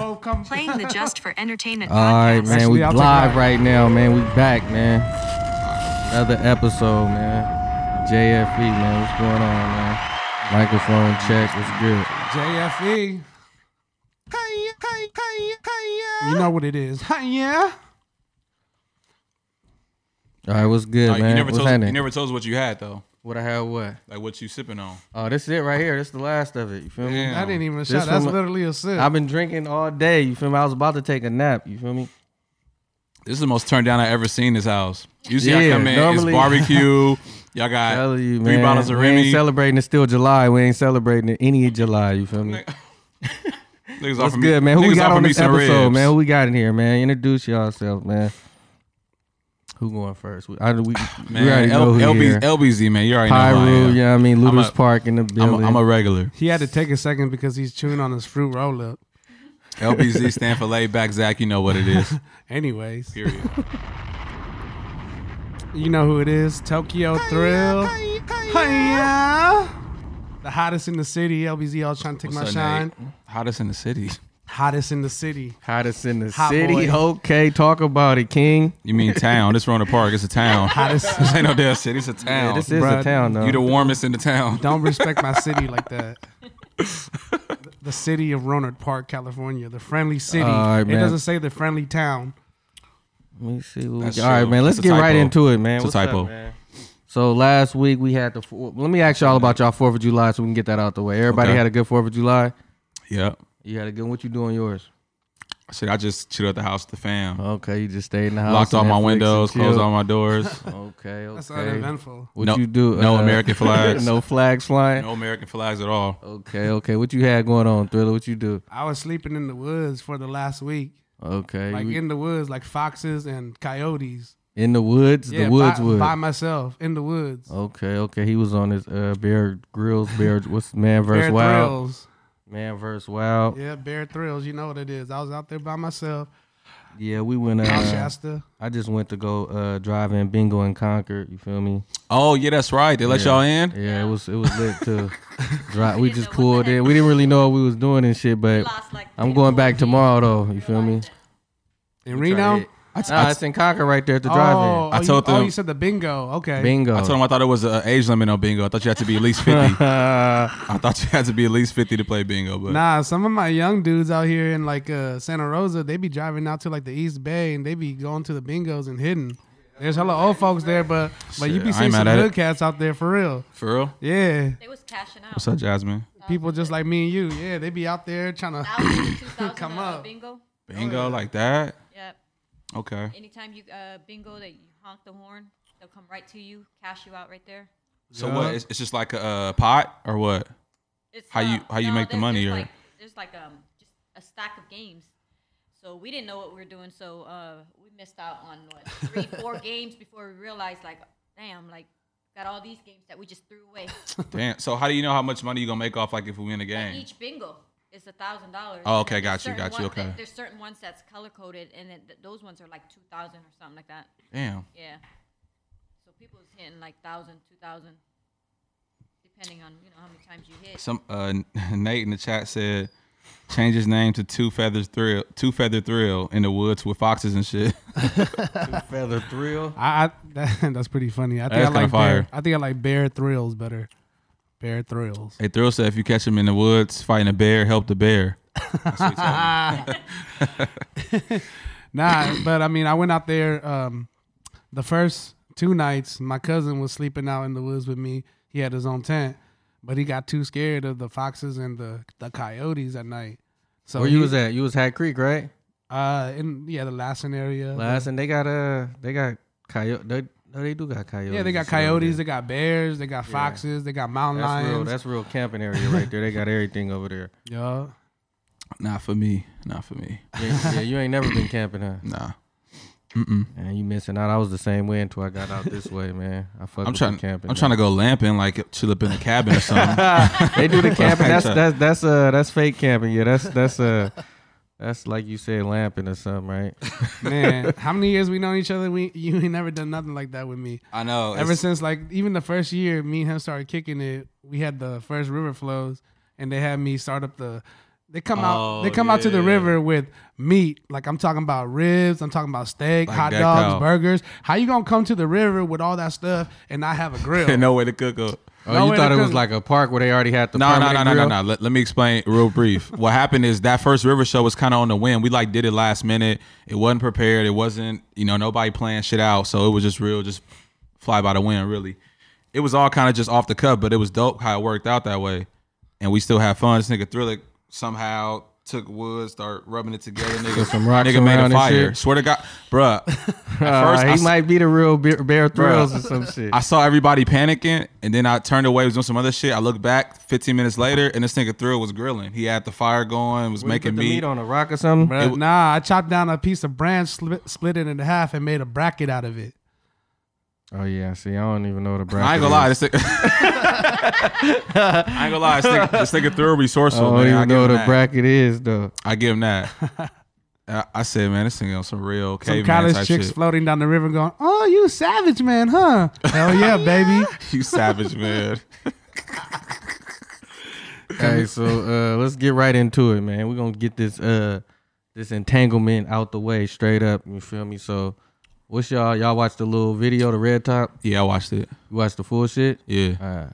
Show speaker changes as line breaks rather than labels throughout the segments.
Oh, come.
Playing the Just for Entertainment
All right,
podcast.
man. We
Actually, I'll take
live
that.
right now, man. We back, man. Another episode, man. JFE, man. What's going on, man? Microphone check. What's good?
JFE. You know what it is. Huh, yeah.
All right, what's good,
Uh,
man?
you never
what's
told us,
happening?
you never told us what you had though,
what I had? What?
like what you sipping on.
Oh, this is it right here. This is the last of it. You feel me?
Yeah.
I didn't even
This
shout. That's
one-
literally a sip.
I've been drinking all day. You feel me? I was about to take a nap. You feel me?
This is the most turned down I ever seen this house. Usually
Yeah,
I come in,
normally-
it's barbecue. Y'all
I,
got
Tell you,
three
man.
bottles of
we
Remy.
ain't celebrating. It's still July. We ain't celebrating it any July. You feel me?
Niggas
What's
offer me-
good, man? Who we
niggas
got
offer
on
me
this
some
episode,
ribs.
man? Who we got in here, man? Introduce yourself, man. Who going first? We, I, we, we already
Man,
know who
L-
here.
LB, LBZ, man, you already know who I
Pyru,
am.
yeah, I mean
I'm
Looters
a-
Park in the
I'm, a,
building.
I'm a regular.
he had to take a second because he's chewing on his fruit roll up.
LBZ stand for laid back Zach. You know what it is.
Anyways,
Period.
you know who it is. Tokyo Thrill. Hi-ya. The hottest in the city. LBZ all trying to take
What's
my
up,
shine.
Nate? Hottest in the city.
Hottest in the city.
hottest in the
Hot
city.
boy.
Okay, talk about it, King.
You mean town? This Rona Park. It's a town.
Hottest.
this ain't no damn city. It's a
Yeah,
town.
this is a
bruh.
town though.
you the warmest in the town.
Don't respect my city like that. The city of Ronard Park, California, the friendly city.
All right,
it
man.
doesn't say the friendly town.
Let me see. What we
That's
got. All right,
true.
man. Let's
It's a
get right
typo.
into it, man.
It's a
What's up,
typo.
man? So last week we had the. Four, let me ask y'all about y'all Fourth of July, so we can get that out the way. Everybody
Okay.
had a good Fourth of July.
Yeah.
You had a good. What you doing yours?
Shit, I just chilled at the house with the fam.
Okay, you just stayed in the house.
Locked all
Netflix
my
and
windows, closed
chilled.
all my doors.
Okay, okay.
That's uneventful.
What
No-
you do? uh,
no American flags.
no flags flying.
No American flags at all.
Okay, okay. What you had going on, Thriller? What you do?
I was sleeping in the woods for the last week,
Okay,
like
you- in,
in the woods, like foxes and coyotes.
the woods.
Yeah,
the woods
by,
wood.
by myself in the woods.
okay, okay. He was on his uh, Bear Grylls. Bear, what's man versus
bear
wild?
thrills.
Man versus wild. Yeah,
Yeah, bear thrills. You know what it is. I was out there by myself.
we went.
Mount
Uh,
Shasta.
I just went to go uh, drive in bingo and Concord. You feel me?
Oh yeah, that's right. They let
Yeah.
y'all in.
Yeah, it was it was lit too. Drive. We
didn't
just
know what the
pulled in.
heck-
We didn't really know what we was doing and shit, but
lost, like,
I'm
ten
going back
points.
tomorrow though. You feel me?
In Reno?
I, nah, it's in Concord right there at the drive-in.
oh,
I
you-
told
oh,
them-
you said the bingo. Okay.
Bingo.
I told them I thought it was an age limit on bingo. I thought you had to be at least fifty.
Uh,
I thought you had to be at least fifty to play bingo. But
Nah, some of my young dudes out here in like uh, Santa Rosa, they be driving out to like the East Bay and they be going to the bingos and hitting. There's hella old folks there, but but you
Shit, I
be
ain't
seeing some
mad at
hood
it.
cats out there for real.
for real,
Yeah,
They was cashing out.
what's up, Jasmine?
people just like me and you. Yeah, they be out there trying to.
Thousand, two thousand
Come
dollar
up.
Bingo.
Bingo like that?
Yep.
Okay.
Anytime you uh, bingo that you honk the horn, they'll come right to you, cash you out right there.
So what? It's, it's just like a uh, pot or what?
It's,
How you- how you make the
there's-
money,
There's
or-
like, there's like um just a stack of games. So we didn't know what we were doing, so uh, we missed out on what three, four games before we realized like, damn, like got all these games that we just threw away.
Damn. So how do you know how much money you gonna make off like if we win a
And
game?
each bingo is a thousand dollars.
Oh, okay, got you, got you, okay.
There's certain ones that's color coded, and then th- those ones are like two thousand or something like that.
Damn.
Yeah. So people is hitting like thousand, two thousand, depending on you know how many times you hit.
Some uh, Nate in the chat said change his name to Two Feathers Thrill, Two Feather Thrill in the woods with foxes and shit.
Feather Thrill.
I, I that, that's pretty funny. I think I
That's kinda
like bear,
fire.
I think I like bear thrills better. Bear thrills.
Hey, Thrill said if you catch him in the woods fighting a bear, help the bear. That's what he told me.
Nah, but I mean, I went out there um, the first two nights. My cousin was sleeping out in the woods with me. He had his own tent, but he got too scared of the foxes and the, the coyotes at night. So
Where
he,
Oh, you was at? You was Hat Creek, right?
Uh, in yeah, the Lassen area.
Last and they got uh they got coyote. They, no, they do got coyotes.
yeah, they got
and stuff,
coyotes.
yeah.
They got bears. They got foxes. They got mountain
That's real.
lions.
That's real camping area right there. They got everything over there.
yeah.
Not for me. Not for me.
Yeah, yeah, you ain't never been camping, huh?
Nah.
And you missing out. I was the same way until I got out this way, man. I fuck
I'm
with
trying.
the camping.
I'm trying to go lamping, like chill up in a cabin or something.
They do the camping. That's
Right.
that's that's uh that's fake camping. Yeah, that's that's uh that's like you said lamping or something, right?
Man, how many years we know each other? We you ain't never done nothing like that with me.
I know.
Ever since like even the first year, me and him started kicking it. We had the first river flows, and they had me start up the They come out.
Oh,
They come out to the
yeah.
river with meat. Like I'm talking about ribs. I'm talking about steak,
Like
hot
that
dogs,
cow.
burgers. How you gonna come to the river with all that stuff and not have a grill?
no way to cook up.
Oh,
No
you
way
thought
to
it was
cook.
like a park where they already had the
No, no,
permanent
no, no, no,
grill?
no. Let, let me explain real brief. what happened is that first River show was kind of on the whim. We like did it last minute. It wasn't prepared. It wasn't, you know, nobody planned shit out. So it was just real, just fly by the wind, really. It was all kind of just off the cuff, but it was dope how it worked out that way. And we still had fun. This nigga Thriller somehow took wood, start rubbing it together. Nigga,
some rocks
nigga made
around
a
and
fire.
shit.
Swear to God, bruh. At
Uh,
first,
he
I s-
might be the real Bear, bear Thrills or some shit.
I saw everybody panicking, and then I turned away, was doing some other shit. I looked back 15 minutes later, and this nigga Thrill was grilling. He had the fire going, was
Where you
making
put the
meat.
meat on a rock or something.
Bruh, nah, I chopped down a piece of branch, split, split it in half, and made a bracket out of it.
Oh yeah, see, I don't even know the brand.
I ain't gonna lie, this nigga. I ain't gonna lie, this nigga, this nigga Thrill
I
resourceful,
Oh,
don't
man. I
even
give,
know
him
what a
that.
bracket is though.
I give him that. I, I said, man, this nigga on some real
Some
caveman
college
type
chicks
shit.
floating down the river, going, "Oh, you savage man, huh? Hell yeah, baby."
you savage, man.
Okay, so uh, let's get right into it, man. We're gonna get this uh, this entanglement out the way straight up. You feel me? So, what's y'all? Y'all watch the little video, the red top?
Yeah, I watched it.
You watch the full shit?
Yeah.
Uh,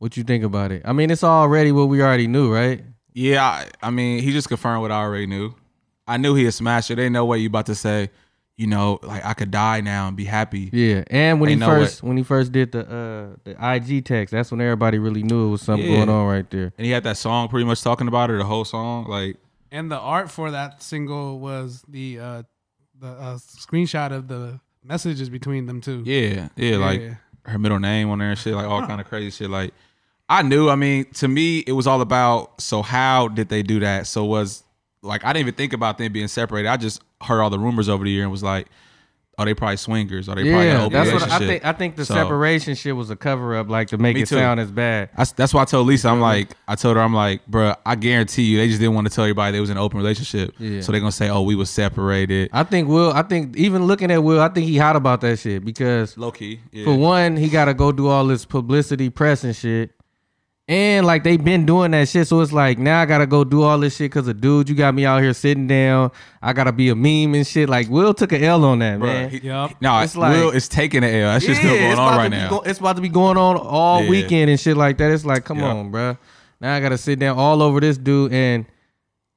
what you think about it? I mean, it's already what we already knew, right?
Yeah, I, I mean, he just confirmed what I already knew. I knew he had smashed it. Ain't no way you about to say, you know, like I could die now and be happy.
Yeah. And when
They
he
know
first when he first did the uh, the IG text, that's when everybody really knew it was something
Yeah.
going on right there.
and he had that song pretty much talking about it, the whole song. Like,
And the art for that single was the uh, the uh, screenshot of the messages between them two.
yeah, yeah, like
Yeah.
her middle name on there and shit, like all kind of crazy shit. Like, I knew. I mean, to me, it was all about. So how did they do that? So was like I didn't even think about them being separated. I just heard all the rumors over the year and was like, oh, they probably swingers or they probably
Yeah,
had
that's what
open
I
relationship.
think. I think the
So-
separation shit was a cover up, like to make
Me
it
too.
sound as bad.
I, that's why I told Lisa, I'm like, I told her, I'm like, bruh, I guarantee you, they just didn't want to tell everybody they was in an open relationship.
Yeah.
So they're gonna say, oh, we was separated,
I think Will. I think even looking at Will, I think he hot about that shit because
low key. Yeah.
for one, he got to go do all this publicity press and shit, and like they been doing that shit. So it's like now I got to go do all this shit because of dude. You got me out here sitting down. I got to be a meme and shit. Like Will took an L on that man.
Bruh, he-
Yup.
No,
It's
it's
like-
Will is taking the L. That shit's still
Yeah,
going
it's
on
about
right
to be
now.
go- it's about to be going on all
Yeah.
weekend and shit like that. It's like, come
Yeah.
on, bruh. Now I gotta sit down all over this dude and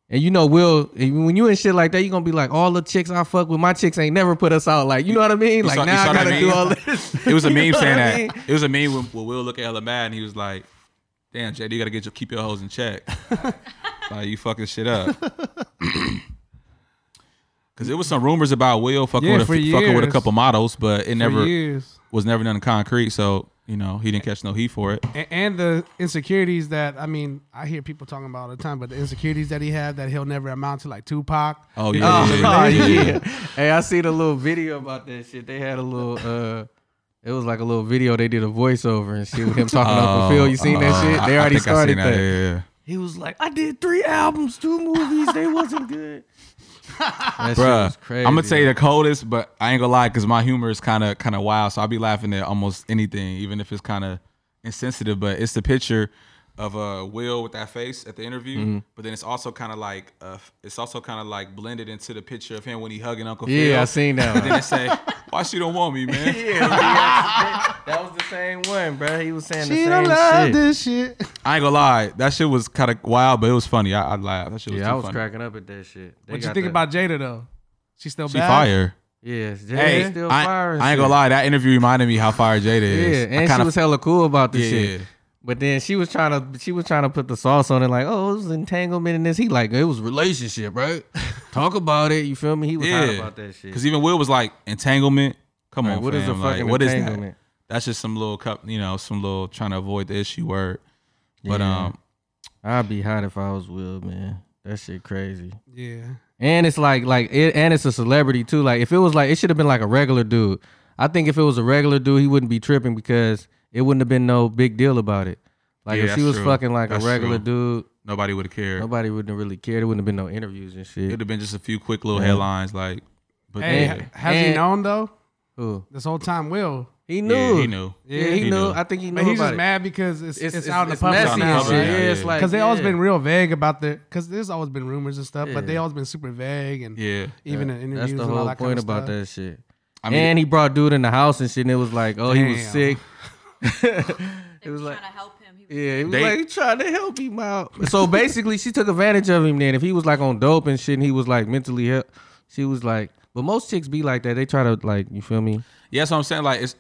and you know, Will, and when you in shit like that, you gonna be like, all the chicks I fuck with, my chicks ain't never put us out. Like, you know what I mean? Like,
saw- you
now
saw
I
that
gotta do
meme?
all this.
It was a
You
meme
know
saying
what I
that.
mean?
It was a meme when, when Will looked at Ella Mad and he was like, "Damn, JD, you gotta get your keep your hoes in check. like you fucking shit up." Cause it was some rumors about Will fucking,
Yeah,
with,
for
a, fucking with a
years.
couple models, but it
For
never
years.
was never nothing concrete. So you know he didn't catch no heat for it.
and, and the insecurities that I mean, I hear people talking about all the time, but the insecurities that he had that he'll never amount to, like Tupac.
Oh
Oh,
yeah, yeah,
yeah.
yeah, yeah.
Hey, I seen a little video about that shit. They had a little uh it was like a little video. They did a voiceover and shit with him talking up for Phil. You seen that
Oh,
shit?
I-
They
I
already
think I seen
started that.
Yeah, yeah, yeah.
He was like, I did three albums, two movies. They wasn't good. that shit was crazy.
I'm gonna tell you the coldest, but I ain't gonna lie, cause my humor is kind of kind of wild. So I'll be laughing at almost anything, even if it's kind of insensitive. But it's the picture of uh, Will with that face at the interview,
Mm-hmm.
but then it's also kind of like uh, it's also kind of like blended into the picture of him when he hugging Uncle Phil.
Yeah, I seen that.
And then
One.
it say, "Why she don't want me, man?"
that was the same one, bro. He was saying
She don't
the
love
same shit.
this shit.
I ain't gonna lie, that shit was kind of wild, but it was funny. I, I laughed. That shit was
Yeah,
too
I was
funny.
cracking up at that shit. They
What you
got
think
the-
about Jada though? She still
She
bad?
fire.
Yeah, Jada
Hey,
still
I,
fire and
I ain't
shit.
gonna lie, that interview reminded me how fire Jada is.
Yeah,
I
and she
kinda-
was hella cool about this
Yeah,
shit.
yeah.
But then she was trying to she was trying to put the sauce on it, like, oh, it was entanglement in this. He like, it was relationship, right? Talk about it. You feel me? He was hot about that shit.
Because even Will was like, entanglement. Come
Like,
on,
what
fam.
is a
Like,
fucking
what is that?
entanglement?
That's just some little cup, you know, some little trying to avoid the issue word. But
Yeah.
um,
I'd be hot if I was Will, man. That shit crazy.
Yeah.
And it's like like it, and it's a celebrity too. Like if it was like it should have been like a regular dude. I think if it was a regular dude, he wouldn't be tripping because it wouldn't have been no big deal about it. Like
Yeah,
if she
that's
was
true.
fucking like
That's
a regular dude,
nobody would have cared.
nobody wouldn't have really cared. There wouldn't have been no interviews and shit.
It'd have been just a few quick little headlines, like. But
Hey,
yeah.
has he
And-
known though?
Who?
This whole time, Will.
He knew.
he knew.
Yeah, he,
He
knew.
knew.
I think he knew
But he's
about
just
it.
mad because it's it's, out in the public.
messy
It's out
and
in the
shit.
public.
Yeah,
Yeah,
it's
yeah.
like
Because they always
yeah.
been real vague about the. Because there's always been rumors and stuff,
Yeah.
but they always been super vague and
Yeah.
even in interviews
That's the
and
whole
all that
point
kind of
about
stuff.
that shit.
I mean-
and he brought dude in the house and shit, and it was like, oh, he was
Damn.
sick.
They
was
was
like-
trying to help him. He was
Yeah, he was
They-
like trying to help him out. So basically, she took advantage of him. Then, if he was like on dope and shit, and he was like mentally ill, she was like. But most chicks be like that. They try to like, you feel me?
Yeah, so I'm saying like it's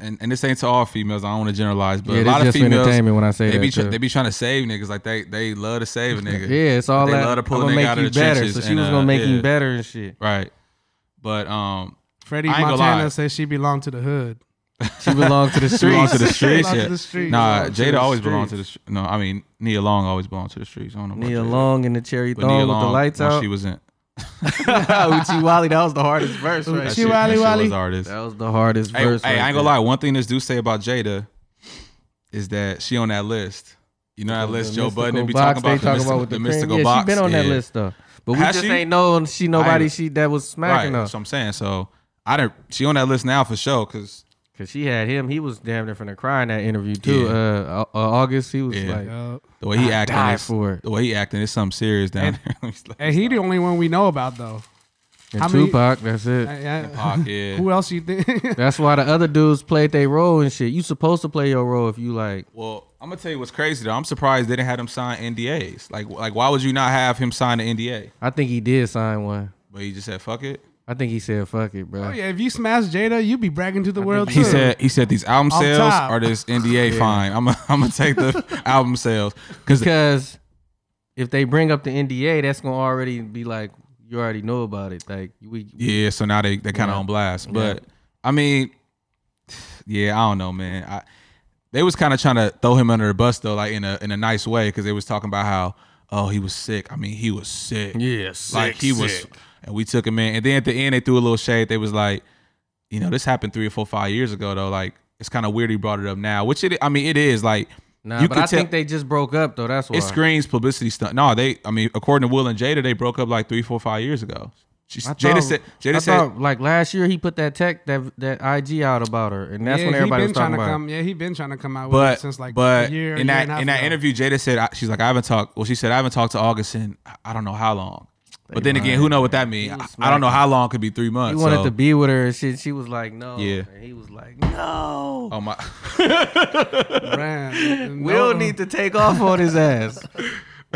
and, and this ain't to all females. I don't want to generalize, but
Yeah,
a
this
lot of
just for
females
entertainment when I say
they
that,
be tr-
too.
they be trying to save niggas like they they love to save a nigga.
Yeah, it's all
they
that.
love to pull
I'm
a
gonna
nigga
make
out
you
of the
better.
trenches
So she
and,
was
uh,
gonna make you
yeah.
better and shit.
right? But um,
Freddie
I ain't gonna lie.
Montana says she belonged to the hood.
She belonged to the streets.
belong to the streets.
Belong to
yeah.
the streets.
Nah,
Belong to
Jada
the
always belonged to the
streets.
streets. No, I mean Nia Long always belonged to the streets. I don't know. about
Nia
Jada.
Long in the cherry
but Nia
thong with
Long,
the lights
when
out.
She was in.
Uchi Wally, that was the hardest verse,
That
right?
She
shit,
Wally
that shit
Wally.
was artist.
That was the hardest
Hey,
verse.
hey
right
I ain't gonna
there.
lie. One thing this do say about Jada is that she on that list. You know that
The
list Joe
mystical
Budden be
box
talking
they
about, the, mystical,
with
the
cream.
mystical
yeah,
box.
She been on that
Yeah.
list though, but we
Has
just
she?
ain't know she nobody
ain't-
she that was
Right.
smacking
That's
us
what I'm saying. So I don't. She on that list now for sure. Cause
because she had him. He was damn near finna cry in that interview too.
Yeah.
Uh, uh, August, he was
Yeah.
like,
Yup.
the way he
die
acting, is,
for it.
the way he acting, is something serious down there.
And he the only one we know about though.
and
How many-
Tupac. that's it.
I- I-
Pac, yeah.
Who else you think?
That's why the other dudes played their role and shit. You supposed to play your role if you like.
Well, I'm gonna tell you what's crazy though. I'm surprised they didn't have him sign NDAs. Like, like why would you not have him sign an NDA?
I think he did sign one.
But he just said, "Fuck it."
I think he said, "Fuck it, bro."
oh yeah, if you smash Jada, you be bragging to the world
He
too.
said, "He said these album
Off
sales
top.
are this NDA fine. I'm, gonna- I'm gonna take the album sales because
Because if they bring up the NDA, that's gonna already be like you already know about it. Like we,
yeah. So now they they kind of
Yeah.
on blast. But I mean, yeah, I don't know, man. I, they was kind of trying to throw him under the bus though, like in a in a nice way, because they was talking about how oh he was sick. I mean, he was sick.
yes,
like he was and we took him in and then at the end they threw a little shade they was like you know this happened three or four five years ago though like it's kind of weird he brought it up now which it i mean it is like
Nah, but I think they just broke up though. That's why.
it screams publicity stunt no they i mean according to will and jada they broke up like three four five years ago she,
I
jada
thought-
said
I
jada said
thought, like last year he put that tech that that IG out about her, and that's
yeah,
when
he
everybody
been
was
tryna
talking about.
come, Yeah, he been trying to come out with
but
it since like
but
a year,
in
year
that
and a half
in that
ago.
interview jada said I- she's like i haven't talked well she said i haven't talked to august in i don't know how long but then again, who know what that means? I,
was
I don't know
smacking.
how long could be three
He
months.
wanted
so-
to be with her and shit. She was like, no.
Yeah.
And he was like, no.
Oh my!
Brand,
Will
no-
need to take off on his ass.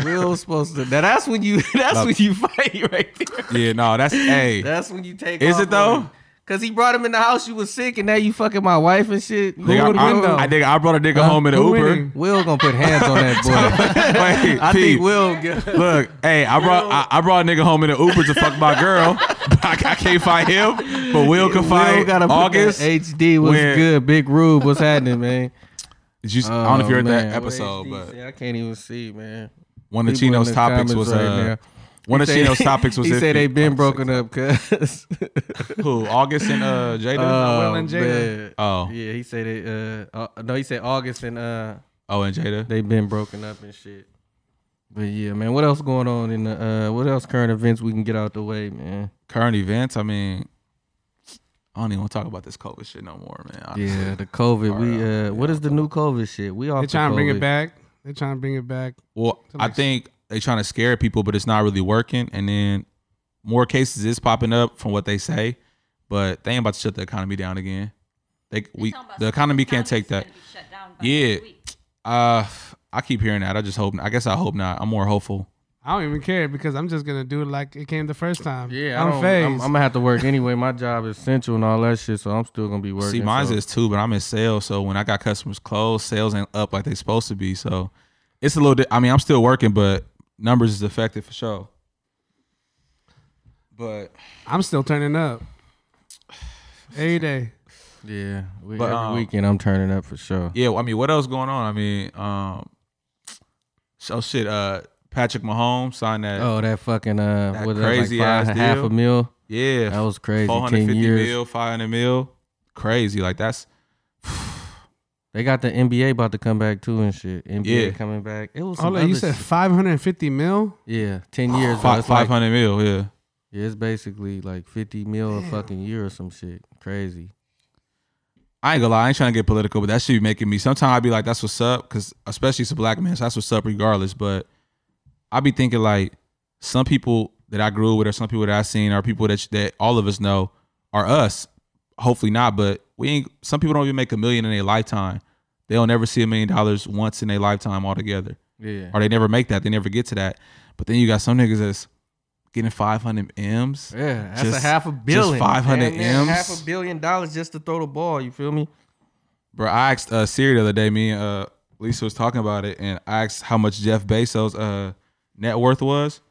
Will's supposed to. Now that's when you. That's when you fight right there.
Yeah, no, that's hey.
That's when you take.
Is
off
it though?
on him. Cause he brought him in the house. You was sick, and now you fucking my wife and shit.
Nigga,
Will,
would
I,
win, though?
I, I think I brought a nigga
Huh?
home in an
Who
Uber.
winning?
Will gonna put hands on that boy.
Wait,
I
Pete,
think Will. Get,
look, hey, I brought I, I brought a nigga home in an Uber to fuck my girl. I, I can't fight him, but Will can fight.
Will gotta put that
August.
HD was
when-
good. Big Rube, what's happening, man?
Did you, I don't know if you heard
Oh, man.
that episode,
What
but
HD? I can't even see, man.
one of
People in
Chino's
the
topics
comments
was uh,
right now.
one of
He said-
Chino's topics was
he
if
said
you-
they been
oh,
broken up, cuz.
Who August and uh, Jada?
Oh,
and Jada.
man.
Oh.
yeah, he said it. Uh, uh, no, he said August and uh,
oh, and Jada.
they been broken up and shit. But yeah, man, what else going on in the? Uh, what else current events we can get out the way, man?
Current events. I mean, I don't even want to talk about this COVID shit no more, man. honestly.
Yeah, the COVID. We uh, what is the new COVID shit? We all
They trying to bring it back. They trying to bring it back.
Well, I think they trying to scare people, but it's not really working. And then more cases is popping up from what they say, but they ain't about to shut the economy down again. They we
talking about
the economy
some
can't take that.
economy's gonna be shut down by
Yeah.
next week.
Uh, I keep hearing that. I just hope. I guess I hope not. I'm more hopeful.
I don't even care because I'm just gonna do it like it came the first time.
Yeah, I
I'm
don't,
phased.
I'm, I'm gonna have to work anyway. My job is central and all that shit, so I'm still gonna be working.
See, mine
so.
is too, but I'm in sales, so when I got customers closed, sales ain't up like they supposed to be. So it's a little. Di- I mean, I'm still working, but numbers is affected for sure. But
I'm still turning up every day.
yeah. We,
But,
every
um,
weekend I'm turning up for sure.
Yeah, well, I mean, what else going on? I mean, um, so shit. Uh, Patrick Mahomes signed that.
Oh, that fucking uh,
That
what that was,
crazy
like
ass
five, half
deal.
a mil.
yeah,
That was crazy.
four hundred
10
fifty
years.
mil, five hundred mil. Crazy, like that's
They got the NBA about to come back too and shit. NBA
Yeah.
coming back. It was some
Hold on, Oh, you
other
said
shit.
550 mil.
yeah, ten years. bro.
five
It's like-
five hundred mil. Yeah,
yeah, it's basically like fifty mil a fucking year or some shit. Crazy.
I ain't gonna lie, I ain't trying to get political, but that should be making me. Sometimes I be like, "That's what's up," because especially it's a black man, so that's what's up, regardless. But I be thinking like some people that I grew up with, or some people that I seen, or people that that all of us know are us. Hopefully not, but we ain't. Some people don't even make a million in their lifetime. They'll never see a million dollars once in their lifetime altogether
Yeah.
or they never make that. They never get to that. But then you got some niggas that's getting 500 m's.
Yeah, that's
Just-
a half a
just
billion.
500
Damn near Half
M's.
a billion dollars just to throw the ball. You feel me?
Bro, I asked uh, Siri the other day. Me and uh, Lisa was talking about it, and I asked how much Jeff Bezos' uh, net worth was.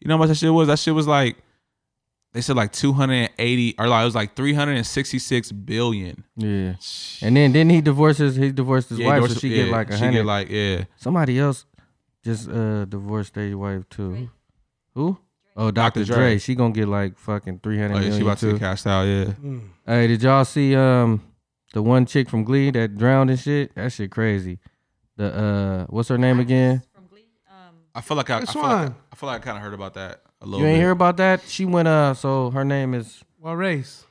You know how much that shit was? That shit was like they said like 280 or like it was like 366 billion.
Yeah. And then didn't he divorce his he divorced his
Yeah,
wife, so
Dorsey-
she get
yeah,
like a
she
hundred.
get like yeah.
Somebody else just uh divorced their wife too. Who? Oh, Dr.
Dr.
Dre.
Dre.
She gonna get like fucking three hundred
Like
million
she about to
too. Mm.
get cashed out. Yeah,
Hey, did y'all see um the one chick from Glee that drowned and shit? That shit crazy. The uh, what's her name again?
From Glee, um,
I feel like I, I
Which
feel like,
one?
I feel like I kind of heard about that a little.
You ain't
bit.
hear about that? She went uh, so her name is
What race?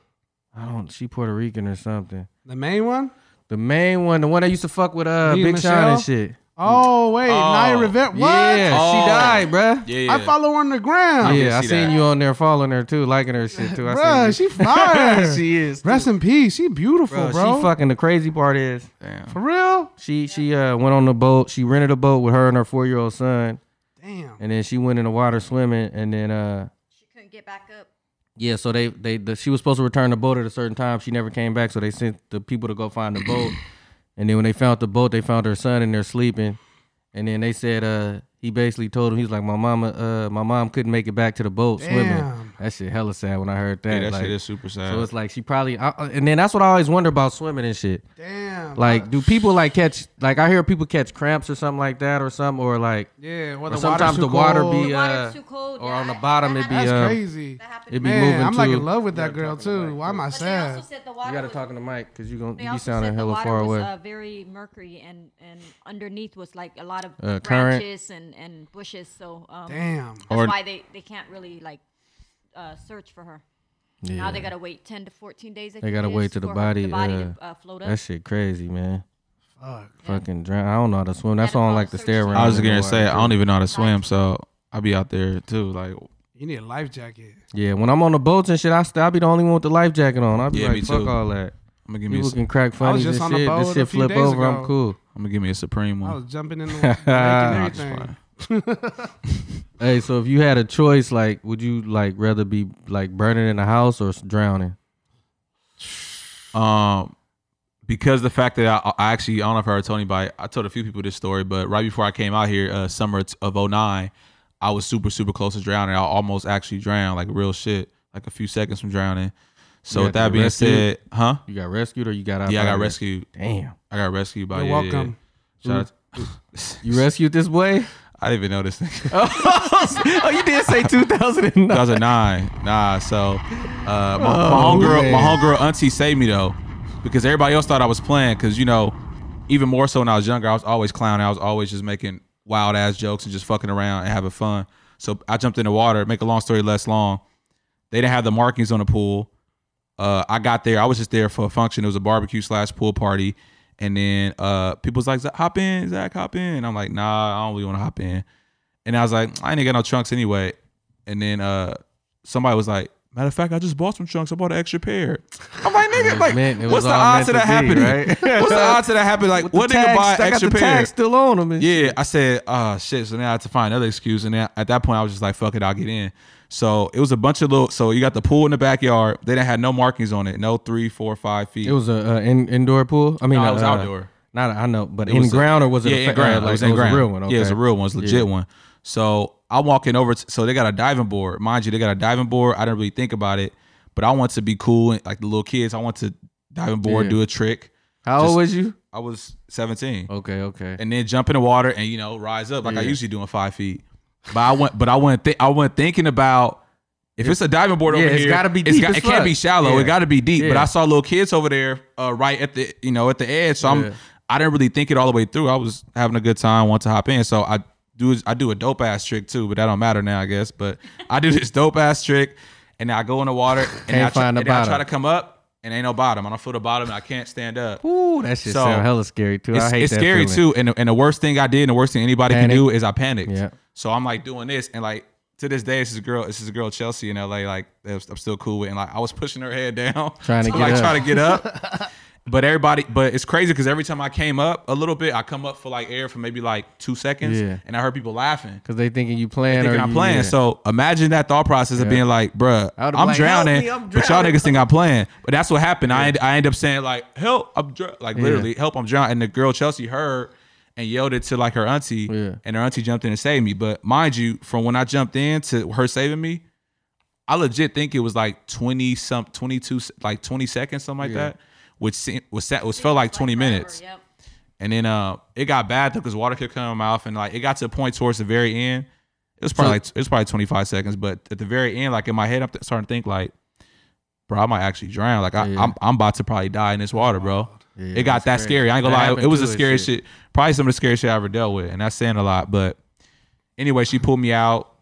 I don't. She Puerto Rican or something.
The main one?
The main one, the one that used to fuck with uh
Lea
Big Sean
Michele?
and shit.
Oh wait, Naya Rivera. What?
Yeah,
Oh.
she died, bruh.
Yeah, yeah.
I follow her on the ground.
Yeah, I
see
seen
that.
you on there following her too, liking her shit too. I
Bruh,
seen
she fire.
you. she is. too.
Rest in peace. She beautiful,
Bruh,
bro.
She fucking. The crazy part is
Damn.
For real?
she she uh went on the boat. She rented a boat with her and her four year old son,
Damn.
and then she went in the water swimming, and then uh
she couldn't get back up.
Yeah, so they they the, she was supposed to return the boat at a certain time. She never came back, so they sent the people to go find the boat. And then when they found the boat, they found her son in there sleeping. And then they said uh he basically told him he's like my mama uh my mom couldn't make it back to the boat swimming.
Damn.
That shit hella sad when I heard that.
Yeah, that
like,
shit is super sad.
so it's like she probably I, I- and then that's what I always wonder about swimming and shit.
Damn.
Like do people like catch like I hear people catch cramps or something like that or something or like
yeah. Well,
or
the water's
sometimes
too
the water
cold.
be
The
uh,
water's too cold.
or
Yeah,
on the
I-
bottom
I-
it be
That's
uh,
crazy.
That happened.
it be
Man,
moving
I'm like
too-
in love with
Yeah,
that
I'm
girl
talking about
too.
it.
Why am I
But they also
sad?
said the water
You gotta
was-
talk in the mic because you gonna
They
you
also
sounding
said the
hella
water
far
was
away.
uh, very mercury, and and underneath was like a lot of
Uh, current.
branches and and bushes. So um,
Damn.
that's
Or-
why they they can't really like uh, search for her. Now they gotta wait ten to fourteen days. I
They
think
gotta
it
wait
is,
till the
for her-
body,
the body to
uh,
uh, float up.
that shit crazy, man.
Fuck.
Fucking drown. I don't know how to swim. That's
Gotta
why I don't
follow
like to
the
stare
search
around.
team.
I was
in the
gonna
water,
say I
too.
don't even know how to swim, so I'll be out there too. Like,
You need a life jacket.
Yeah, when I'm on the boats and shit, I st- I be the only one with the life jacket on. I be
Yeah, me
like, fuck
too.
all that.
I'm gonna give me, a,
People
su-
can crack funny and
just
shit.
on a
This
boat a
shit
few
flip
days
over. I'm
ago.
cool.
I'm gonna give me a supreme
I
one.
was jumping in the lake and
Nah, just
everything.
playing.
Hey, so if you had a choice, like, would you like rather be like burning in a house or s- drowning?
Um, because the fact that I, I actually I don't know if I ever told anybody. I told a few people this story, but right before I came out here, uh, summer t- of '09, I was super super close to drowning. I almost actually drowned, like real shit, like a few seconds from drowning. So
You
with
got
that being
rescued?
said, huh?
You got rescued or you got out?
Yeah, I
by
got
the-
rescued.
Damn,
I got rescued
Oh,
by
You're
yeah, yeah,
welcome.
yeah. Shout out-
you rescued this boy?
I didn't even know this thing.
oh, you did say 2009.
2009. Nah, so uh, my, my homegirl,
man.
my homegirl auntie saved me though, because everybody else thought I was playing. Because you know, even more so when I was younger, I was always clowning. I was always just making wild ass jokes and just fucking around and having fun. So I jumped in the water. Make a long story less long. They didn't have the markings on the pool. Uh, I got there. I was just there for a function. It was a barbecue slash pool party. And then uh, people was like, "Zach, hop in, Zach, hop in. And I'm like, nah, I don't really want to hop in. And I was like, I ain't got no trunks anyway. And then uh somebody was like, matter of fact, I just bought some trunks. I bought an extra pair. I'm like, nigga, like,
meant- it was
what's the
all
odds of
meant
that
to be,
happening?
right?
what's the odds of that happening? Like,
the
what nigga
tags-
buy
I
an
got
extra
the
pair?
tags still on him. and shit.
Yeah, I said, oh shit. So now I had to find another excuse. And then at that point, I was just like, fuck it, I'll get in. So it was a bunch of little. So you got the pool in the backyard. They didn't have no markings on it. No three, four, five feet.
It was a uh, in, indoor pool. I mean,
No,
uh,
it was
uh,
outdoor.
Not I know, but
It
in
was a-
ground or was it?
yeah,
a,
in
fa-
ground.
uh,
it was
like,
in ground.
a real one. Okay.
Yeah, it's a real one. It's a legit one. So I'm walking over. To, so they got a diving board, mind you. They got a diving board. I didn't really think about it, but I want to be cool and like the little kids. I want to diving board,
Yeah.
do a trick.
How
Just-
old was you?
I was 17,
Okay, okay.
and then jump in the water and you know rise up like I
Yeah.
usually do in five feet. But I went, but I went, th- I went thinking about. If it's a diving board
Yeah,
over
it's
here,
gotta be
it's
deep
got-
as
it can't be
fuck.
shallow.
Yeah.
It got to be deep. But
Yeah.
I saw little kids over there, uh, right at the you know at the edge. So
Yeah.
I'm I didn't really think it all the way through. I was having a good time, want to hop in. So I do I do a dope ass trick too, but that don't matter now, I guess. But I do this dope ass trick, and I go in the water and I try,
find the
and then I try
bottom.
to come up, and ain't no bottom. I don't feel the bottom, and I can't stand up.
Ooh, that shit
So,
sound hella scary too.
It's,
I hate
it's
that
scary
feeling.
too. And, and the worst thing I did, and the worst thing anybody
Panic.
can do is I panicked.
Yeah.
So I'm like doing this, and like to this day, this is a girl, this is a girl Chelsea in LA. Like that was- I'm still cool with, and like I was pushing her head down,
Trying to get
like
up.
trying to get up. But everybody, but it's crazy because every time I came up a little bit, I come up for like air for maybe like two seconds,
Yeah.
and I heard people laughing.
Cause they thinking you playing.
Thinking
or
I'm
you-
playing.
yeah.
So imagine that thought process of
Yeah.
being like, bruh,
I would've been
I'm,
like, "Help
drowning,
me, I'm
but y'all
drowning."
niggas think I'm playing. But that's what happened. I end, I end up saying like, help, I'm dr-, like
Yeah.
literally, help, I'm drowning. And the girl Chelsea heard and yelled it to like her auntie,
Yeah.
and her auntie jumped in and saved me. But mind you, from when I jumped in to her saving me, I legit think it was like twenty some, twenty two, like twenty seconds, something like that. Which seemed, was sat, was felt like twenty
forever,
minutes.
Yep.
And then uh, it got bad though because water kept coming out of my mouth, and like it got to a point towards the very end. It was probably like, it was probably 25 seconds, but at the very end, like in my head, I'm th- starting to think like, bro, I might actually drown. Like I,
Yeah.
I'm I'm about to probably die in this water, bro.
Yeah,
it got
that's crazy.
that scary. I ain't gonna
That
lie,
happened
it was
too
the
and
scariest
shit.
shit. Probably some of the scariest shit I ever dealt with, and that's saying a lot. But anyway, she pulled me out.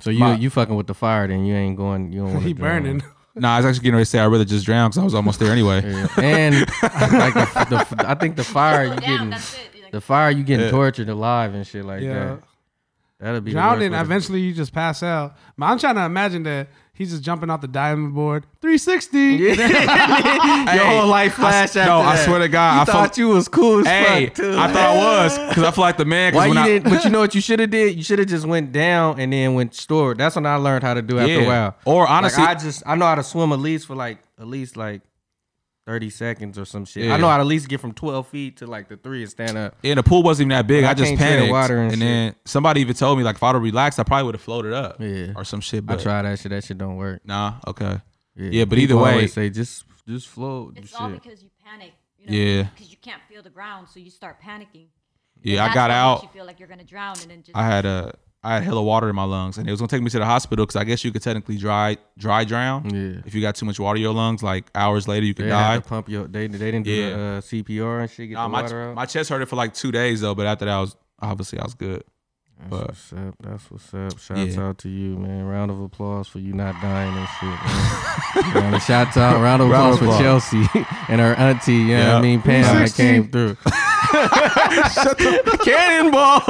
So you
My-
you fucking with the fire, then you ain't going. You don't. wanna
He
uh,
drown.
burning.
Nah, I was actually getting ready to say I'd rather just drown because I was almost there anyway.
Yeah. And like the, the, I think the fire you
Down,
getting
that's it. You're like,
the fire you getting
Yeah.
tortured alive and shit like
Yeah.
that. That'll be the worst
Drowning,
way to-
eventually you just pass out. Man, I'm trying to imagine that he's just jumping off the diving board. 360.
Your whole life flash
I,
after
No, I
that.
swear to God,
You
I
thought
felt,
you was cool as
Hey,
fuck too.
I thought I was because I feel like the man. 'cause
Why you
when I,
didn't? But you know what you should have did? You should have just went down and then went stored. That's when I learned how to do after
Yeah.
a while.
Or
Like,
honestly-
I just I know how to swim at least for like at least like thirty seconds or some shit.
Yeah.
I know how to at least get from twelve feet to like the three and stand up.
Yeah, the pool wasn't even that big.
I
I just
can't tread
panicked,
water and
and,
shit.
then somebody even told me like if I'd have relaxed, I probably would have floated up,
Yeah.
or some shit.
I
But
try that shit. That shit don't work.
nah, okay,
Yeah,
but either
People
way-
always say just just float.
It's all
shit.
because you panic. You know,
Yeah.
Because you can't feel the ground, so you start panicking.
yeah, I
That's
got
what makes
out.
You feel like you're gonna drown, and then just
I had a I had hella water in my lungs, and it was gonna take me to the hospital because I guess you could technically dry dry drown.
Yeah.
if you got too much water in your lungs, like hours later you could
They had
die.
to pump your. They they didn't do
Yeah.
the, uh, CPR and shit. Get
Nah,
the
my
water out.
my chest hurted for like two days though, but after that I was obviously I was good.
That's
But-
what's up. That's what's up. Shouts
Yeah.
out to you, man. Round of applause for you not dying and shit. Man. Round of- shouts out. Round of
Round
applause
of
for Chelsea and her auntie. You know what
Yeah.
I mean? Pam that came through. Cannonball.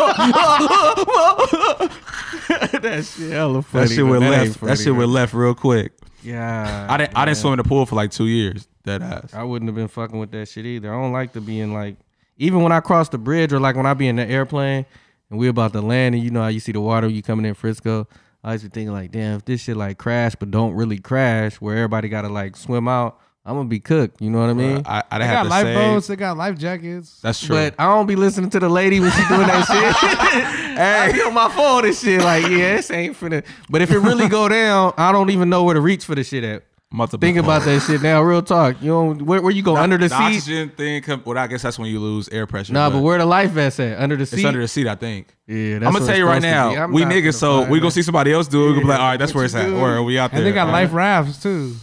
that shit hella funny.
That shit
but
went
ain't
left.
funny,
That shit went left real quick.
but- Yeah.
I didn't I didn't swim in the pool for like two years. That ass.
I wouldn't have been fucking with that shit either. I don't like to be in like even when I cross the bridge or like when I be in the airplane and we about to land and you know how you see the water you coming in Frisco. I used to be thinking like, damn, if this shit like crash but don't really crash where everybody gotta like swim out, I'm gonna be cooked. You know what I mean?
I,
They
I didn't have
got
to
life
save.
boats. They got life jackets.
That's true.
But I don't be listening to the lady when she doing that shit. I be on my phone and shit. Like, yeah, this ain't finna. But if it really go down, I don't even know where to reach for the shit at.
I'm about to
Think about that shit now. Real talk. You don't where, where you go under the,
the
seat?
oxygen thing. Come, well, I guess that's when you lose air pressure.
Nah, but where the life vest at? Under the seat.
it's under the seat, I think.
yeah, that's
I'm
what
gonna tell
it's
you
supposed
right
to be.
now,
I'm
we
not
niggas. So
finna
we
find
gonna
that.
see somebody else do. it. We gonna be like, all right, that's where
What
it's
you
at.
do?
Where we out there?
And they got
All
life
right.
rafts too.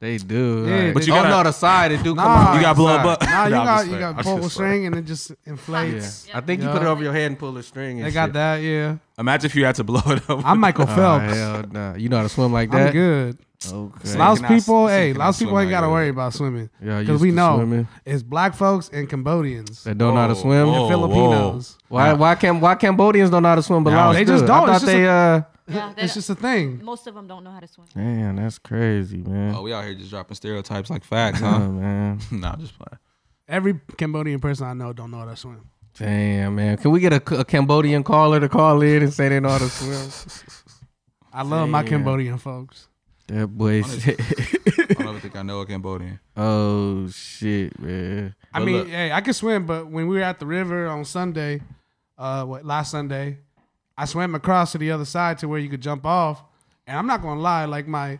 They do.
Yeah,
Yeah,
they
but you gotta,
do. gotta-
oh no, the side it do come
Nah.
off.
You
You
got blown up.
Nah, you
Nah,
got
I'm just
you
playing. I'm
got
just
pull a
playing.
string and it just inflates.
I think you
Yeah.
put it over your head and pull a string. And
They got
shit.
that, yeah.
Imagine if you had to blow it up.
I'm Michael
Oh,
Phelps.
hell nah. You know how to swim like that?
I'm good.
Okay.
Laos
cannot-
people,
this thing
hey,
cannot
Laos
swim
people ain't
like
gotta
that.
worry about swimming
Yeah, I
because
used
we
to
know
swimming.
it's black folks and Cambodians,
That don't know how to
Whoa,
swim.
whoa,
Filipinos.
Why? Why can? Why Cambodians don't know how to swim? But
No.
Laos
They
do?
just
I
don't.
thought
It's just
they.
a-
uh,
yeah, they
It's
don't-
just a thing.
most of them don't know how to swim.
man, that's crazy, man.
Oh, we out here just dropping stereotypes like facts,
Oh,
huh?
man,
nah, I'm just playing.
Every Cambodian person I know don't know how to swim.
damn, man. Can we get a, a Cambodian caller to call in and say they know how to swim?
I love my
Damn.
Cambodian folks.
that boy. Said,
I don't even think I know a Cambodian.
oh shit, man.
I
But
mean,
look.
hey, I can swim, but when we were at the river on Sunday, uh, what last Sunday, I swam across to the other side to where you could jump off, and I'm not gonna lie, like my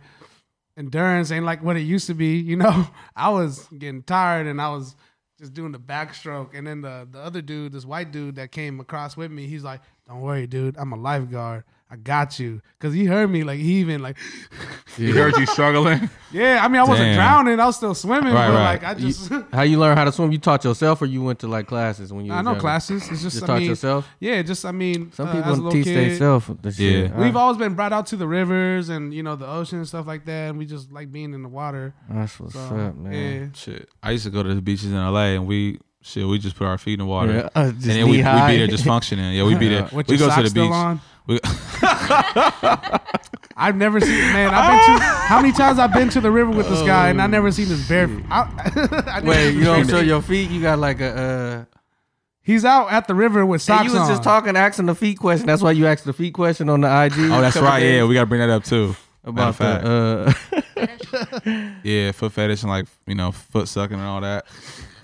endurance ain't like what it used to be. You know, I was getting tired, and I was just doing the backstroke, and then the the other dude, this white dude that came across with me, he's like, "Don't worry, dude, I'm a lifeguard." I got you. Cause he heard me, like he even like,
He heard you struggling.
yeah. I mean, I wasn't
Damn.
drowning. I was still swimming,
Right,
but
right.
like I
You-
just.
how you learn how to swim? You taught yourself, or you went to like classes when you?
I
was
know
younger?
classes. It's just,
Just
I
taught
mean,
yourself?
Yeah, just I mean,
Some
uh, as a
people
little
teach
kid,
themselves the shit.
Yeah.
We've
I-
always been brought out to the rivers and you know the ocean and stuff like that, and we just like being in the water.
That's what's
So,
up, man.
Yeah.
Shit, I used to go to the beaches in LA, and we shit, we just put our feet in the water,
Yeah, uh,
and
just
then we, we be
knee-high.
there just functioning. Yeah, we be there.
With
we
your
go to
socks
the
still
beach.
on.
We- oh,
I've never seen man. I've been to how many times I've been to the river with
Oh,
this guy, and I never seen his bare. I, I never
Wait,
seen
you
his bare
don't show
feet.
your feet? You got like a. uh
He's out at the river with
Hey,
socks
you was
on.
just talking, asking the feet question. That's why you asked the feet question on the IG.
oh, that's right. Yeah, we gotta bring that up too. Matter
about
of fact,
the uh,
yeah, foot fetish and like you know foot sucking and all that.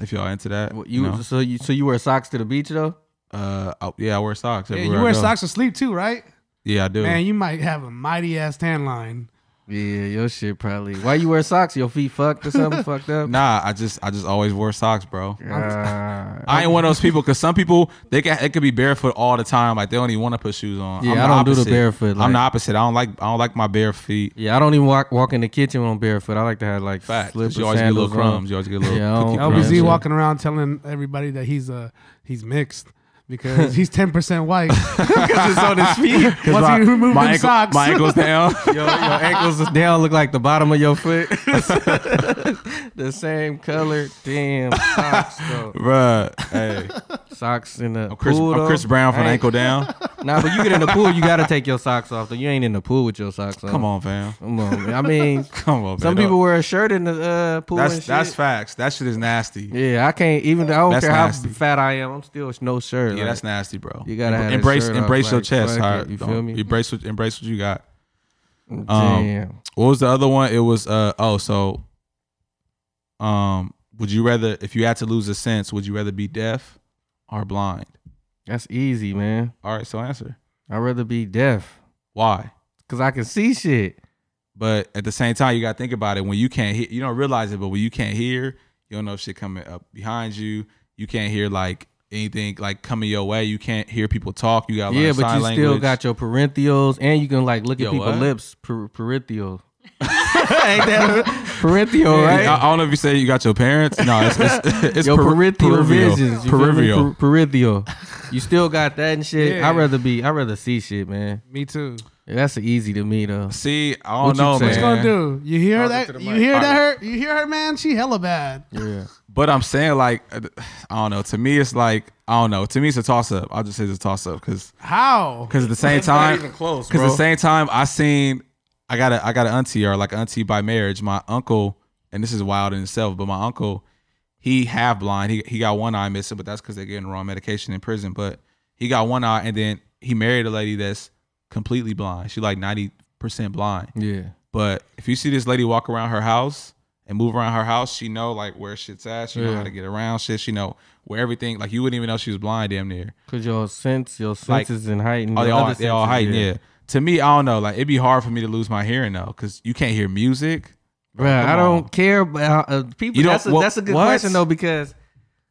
If y'all into that,
you,
you know.
so you so you wear socks to the beach though.
uh, I- yeah, I wear socks.
yeah,
everywhere
you
I
wear
go.
socks to sleep too, right?
Yeah, I do.
Man, you might have a mighty ass tan line.
Yeah, your shit probably. Why you wear socks? Your feet fucked or something? fucked up.
nah, I just I just always wore socks, bro.
Uh,
I ain't one of those people because some people they can it could be barefoot all the time. Like they don't even want to put shoes on.
Yeah,
I'm
I don't do the
opposite.
barefoot, like-
I'm the opposite. I don't like I don't like my bare feet.
yeah, I don't even walk walk in the kitchen when I'm barefoot. I like to have like
Fact,
slippers,
you always get
sandals
little
on.
crumbs. You always get little
Yeah, I
cookie
don't-
crumbs.
LBZ
Right.
walking around telling everybody that he's uh he's mixed because he's ten percent white.
because it's on his feet.
'Cause Once
my,
you remove
my
them
ankle-
socks.
my ankles down.
Your, your ankles is down, look like the bottom of your foot. the same color. Damn socks though.
Bruh, hey,
Socks in the
I'm Chris,
pool.
I'm
though.
Chris Brown from
I
the
ain't-
ankle down.
Nah, but you get in the pool, you gotta take your socks off. Though you ain't in the pool with your socks on.
Come on, fam.
come on. Man. I mean,
Come on,
some
man.
people wear a shirt in the uh, pool. and
That's
shit.
that's facts. That shit is nasty. Yeah,
Yeah, I can't even. I don't
That's
care
nasty.
how fat I am. I'm still no shirt. like,
that's nasty, bro.
You gotta have that
embrace
shirt off,
embrace your
like,
chest.
fuck
all
it,
right?
you
Don't-
feel me?
Embrace what embrace what you got. um,
Damn.
What was the other one? It was uh oh so um would you rather if you had to lose a sense would you rather be deaf or blind?
that's easy, man.
All right, so answer
I'd rather be deaf
why.
because I can see shit.
But at the same time, you gotta think about it. When you can't hear, you don't realize it. But when you can't hear, you don't know if shit coming up behind you. You can't hear like anything like coming your way. You can't hear people talk. You got
yeah, but you still got your parentheals, and you can like look
Yo,
at people's
what?
lips. Per- parentheal. Ain't that parentheal,
I,
right?
I don't know if you say you got your parents. No, it's it's, it's
Your
per-
peripheral
peripheral.
visions, you feel me?
Peripheral.
Per- peripheral. You still got that and shit.
Yeah.
I'd rather be. I'd rather see shit, man.
Me too.
Yeah, that's easy to me though.
See, I
What
don't
you
know,
say? What's
man.
What's gonna do? You hear that? You hear
All
that? Her? You hear her, man? She hella bad.
Yeah.
But I'm saying like I don't know. To me, it's like I don't know. To me, it's a toss up. I'll just say it's a toss up because
How?
because at the same
not
time,
even close,
Because at
bro.
the same time, I seen I got a I got an auntie or like auntie by marriage. My uncle, and this is wild in itself, but my uncle, he half blind. He he got one eye missing, but that's because they're getting the wrong medication in prison. But he got one eye, and then he married a lady that's completely blind. She like ninety percent blind.
Yeah.
But if you see this lady walk around her house and move around her house, she know like where shit's at. She know
Yeah.
how to get around shit. She know where everything. Like you wouldn't even know she was blind damn near.
Cause your sense, your
Like-
senses and heightened.
Oh, they
your
all
other
they all
senses,
heightened. Yeah. To me, I don't know. Like it'd be hard for me to lose my hearing though, because you can't hear music.
Bruh,
Come
I don't
on.
care about uh, people.
You don't-
that's, a,
what-
that's a good
what?
question though because,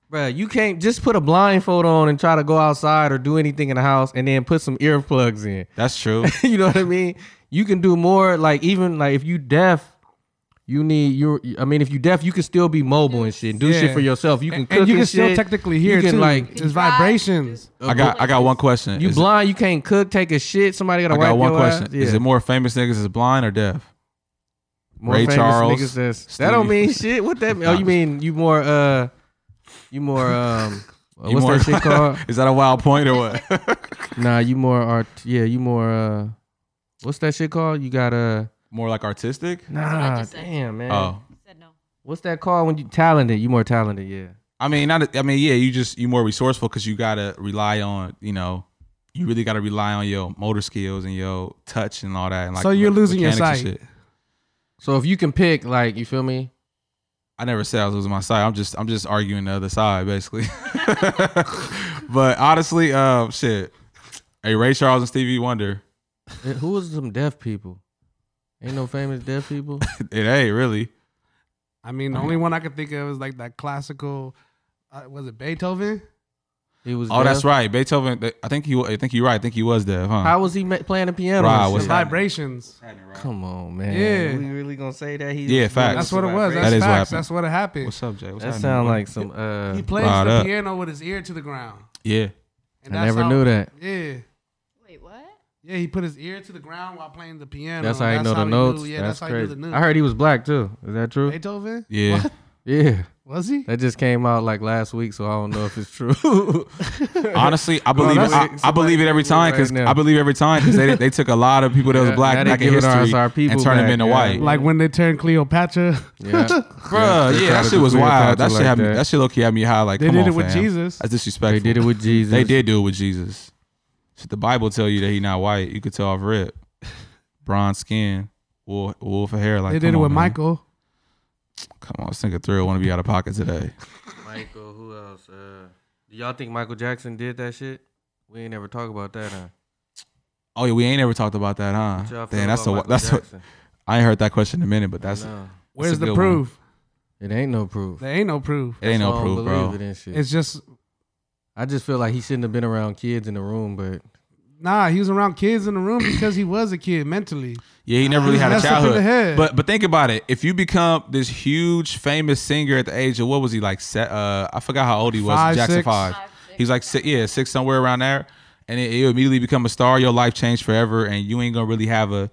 bruh, you can't just put a blindfold on and try to go outside or do anything in the house and then put some earplugs in.
That's true.
you know what I mean? You can do more. Like even like if you deaf, you need you. I mean, if you deaf, you can still be mobile and shit. and Do shit
Yeah.
for yourself. You can
And
cook
you can
and
still
shit.
technically hear
You can
too.
like
It's
Drive.
vibrations.
I got I got one question.
you
Is-
blind. You can't cook. Take a shit. Somebody gotta
I
wipe
got one
your
question.
ass. Yeah.
Is it more famous niggas is blind or deaf?
More
Ray
famous
Charles,
niggas that's- that don't
Stevie.
mean shit. What that mean? Oh, you mean you more uh, you more um, uh,
You
what's
more-
that shit called?
Is that a wild point or what?
Nah, you more art. Yeah, you more uh, what's that shit called? You got uh,
More like artistic?
nah,
just said.
damn man.
Oh.
said no.
What's that called when you talented? You more talented, yeah.
I mean, not. I mean, yeah. You just you more resourceful because you gotta rely on you know, you really gotta rely on your motor skills and your touch and all that. And like
So you're
me-
losing your
mechanics and
sight.
shit.
So if you can pick, like, you feel me?
I never said I was losing my sight. I'm just I'm just arguing the other side basically. but honestly, uh, shit. Hey, Ray Charles and Stevie Wonder.
Eh, Who was some deaf people? Ain't no famous deaf people.
It ain't really. Oh,
I mean, the only one I could think of is like that classical. Uh, was it Beethoven?
He was
Oh, that's
deaf?
right. Beethoven. th- I think you. I think you're right. I think he was deaf, huh?
How was he ma- playing the piano?
Right,
and
was
shit?
that-
Vibrations.
Come on, man.
Yeah.
We really gonna say that? He
Yeah, facts.
That's what it was.
That
That's
is what
facts.
happened.
That's what it happened.
What's up, Jay? What's
That
happening,
sound
bro?
like some. Uh,
He plays
Right
the
up.
piano with his ear to the ground.
Yeah.
And
I
that's
never
how-
knew that.
Yeah.
Wait, what?
Yeah, he put his ear to the ground while playing the piano.
That's how I know the
he
notes.
knew- Yeah, that's,
that's,
how you do
crazy.
the notes.
I heard he was black too. Is that true?
Beethoven?
Yeah.
Yeah,
Was he?
that just came out like last week, so I don't know if it's true.
Honestly, I believe
that's-
it. I, I
somebody
believe it every
Google
time because
right now.
I believe every time because they they took a lot of people that was
Yeah, now
black
they
back in
giving us
history
our people
and turned them
back,
into
yeah.
white.
Like when they turned Cleopatra.
yeah,
Bruh, yeah,
they tried
that
to
shit
do
was
Cleopatra
wild. That shit
like
had me,
that.
that shit low key had me high. Like
They
come
did
on,
it with
fam.
Jesus.
That's
they
disrespectful.
did it with Jesus.
They did do it with Jesus. Shit, the Bible tell you that he not white. You could tell off rip, bronze skin, wool wool for hair. Like
They did
come
it
on,
with
man.
Michael.
Come on, this nigga thrill want to be out of pocket today.
Michael, who else? Uh, do y'all think Michael Jackson did that shit? We ain't never talk about that. Huh?
Oh yeah, we ain't ever talked about that, huh?
Y'all
Damn,
feel
that's
about
a
Michael
that's a,
Jackson?
I ain't heard that question in a minute, but that's it
No.
Where's
good
the
one.
proof?
It ain't no proof.
There ain't no proof.
ain't
So I
no
don't
proof,
believe
bro.
it and shit.
It's just
I just feel like he shouldn't have been around kids in the room, but
nah. He was around kids in the room because he was a kid mentally.
Yeah, he never really
He
had a
messed up in the
childhood.
head.
But but think about it. If you become this huge famous singer at the age of what was he like? se- Uh, I forgot how old he was.
Five,
Jackson
six.
Five.
Five, six.
He was like six, yeah six somewhere around there, and it, you immediately become a star. Your life changed forever, and you ain't gonna really have a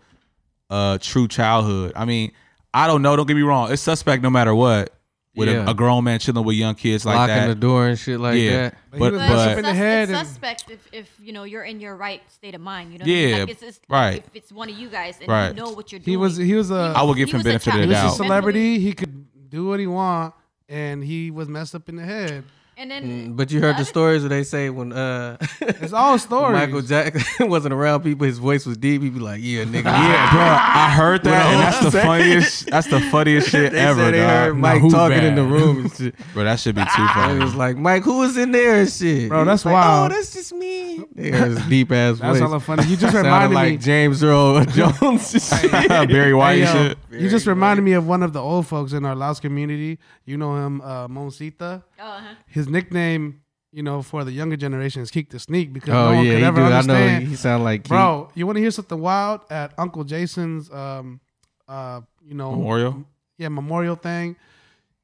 a true childhood. I mean, I don't know. Don't get me wrong. It's suspect no matter what. With
Yeah.
a, a grown man chilling with young kids like
locking
that.
the door and shit like
yeah,
that.
But he
but
was
but,
messed up in
it's
the
sus-
head
It's
and-
suspect if, if you know you're in your right state of mind. You know, what I mean?
Yeah,
like it's, it's,
right.
If it's one of you guys and
Right.
you know what you're doing,
He was he was a
I would give
He
him
was a
benefit of
child.
the
he
no
was a
doubt.
doubt.
celebrity. He could do what he want, and he was messed up in the head.
and then
Mm, But you heard the stories where they say when uh
It's all stories.
Michael Jackson wasn't around people, his voice was deep. He'd be like, "Yeah, nigga."
Yeah, bro. I heard that, and that's the
Saying-
funniest. That's the funniest shit
They
ever,
said they heard
dog.
Mike
who
talking
bad?
in the room and shit.
Bro, that should be too funny.
It was like, Mike, who was in there and shit?
Bro,
He
that's
was like,
wild.
Oh, that's just me. They heard his deep ass
That's
voice.
hella funny. You just
Sounded
reminded
like
me-
James Earl Jones. and shit.
Barry White
Hey, yo,
and shit.
you just reminded me of one of the old folks in our Laos community. You know him, uh, Monsita.
uh,
His nickname, you know, for the younger generation is Keek the Sneak because
Oh
no one
yeah,
could
he
ever
do. I know
understand.
he sound like Keith.
Bro, you want to hear something wild at Uncle Jason's, um, uh, you know,
Memorial.
yeah, memorial thing.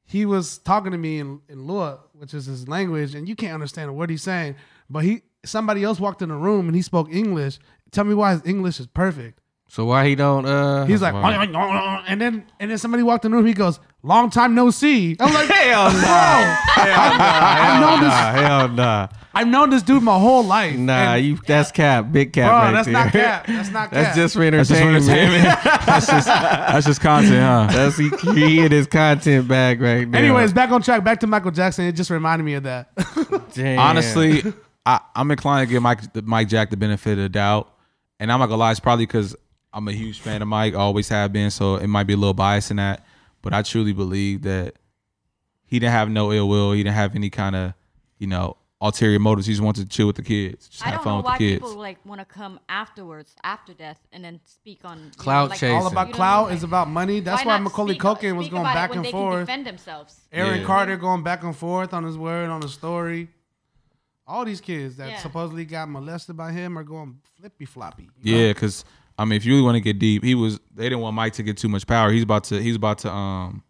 He was talking to me in, in Lua, which is his language, and you can't understand a word he's saying. But he somebody else walked in the room and he spoke English. Tell me why his English is perfect.
So why he don't? uh
He's like, "Oh, and then and then somebody walked in the room. He goes, "Long time no see." I'm like,
hell no,
I've known this.
hell nah,
I've known this dude my whole life.
nah.
And,
You that's cap, big cap.
bro,
right
that's
there.
not cap. That's not cap.
That's just for
That's just
entertainment.
entertainment. that's just that's just content, huh?
That's he created his content bag right now.
Anyways, back on track. Back to Michael Jackson. It just reminded me of that.
Damn.
Honestly, I, I'm inclined to give Mike Mike Jack the benefit of the doubt, and I'm not gonna lie, it's probably because I'm a huge fan of Mike, always have been, so it might be a little biased in that. But I truly believe that he didn't have no ill will. He didn't have any kind of you know ulterior motives. He just wanted to chill with the kids, just
I
have
don't
fun
know
with the
why
kids.
people like want to come afterwards after death and then speak on you know,
Clout
like,
chasing.
All about
You know
clout
what I
is
mean?
about money. That's
why
why
not
Macaulay
speak up-
Culkin was
speak
going
about it
back
when
and
they Can
forth.
defend themselves.
Aaron
Yeah.
Carter going back and forth on his word, on his story. All these kids that
Yeah.
supposedly got molested by him are going flippy floppy. you know?
Yeah, because I mean, if you really want to get deep, he was. They didn't want Mike to get too much power. He's about to. He's about to. Um,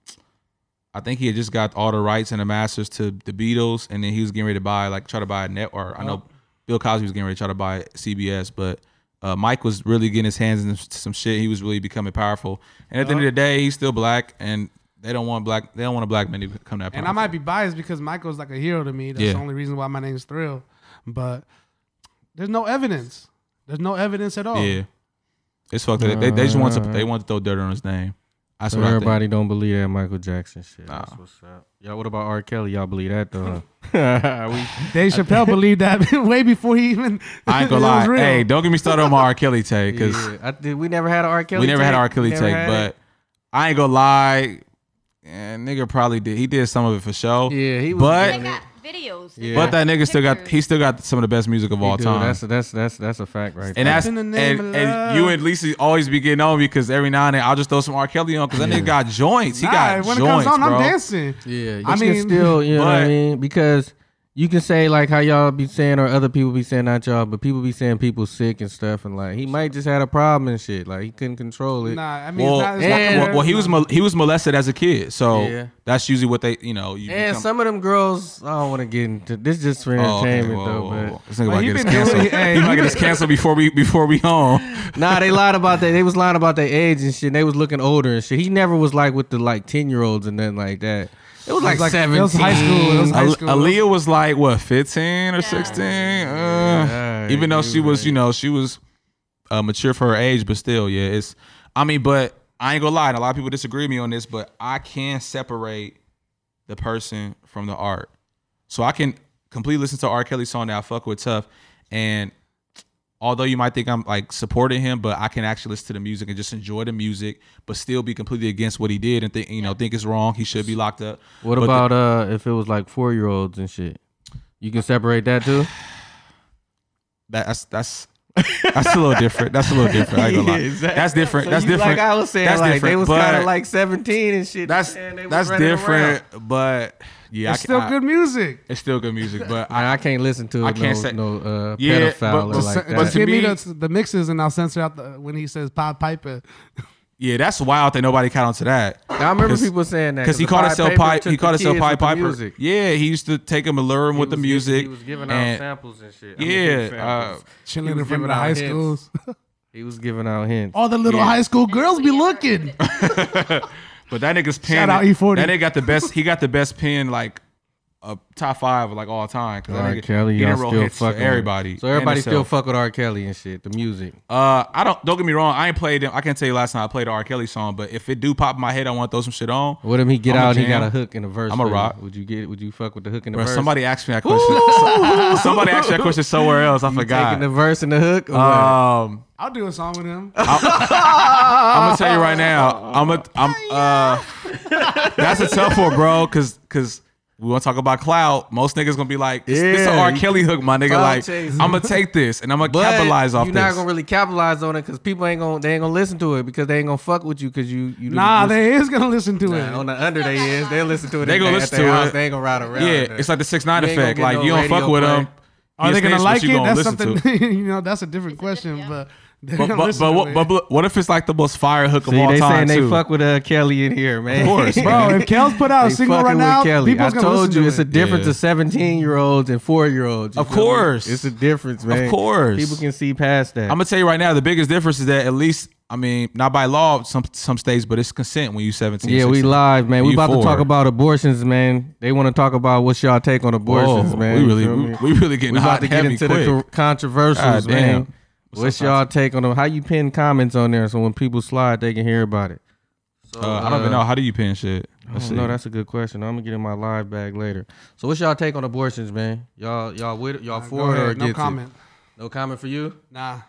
I think he had just got all the rights and the masters to the Beatles, and then he was getting ready to buy, like, try to buy a net. Or I know Bill Cosby was getting ready to try to buy CBS, but uh, Mike was really getting his hands into some shit. He was really becoming powerful. And at the end of the day, he's still black, and they don't want black. They don't want a black man to become
And
that. Powerful.
I might be biased because Michael's like a hero to me. That's
Yeah.
the only reason why my name's Thrill. But there's no evidence. There's no evidence at all.
Yeah, it's fucked. up. they, they just want to. They want to throw dirt on his name. That's
so
what I think.
everybody don't believe that Michael Jackson shit. That's what's up. Y'all, what about R. Kelly? Y'all believe that though? We-
Dave Chappelle believed that way before he even.
I ain't
it
gonna
was
lie.
real.
Hey, don't get me started on my R. Kelly take because
yeah, I, did, we never had an R. Kelly.
we never
take.
had an R. Kelly
Never
take,
had
but I ain't gonna lie. And nigga probably did. He did some of it for show.
it. yeah, he was.
But-
They
doing
got
it.
videos.
Yeah.
But that nigga still got. He still got some of the best music of all
Dude,
time.
that's that's that's that's a fact right
and
there.
that's
in the
and,
name of
and
love.
you and Lisa always be getting on because every now and then I'll just throw some R. Kelly on because that nigga got joints. He
Nah,
got
when
joints,
it comes on,
bro.
I'm dancing.
Yeah,
I
I mean,
mean,
still, you know what
but-
I mean? Because you can say like how y'all be saying or other people be saying not y'all, but people be saying people sick and stuff, and like he might just had a problem and shit. Like he couldn't control it.
Nah, I mean,
Well,
it's not, it's not
and-
the
well, well, he
worst,
was
no.
mol- he was molested as a kid, so
Yeah.
that's usually what they you know. You
and
become-
some of them girls, I don't want to get into this. Just for
Oh, okay,
entertainment
whoa,
though,
whoa,
but
whoa. This nigga
Well,
might
he
get us
been doing-
canceled.
hey,
He might
he
get us
been-
canceled before we before we home.
nah, they lied about that. They was lying about their age and shit. and They was looking older and shit. He never was like with the like ten year olds and nothing like that. It was like,
like- it
seventeen.
was high school, it was high
Ale-
school.
Aaliyah was like what, fifteen or sixteen? Uh,
Yeah,
even though
you
she was,
right.
you know, she was uh, mature for her age, but still, yeah, it's. I mean, but I ain't gonna lie, and a lot of people disagree with me on this, but I can separate the person from the art, so I can completely listen to R. Kelly song that I fuck with tough, and although you might think I'm like supporting him, but I can actually listen to the music and just enjoy the music, but still be completely against what he did and think you know think it's wrong. He should be locked up.
What
But the-
about uh if it was like four year olds and shit? You can separate that too.
that, that's that's that's a little different. That's a little different. I ain't gonna lie.
Yeah, exactly.
That's different.
So
that's
you-
different.
Like I was saying,
that's
like
different.
they was
but
kind of like seventeen and shit.
that's
and they was
that's
running
different.
around.
But yeah,
It's
I,
still
I-
good music.
It's still good music. But I,
I, I can't listen to.
I
no,
can't say-
no uh,
Yeah, but-
pedophile
but
or
se-
like
but
Just
that.
se-
give me
me-
the, the mixes and I'll censor out the, when he says Pod Piper.
yeah, that's wild that nobody caught on to that.
I remember
'Cause-
people saying that
Because he
the
called
Pied
himself
Piper
Pipe.
took
He
the
called himself
kids with
Pied
the
Piper.
music.
Yeah, he used to take him and lure him with
He
the
was
music.
giving- He was giving out
and-
samples and shit. I mean,
Yeah,
not samples.
uh,
Chilling
was
in front
giving
of the
out
high
hints.
schools.
he was giving out hints.
All the little
Yeah.
high school girls be looking.
But that nigga's pen.
out
E
E40.
That nigga got the best. He got the best pen like. Uh, top five like all time. 'Cause that
R.
nigga-
Kelly,
he done
y'all
wrote
still
hits for
fuck with him.
everybody.
So everybody
and
still
himself.
fuck with R. Kelly and shit. The music.
Uh, I don't. Don't get me wrong. I ain't played them. I can't tell you last time I played a R. Kelly song, but if it do pop in my head, I want to throw some shit on.
What if he get
I'ma
out? and He
jam.
got a hook in a verse.
I'ma
for you?
rock.
Would you get? Would you fuck with the hook in the
Bro,
verse?
somebody asked me that question. somebody asked me that question somewhere else. I
taking
forgot.
the verse and the hook. or what?
um,
I'll do a song with him.
I'm gonna tell you right now. I'm a. I'm. Uh, that's a tough one, bro. Cause cause we want to talk about clout. Most niggas gonna be like, this, this a
Yeah.
R. Kelly hook, my nigga.
Clout
Like,
chasing.
I'm gonna take this and I'm gonna
Oh, But
capitalize off
You're
this.
not gonna really capitalize on it because people ain't gonna they ain't gonna listen to it because they ain't gonna fuck with you because you you
nah,
you-
they is gonna listen to
Nah, on
it.
the under they is they listen to it.
They
in
gonna
their- at
listen
their
to
house,
it.
They ain't gonna ride around.
yeah, it's like the six nine
You ain't gonna
effect.
get
Like
no
you don't
radio
fuck with
play.
them.
Are
you
they gonna
snitch, but
like
you
it?
gonna
That's
listen to
something.
it.
you know, that's a different question. But they're
But
gonna
but
listen
but
to
what,
it.
but bl- what if it's like the most fire hook of
See,
all
they saying
time
they
too?
fuck with uh, Kelly in here, man.
Of course,
bro, if Kel's put out a
They
single
fucking
right
with
now,
Kelly.
people's
I
gonna
told
listen
you
to
it's
it.
a difference
Yeah.
to 17 year olds and four year olds.
Of course.
it's a difference, man.
course.
people can see past that.
I'm gonna tell you right now, the biggest difference is that at least, I mean, not by law, some some states, but it's consent when you 17.
yeah, we
16.
live, man. We
You
about to
four.
talk about abortions, man. They want to talk about what's y'all take on abortions,
Whoa,
man.
Oh, We
You
really,
feel
we,
me?
we really getting
we
hot
about to get
and heavy
into
quick.
the co- controversials,
God damn.
man. What's y'all take on them? How you pin comments on there so when people slide, they can hear about it. So,
Uh, I don't even know how do you pin shit. Let's see.
No, that's a good question. I'm gonna get in my live bag later. So, what's y'all take on abortions, man? Y'all, y'all with y'all
Go
for it
ahead,
or
no
against it?
comment.
No comment for you.
Nah.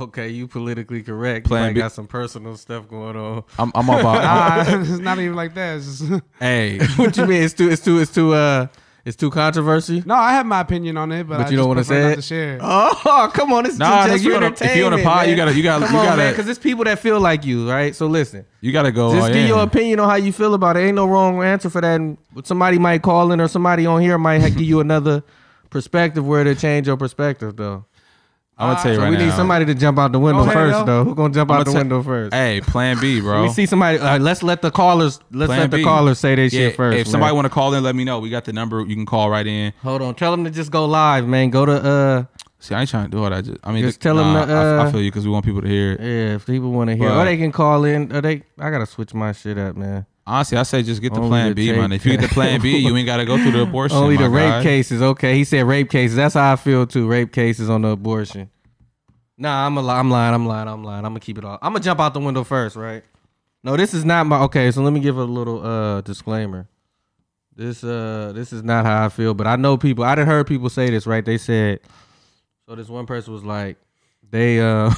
Okay, you politically correct.
Plan
Plan
B-
got some personal stuff going on.
I'm, I'm all about.
Nah, it's not even like that. It's just-
hey,
what you mean? It's too. It's too. It's too. Uh, it's too controversy.
no, I have my opinion on it, but,
But
I
you don't
want
wanna
to
say it?
To share.
Oh, come on! It's
Nah,
just
nigga, you
for
on a- if you on a
entertainment,
pod, you
man.
gotta- you gotta-
come
you
on,
gotta- Oh,
man, because it's people that feel like you, right? So listen,
you gotta go.
just
all
give
in.
your opinion on how you feel about it. Ain't no wrong answer for that. And somebody might call in, or somebody on here might ha- give you another perspective where to change your perspective, though.
I'm gonna tell you
So
right
we
now. Oh,
need somebody to jump out the window
ahead,
first,
though.
though. Who gonna jump
I'ma
out the
tell-
window first?
Hey, Plan B, bro.
We see somebody. Uh, let's let the callers. Let's
Plan
let the
B.
callers say their
Yeah,
shit first.
If
man.
somebody want to call in, let me know. We got the number. You can call right in.
hold on, tell them to just go live, man. Go to uh,
See, I ain't trying to do all that. Just, I mean,
Just
the-
tell 'em
nah,
to,
I- I,
uh, eh,
feel you because we want people to hear it.
yeah. If people want to hear,
But-
or they can call in. Or they, I gotta switch my shit up, man.
Honestly, I say just get the
Only
Plan
the
B,
tape
man. If you get the Plan B, you ain't gotta go through the abortion.
Only the
my
rape
guy.
cases. Okay, he said rape cases. That's how I feel too. Rape cases on the abortion. Nah, I'm a, li- I'm lying. I'm lying. I'm lying. I'm gonna keep it all. I'm gonna jump out the window first, right? No, this is not my. Okay, so let me give a little uh disclaimer. This uh this is not how I feel, but I know people. I done heard people say this, right? They said. So this one person was like, they uh,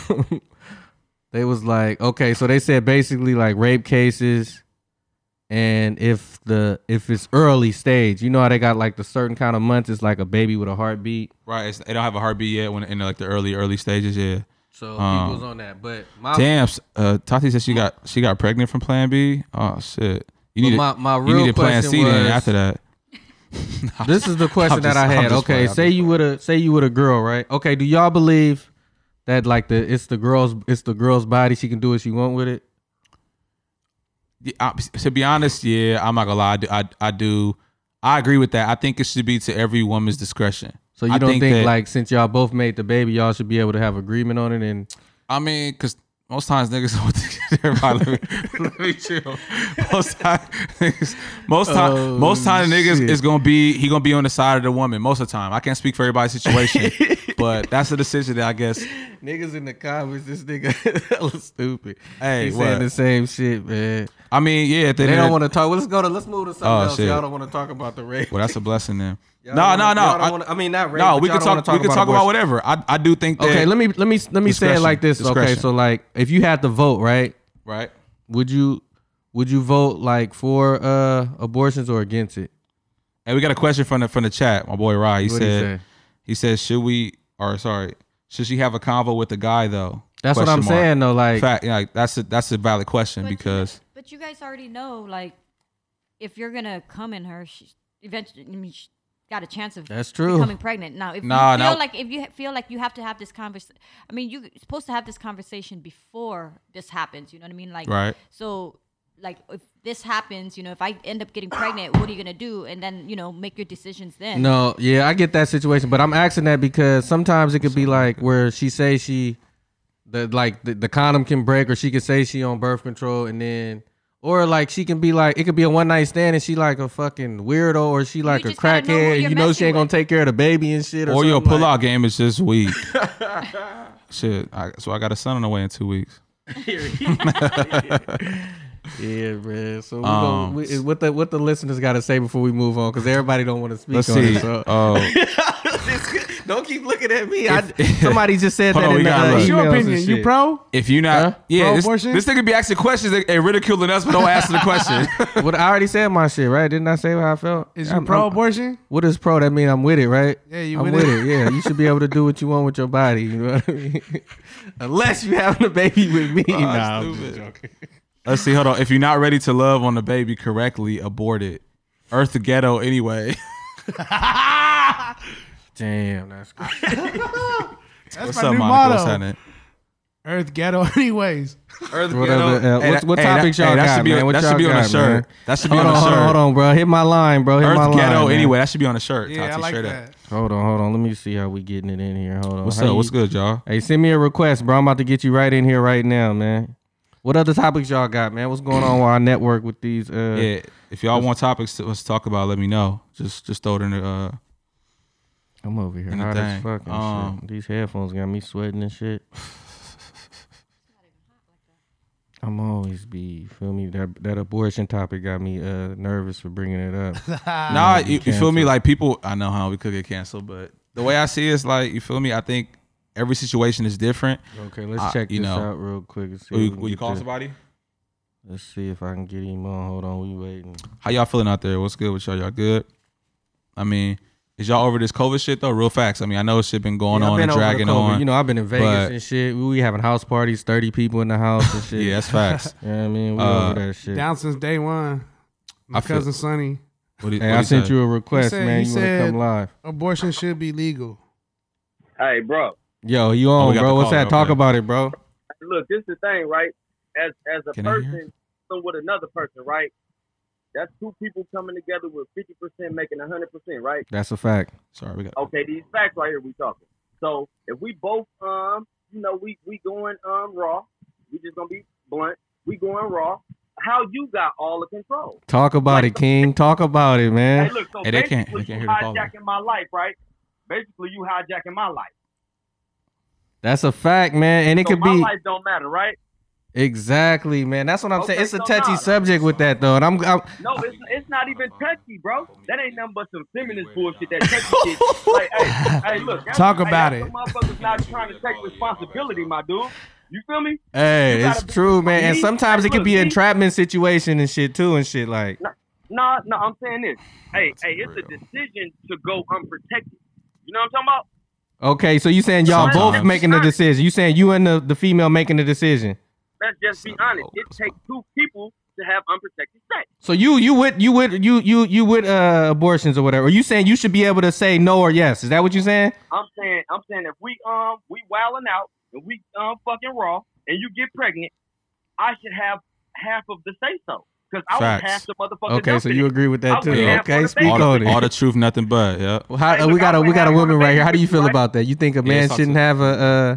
they was like, okay, so they said basically like rape cases and if the if it's early stage, you know how they got like the certain kind of months. It's like a baby with a heartbeat.
Right, it's, they don't have a heartbeat yet when in like the early early stages. Yeah.
So
Um,
people's on that, but my
Damn, s- uh, Tati said she got she got pregnant from Plan B. Oh shit,
but
you need to-
my my
you
real
need a Plan
question
C then
was
after that.
This is the question
I'm
that
just-
I
I'm
had.
just
Okay,
playing, I'm
say
just
you with a say you with a girl, right? Okay, do y'all believe that like the it's the girl's it's the girl's body she can do what she want with it?
Yeah, I- to be honest, yeah, I'm not gonna lie. I do, I, I do. I agree with that. I think it should be to every woman's discretion.
So you
I
don't think,
that-
like since y'all both made the baby, y'all should be able to have agreement on it and
I mean, because most times niggas don't think everybody. Let me, let me chill. Most time, niggas, most time,
Oh,
most time, the niggas
shit.
is gonna be he gonna be on the side of the woman. Most of the time, I can't speak for everybody's situation, but that's the decision that I guess.
niggas in the comments, this nigga was stupid.
Hey,
He
what?
saying the same shit, man.
I mean, yeah,
They don't want to talk. Well, let's go to let's move to something
Oh,
else.
shit.
Y'all don't want to talk about the rape.
Well, that's a blessing then. No,
Y'all don't
no, no.
wanna- y'all don't
I-
wanna- I mean, not rape,
No,
but
we
y'all
could
don't wanna
talk.
talk
we could
about
talk about
abortion.
whatever. I, I do think that.
Okay, let me let me let me say it
Discretion.
like this. Okay,
Discretion.
so like if you had to vote, right?
right.
Would you would you vote like for uh abortions or against it?
Hey, we got a question from the from the chat. My boy Rye. He
What'd he
said
say?
he, said should we or sorry should she have a convo with the guy though?
That's what I'm
Question mark.
saying though. Like
Fact, yeah, like, that's a that's a valid question
But you
because
guys- but you guys already know, like, if you're gonna come in her, she eventually I mean, she got a chance of
That's true.
becoming pregnant. Now, if
Nah,
you feel
now-
like if you ha- feel like you have to have this conversation, I mean, you're supposed to have this conversation before this happens. You know what I mean? Like,
Right.
So, like, if this happens, you know, if I end up getting pregnant, what are you gonna do? And then, you know, make your decisions then.
no, yeah, I get that situation, but I'm asking that because sometimes it could be like where she say she the like the, the condom can break or she could say she on birth control and then or like she can be like it could be a one night stand and she like a fucking weirdo or she like a
just gotta know who
crackhead
you're
and you know she
messing
ain't gonna
with.
take care of the baby and shit or,
or your
something
pull
like-
out game is this week. Shit, I, so I got a son on the way in two weeks.
Yeah, man. So we
Um,
gonna, we, is what the what the listeners got to say before we move on because everybody don't want to speak
Let's
on
see.
it. So.
Oh,
don't keep looking at me. I, somebody just said
Hold
that
on, we
in the
gotta
uh,
look.
It's
emails
your
and
opinion. You
shit.
pro?
if you not,
Huh?
yeah, this,
Pro-abortion?
this nigga be asking questions and and ridiculing us, but don't answer the question.
What I already said my shit, right? Didn't I say how I felt?
Is you
I'm- I'm-
pro abortion?
What is pro? That mean I'm with it, right?
Yeah, you
I'm
with
with
it.
it. Yeah, you should be able to do what you want with your body. You know what I mean? Unless you having a baby with me. nah, I'm just joking.
Let's see. Hold on. If you're not ready to love on the baby correctly, abort it. Earth the ghetto anyway.
Damn, that's crazy.
That's
What's
my
up,
new
Monica? What's
motto.
happening?
Earth ghetto, anyways.
Earth
Whatever, uh, what- what
that-
topics y'all
that
got,
should be,
man? What
That should
y'all
be on a
got,
shirt.
man?
That should be
Hold
on
on,
a
hold
shirt.
on, hold on, bro. Hit my line, bro. Hit my
Earth
line.
ghetto
man.
anyway. That should be on a shirt.
Yeah, I
Tati,
like
straight up.
that.
Hold on, hold on. Let me see how we getting it in here. Hold on.
What's
How
up?
you-
What's good, y'all?
Hey, send me a request, bro. I'm about to get you right in here right now, man. What other topics y'all got, man? What's going on with our network with these? Uh,
Yeah. If y'all want topics to us to talk about, let me know. Just just throw it in the uh
I'm over here
And the
hot
thing,
as fuck and
um,
shit. These headphones got me sweating and shit. I'm always be you feel me that that abortion topic got me uh nervous for bringing it up.
Nah,
you
you, you feel me?
canceled.
Like people I know how we could get canceled, but the way I see it is like, you feel me? I think every situation is different.
okay, let's
I-
check
you
this
know.
out real quick. and see
Will
if we
you,
can
will you
get
call
the-
somebody?
Let's see if I can get him on. Hold on, we waiting.
How y'all feeling out there? What's good with y'all? Y'all good? I mean, is y'all over this COVID shit though? Real facts. I mean, I know shit been going
Yeah, I've
on
been
and
over the
dragging
COVID.
on.
You know, I've been in Vegas
but-
and shit. We, we having house parties, thirty people in the house and shit.
yeah, that's facts.
You know what I mean? We
Uh,
over that shit.
Down since day one. My
I feel-
cousin Sonny.
What do-
hey,
what
I
do
sent
say?
you a request,
said-
man.
he
You want to
said-
come live?
Abortion should be legal.
Hey, bro.
Yo, you
Oh, we
on,
got the
bro? What's
caller,
that? Talk
okay.
about it, bro.
Look, this is the thing, right? As as a
Can I hear
person, so with another person, right? That's two people coming together with fifty percent making hundred percent, right?
That's a fact.
Sorry, we got.
Okay, these facts right here we talking. So if we both um, you know, we we going um raw. We just gonna be blunt. We going raw. How you got all the control?
Talk about it, King. Talk about it,
Hey,
man.
look, so
Hey, they can't-
basically
they can't
you
hear the caller.
hijacking my life, right? Basically, you hijacking my life.
That's a fact, man. And it
so
could
my
be
life don't matter, right?
exactly, man. That's what I'm saying.
Okay,
It's a
so
touchy
nah.
subject with that, though. And I'm, I'm
No, it's, it's not even touchy, bro. That ain't nothing but some feminist bullshit. That touchy shit. Like, hey, hey, look. that's-
Talk
hey,
about
that's
it.
what Motherfuckers not trying to take responsibility, my dude. You feel me?
hey,
gotta
it's
be-
true, man. And
Me?
sometimes it
Hey,
could
look,
be
me?
an entrapment situation and shit too, and shit like.
Nah, nah. I'm saying this. Hey, hey, it's a decision to go unprotected. You know what I'm talking about?
Okay, so you saying y'all
Sometimes.
both making the decision? You saying you and the, the female making the decision?
Let's just be honest. It takes two people to have unprotected sex.
So you you with you with you you you with uh, abortions or whatever? Are you saying you should be able to say no or yes? Is that what you're saying?
I'm saying, I'm saying, if we um we wilding out and we um fucking raw and you get pregnant, I should have half of the say so because I
Facts.
was half the motherfucker.
Okay, so you agree with
I
that
would
too?
have
Okay,
one of
speak
all,
on
the, all the
it.
truth, nothing but. Yeah.
Well, how-
Hey,
uh, we
look,
got
I
a we
would
got a
have one
woman
of
right
them
here. How do you feel
right?
about that? You think a
Yeah,
man
talk to
shouldn't
me.
have a? uh,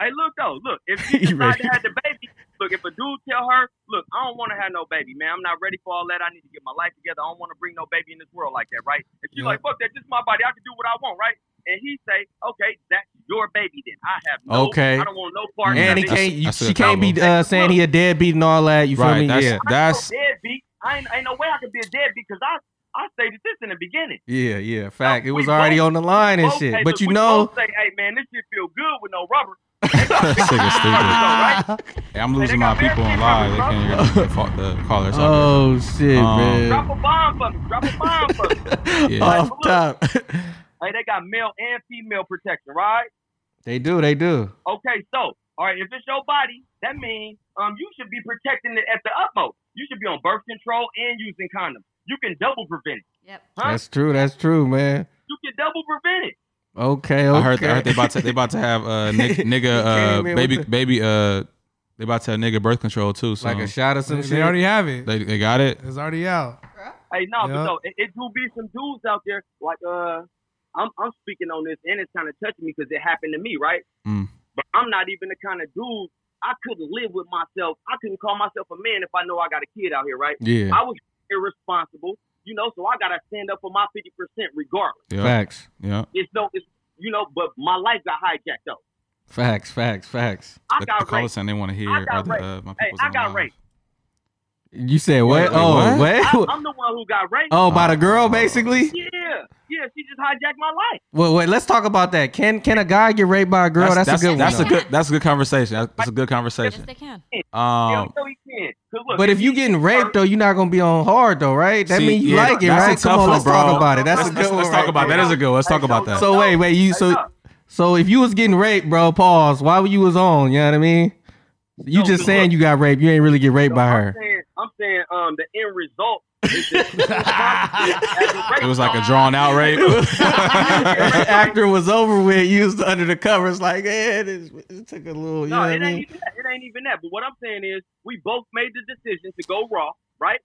Hey, look though, look, if she
You ready?
decide to have the baby, look, if a dude tell her, look, I don't want to have no baby, man, I'm not ready for all that. I need to get my life together. I don't want to bring no baby in this world like that, right? If she's
Yeah.
like, fuck that, this is my body, I can do what I want, right? And he say, okay, that's your baby then. I have no,
Okay.
I don't want no
Uh,
part.
and he can't.
of it.
That's-
you-
that's
she
a
can't be
combo.
uh, saying he a deadbeat and all that. You feel
Right.
me?
That's
yeah.
that's
I'm no deadbeat. I ain't, ain't no way I could be a deadbeat because I I stated this in the beginning.
Yeah, yeah, fact. It
we
was already on
both-
the line and
Both-
shit.
hey,
but
look,
you
we
know,
both say, hey man, this shit feel good with no rubber.
This nigga stupid. Hey, I'm losing my
got
people on
married
live. They
people,
can't hear the, fuck the callers. Oh.
oh shit,
Um,
Drop
man.
a bomb for me. Drop a bomb for me.
Yeah.
Off top,
Hey, they got male and female protection, right?
they do, they do.
Okay, so all right, if it's your body, that means um you should be protecting it at the utmost. You should be on birth control and using condoms. You can double prevent it.
Yep.
Huh?
That's true, that's true, man.
You can double prevent it.
Okay, okay.
I heard. I heard they about to. They about to have uh, nig-
He
nigga uh,
came in
baby
with the-
baby uh, they about to have nigga birth control too. So
like a shot or some
They,
shit.
they already have it.
they they got it.
It's already out.
Hey, no, but
Yeah.
no, it, it do be some dudes out there like uh, I'm I'm speaking on this and it's kind of touching me because it happened to me, right?
Mm.
But I'm not even the kind of dude. I couldn't live with myself. I couldn't call myself a man if I know I got a kid out here, right?
yeah,
I was irresponsible, you know, so I gotta stand up for my fifty percent regardless.
Yeah.
facts,
Yeah.
It's no, it's you know, but my life got hijacked though.
facts, facts, facts.
I
The, the
got
caller
raped.
saying they want to hear.
got
Are the,
raped.
uh, my
Hey,
people's
I
on
got
live.
raped.
You said what?
wait,
oh,
I,
what?
I'm the one who got raped.
oh, by the girl, basically.
yeah, yeah, she just hijacked my life.
Well, wait. Let's talk about that. Can can a guy get raped by a girl? That's, a good
That's
one.
a
though.
good. That's a good conversation. That's, that's a good
Yes,
conversation.
they can.
Um,
Hell no, he can't. 'Cause look,
Oh. But if you getting raped though, you're not gonna be on hard though, right? That
See,
means you
yeah,
like it,
that's a
right?
tough
Come on,
one,
let's
bro.
talk about it. That's
Let's,
a
Let's-
good
let's,
one.
let's talk
right
about
there.
that. That is a good. Let's talk about that.
So wait, wait, you
Hey,
so
no.
so if you was getting raped, bro, pause. Why were you was on? You know what I mean? You
No,
just
but
saying
look.
you got raped. You ain't really get raped by
I'm
her.
saying, I'm saying, um, the end result. Is that
it was like a drawn out rape.
After it was over with, you was under the covers like, eh, it, it took a little. You know
No,
what I
it
mean?
ain't even that. It ain't even that. But what I'm saying is, we both made the decision to go raw, right?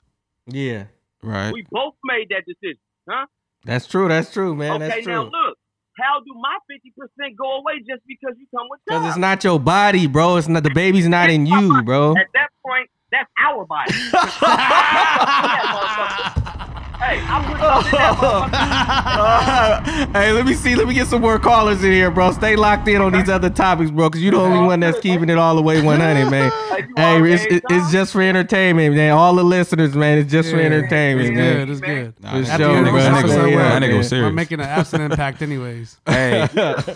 Yeah,
right.
We both made that decision, huh?
that's true. That's true, man.
okay,
that's
now
true.
look, how do my fifty percent go away just because you come with
Cause
jobs?
it's not your body, bro. It's not the baby's not in you, bro.
At that point, that's our body. hey, I put something in that motherfucker.
hey, let me see. Let me get some more callers in here, bro. Stay locked in on these other topics, bro, because you the only one that's keeping it all the way 100, man.
Like, you
Hey,
already
it's, it- it's
done?
just for entertainment, man. All the listeners, man, it's just for
Yeah,
entertainment,
It's
man.
good. It's
man.
good.
Nah,
For
that
At the
sure,
end
nigga-
of
bro.
this
that nigga-
episode,
yeah,
we're-
that nigga was
we're
serious.
making an absent impact, anyways.
hey,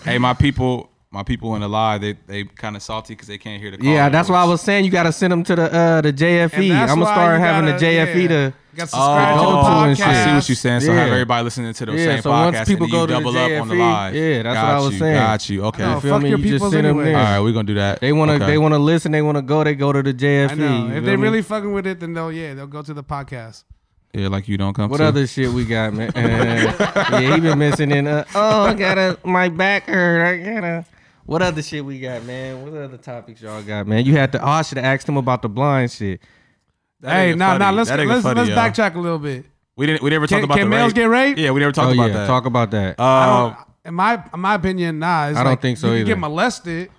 hey, my people, my people in the live, they they kind of salty because they can't hear the.
Yeah,
call,
that's why I was saying you gotta send them to the uh the JFE. I'm gonna start having the JFE E to. Oh,
got subscribe
go
to the
to
podcast.
and shit.
Oh, I see what you're saying. So
Yeah.
have everybody listening to the
Yeah,
same
so
podcast.
once people
and you
go to the
double up on the
JFE,
live.
yeah, that's what
Got
I was
you,
saying.
Got you. Okay.
know,
All
You feel
fuck
me?
your
You just
peoples
send them
anyway.
there.
right, we're gonna do that.
They wanna
Okay.
they wanna listen. They wanna go. They go to the JFE.
I know.
you
If
feel
they
me?
really fucking with it, then they'll yeah, they'll go to the podcast.
yeah, like you don't come.
What
to.
other shit we got, man? Uh, yeah, he been missing in. Uh, oh, I gotta. My back hurt. I gotta. What other shit we got, man? What other topics y'all got, man? You had to. Oh, I should have asked him about the blind shit.
That
hey,
nigga
now now
funny.
let's
That nigga
let's,
funny,
let's
yo.
backtrack a little bit.
We didn't. We never
Can,
talked about
can
the
males
rape.
get raped?
Yeah, we never
Oh
talked
yeah,
about that.
talk about that.
Uh,
In my in my opinion, nah. It's
Um, I don't
like
think so
You can
either.
get molested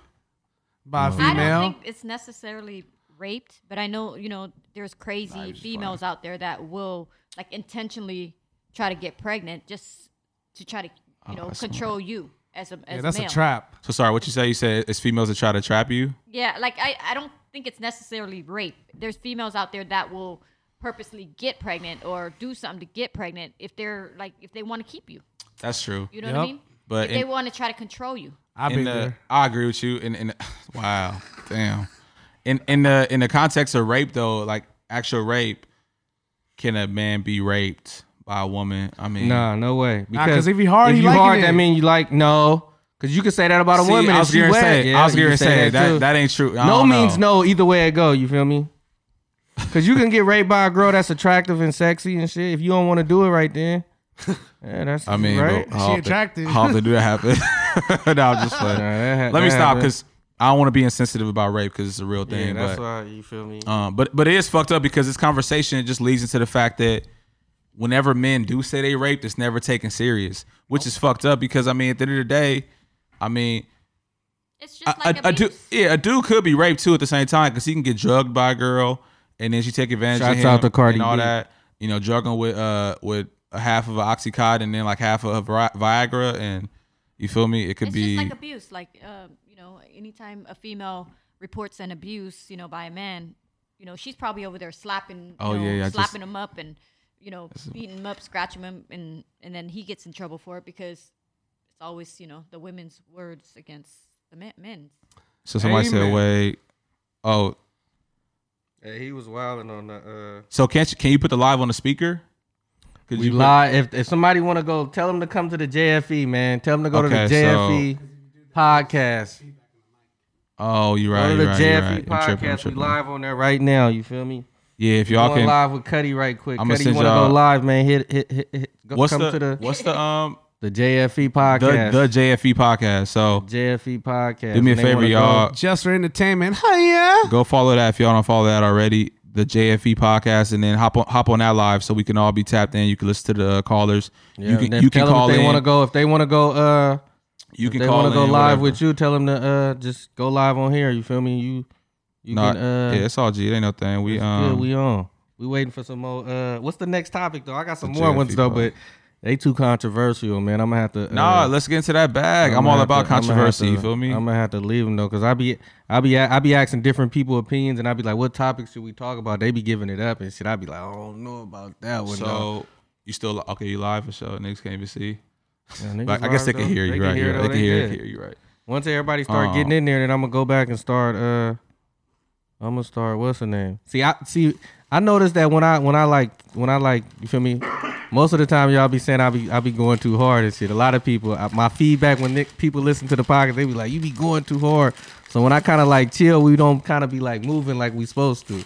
by a
I
female.
don't think it's necessarily raped, but I know you know there's crazy females out there that will like intentionally try to get pregnant just to try to you know control you as a as
Oh, yeah, that's
a male.
a trap.
so sorry. What you say? You said it's females that try to trap you.
Yeah, like I I don't think it's necessarily rape. There's females out there that will purposely get pregnant or do something to get pregnant if they're like if they want to keep you.
That's true.
You know what I
Yep.
mean?
But
if they
in-
want to try to control you.
I've
in
been
the,
there.
I agree with you. In in wow, damn. In in the in the context of rape though, like actual rape, can a man be raped by a woman? I mean,
Nah, no way. Because
'cause if he hard, he
you
liking
hard,
it.
that mean you like no. Because you can say that about a
See,
woman.
I
if
was
she
gonna
wet.
say,
Yeah,
I was
you
gonna
can
say that
too.
that, ain't true. I
no
don't
means
know.
no. Either way it go, you feel me? Cause you can get raped by a girl that's attractive and sexy and shit. If you don't want to do it right then, yeah, that's
I mean,
right.
but how
She attractive.
How often do that happen? no, I'm just playing.
Nah, that ha-
Let me
that
stop
happen.
because I don't want to be insensitive about rape because it's a real
yeah,
thing.
that's
but,
why you feel me.
Um, but but it is fucked up because this conversation just leads into the fact that whenever men do say they raped, it's never taken serious, which is fucked up because I mean at the end of the day, I mean
It's
a,
just like
a- a dude,
abuse.
yeah, a dude could be raped too at the same time because he can get drugged by a girl and then she take advantage of
Shouts
him
out to Cardi
and all
B.
that. You know, drugging with uh with a half of an oxycod and then like half of a Vi- Viagra and you feel me? It could
it's
be
just like abuse. Like uh, you know, anytime a female reports an abuse, you know, by a man, you know, she's probably over there slapping,
Oh,
you know,
yeah, yeah, I
slapping
just-
him up and you know, beating him up, scratching him, and and then he gets in trouble for it because it's always you know the women's words against the men. men's.
so somebody said
Amen.
wait. Oh,
Yeah, he was wilding on the. Uh,
so can you, can you put the live on the speaker? Could
we
put-
live. If if somebody want to go, tell them to come to the JFE, man. Tell them to go
Okay,
to the JFE podcast.
Oh, you're
go
right.
to the
You're right, you're
JFE
right.
podcast.
I'm tripping, I'm tripping.
We live on there right now. You feel me?
Yeah, if
Y'all
y'all
going
can.
live with Cuddy right quick.
I'ma
Cuddy, you
send
want to
y'all-
go live, man? Hit hit hit. hit go,
What's
come
the,
to the
what's the um
the JFE
the,
podcast.
the JFE podcast? So
JFE podcast.
do me a
And they
favor,
wanna go- E
y'all.
Just for entertainment. Hi, yeah.
go follow that if y'all don't follow that already. The JFE podcast, and then hop on hop on that live so we can all be tapped in. You can listen to the uh, callers.
Yeah,
you
and
can
then
you can
tell 'em
call
if they
in.
want to go. If they want to go, uh,
you
if
can
they
call
want
in.
to go live
whatever.
with you. Tell them to uh, just go live on here. You feel me? You you
Nah,
can. Uh,
yeah, it's all G. It ain't no thing. We
it's
um
good. We on. We waiting for some more. Uh, what's the next topic though? I got some
The
more ones
JFE
though,
pod.
but they too controversial, man. I'm gonna have to. Uh,
nah. Let's get into that bag. I'm, all about controversy. you feel me?
I'm gonna have to leave them though, cause I be I be I be asking different people opinions, and I be like, "What topics should we talk about?" They be giving it up and shit. I be like, "I don't know about that one." though."
so you still li- okay? You live for sure. Niggas can't even see.
Yeah, niggas
But I guess they
live,
can
though.
hear you.
They
right?
can hear
yeah,
though.
they can
They
hear.
good.
They can hear you right.
Once everybody start
Oh.
getting in there, then I'm gonna go back and start. uh I'm gonna start. What's the name? See, I see. I noticed that when I when I like when I like you feel me. Most of the time, y'all be saying I be I be going too hard and shit. A lot of people, I, my feedback when Nick, people listen to the podcast, they be like, "You be going too hard." So when I kind of like chill, we don't kind of be like moving like we supposed to.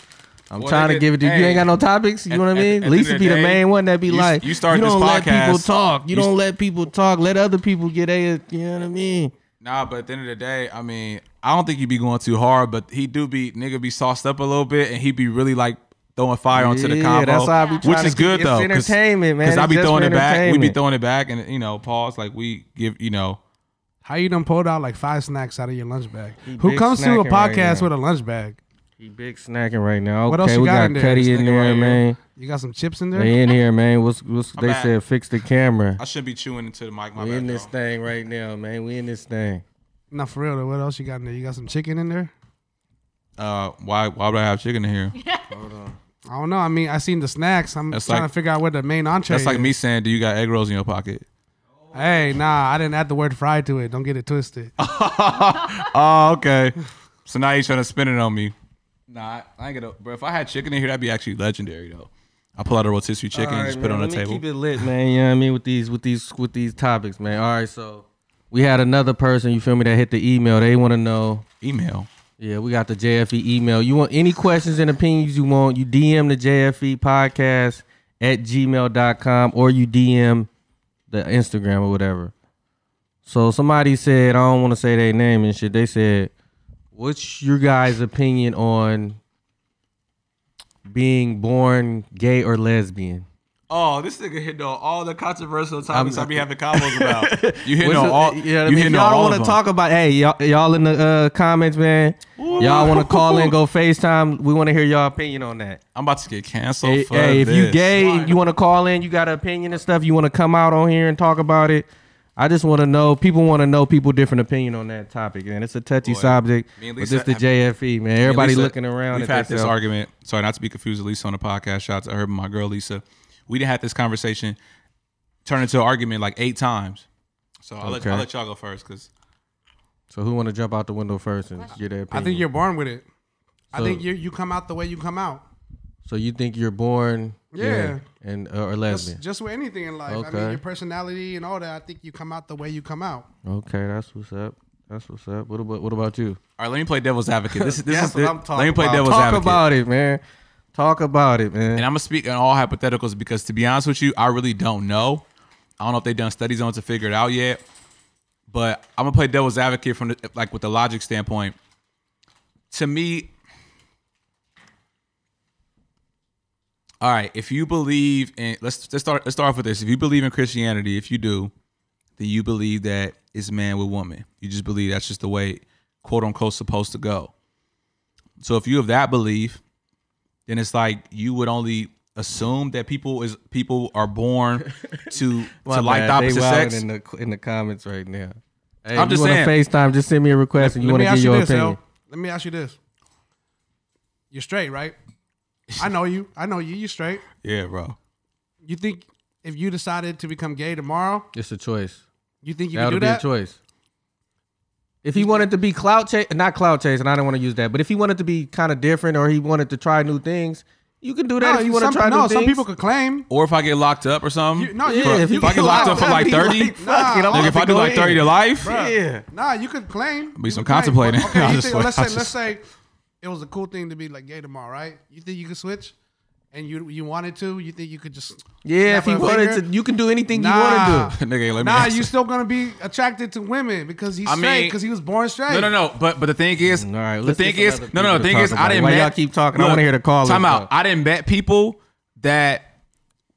I'm
Well,
trying
they
to give it to
get-
you. Ain't
hey,
got no topics. You
at-
know what I
at-
mean?
at the end
Lisa
of
be
the
the
day,
main one that be
you s-
like,
you start this
don't let people
podcast,
talk. You
you s-
don't let people talk. Let other people get a. You know what I mean?
Nah, but at the end of the day, I mean, I don't think he be going too hard, but he do be nigga be sauced up a little bit, and he be really like throwing fire onto the
Yeah,
combo.
that's why I be
which
trying to
is
keep-
good
it's
though.
entertainment, man.
Because I
It's
be
just
throwing
for
it back. We be
entertainment.
throwing it back, and you know, pause. Like we give, you know,
How you done pulled out like five snacks out of your lunch bag?
He
Who
big
comes to a
snacking right
podcast
now.
with a lunch bag?
He big snacking right now. Okay,
What else you
we
got
got,
in there?
Cuddy in
This nigga
there,
right here.
man.
You got some chips in there?
They in here, man. What's what's
My
they
bad.
said? Fix the camera.
I shouldn't be chewing into the mic. My
We in
bad,
this
y'all.
thing right now, man. We in this thing.
No, for real though. What else you got in there? You got some chicken in there?
Uh, why? Why would I have chicken in here?
I don't know. I mean, I seen the snacks. I'm
That's
trying
like-
to figure out what the main entree.
That's like
is.
me saying, "Do you got egg rolls in your pocket?"
Hey, nah, I didn't add the word fried to it. Don't get it twisted.
Oh, okay. So now you're trying to spin it on me. Nah, I ain't gonna. Bro, if I had chicken in here, that'd be actually legendary though. I pull out a rotisserie chicken
All
and
right,
just put
man,
it on
let
the
me
table.
Keep it lit, man. You know what I mean with these with these with these topics, man. All right, so we had another person. You feel me? That hit the email. They want to know.
Email.
Yeah, we got the JFE email. You want any questions and opinions you want, you DM the JFE podcast at gmail.com or you DM the Instagram or whatever. So somebody said, I don't want to say their name and shit. They said, What's your guys' opinion on being born gay or lesbian?
Oh, this nigga hitting on all the controversial topics
I'm-
I be having combos about. You hitting
What's
on
the-
all.
you know what I
you
mean? If
hitting on
y'all
all
want
of
to
them.
talk about, hey, y'all, y'all in the uh, comments, man. Y'all want to call in, go FaceTime. We want to hear y'all opinion on that.
I'm about to get canceled.
Hey,
for
hey, if you
this.
gay,
Why?
you want to call in, you got an opinion and stuff, you want to come out on here and talk about it. I just want to know. People want to know people different opinion on that topic, man. It's a touchy
Boy,
subject,
me and
but
Lisa
this the
have-
JFE, man.
Yeah,
Everybody
Lisa,
looking around.
We've
at
had this
themselves.
argument. Sorry, not to be confused with Lisa on the podcast. Shout out to her, and my girl Lisa. We didn't have this conversation turn into an argument like eight times. So I'll, let,
Okay.
I'll let y'all go first because
So who want to jump out the window first and get their opinion?
I think you're born with it. I
So-
think you you come out the way you come out.
So you think you're born?
Yeah.
gay and uh, or
Just,
lesbian.
just with anything in life. I
Okay.
mean, your personality and all that. I think you come out the way you come out.
Okay, that's what's up. That's what's up. What about what about you?
all right, let me play devil's advocate. This, is- this
That's
is this- Let me play
about.
devil's
Talk
advocate.
about it, man. Talk about it, man.
And I'm gonna speak in all hypotheticals because to be honest with you, I really don't know. I don't know if they've done studies on it to figure it out yet. But I'm gonna play devil's advocate from the, like with the logic standpoint. To me, all right. If you believe in let's let's start let's start off with this. If you believe in Christianity, if you do, then you believe that it's man with woman. You just believe that's just the way quote unquote supposed to go. So if you have that belief, then it's like you would only assume that people is people are born to
My
to like the
bad. They
opposite
wildin'
sex.
in the in the comments right now. Hey,
I'm
if
just
you
saying.
want to FaceTime, just send me a request and you
Let
want
me
to
ask
give
you
your
this,
opinion.
L. Let me ask you this. You're straight, right? I know you. I know you. You straight.
Yeah, bro.
You think if you decided to become gay tomorrow,
It's a choice.
you think you
That
can do
would be a
that?
choice. If he wanted to be clout chase, not clout chase, and I don't want to use that, but if he wanted to be kind of different or he wanted to try new things, you can do that
No,
if you
you-
want to
some,
try
no
new
some
things.
people could claim.
Or if I get locked up or something.
You, no,
Yeah,
you,
if
if,
you
you
I
could
get locked up for
claim.
like
I'd be
thirty,
like, fuck it, I'm
like if
about
I
to
do
go
like
in.
thirty to life,
Yeah.
Nah, you could claim.
Be
You
some
could claim.
contemplating.
Okay,
I'm
you
just
think, let's say
playing.
let's say it was a cool thing to be like gay tomorrow, right? You think you could switch, and you you wanted to? You think you could just?
Yeah,
snap
if he
a
wanted
finger?
to, you can do anything you
Nah.
want to do.
nigga, let me.
Nah,
ask
you
you
still gonna be attracted to women because he's
I
straight,
mean-
because he was born straight.
No, no, no. But but the thing is,
Mm, All right,
the
let's
thing
get some
is,
other
no,
people
no. The
to
thing
talk
is,
about
I
it.
didn't.
Why
met-
y'all keep talking? I wanna hear the callers,
Time out.
though.
I didn't bet people that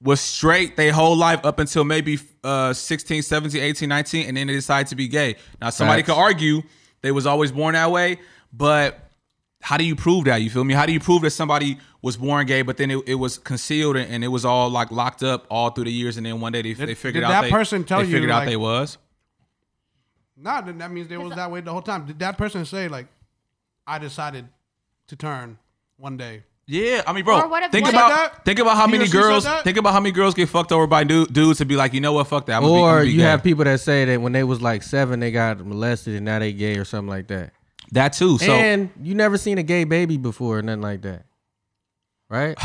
was straight they whole life up until maybe uh 16 17 18 19 and then they decide to be gay now somebody
Facts.
could argue they was always born that way but how do you prove that you feel me how do you prove that somebody was born gay but then it, it was concealed and, and it was all like locked up all through the years and then one day they, they figured
did
out
that
they,
person tell
they
you,
figured out
like-
they was
Nah, then that means they was that way the whole time. Did that person say like, I decided to turn one day?
Yeah, I mean, bro.
Or what if
think
one-
about
She said that?
think about how
He or
many
she said
girls
that?
think about how many girls get fucked over by dude, dudes and be like, you know what, fuck that. I'm gonna be- I'm
Or
gonna be
you
gay.
have people that say that when they was like seven, they got molested and now they gay or something like that.
that too. So
and you never seen a gay baby before or nothing like that, right?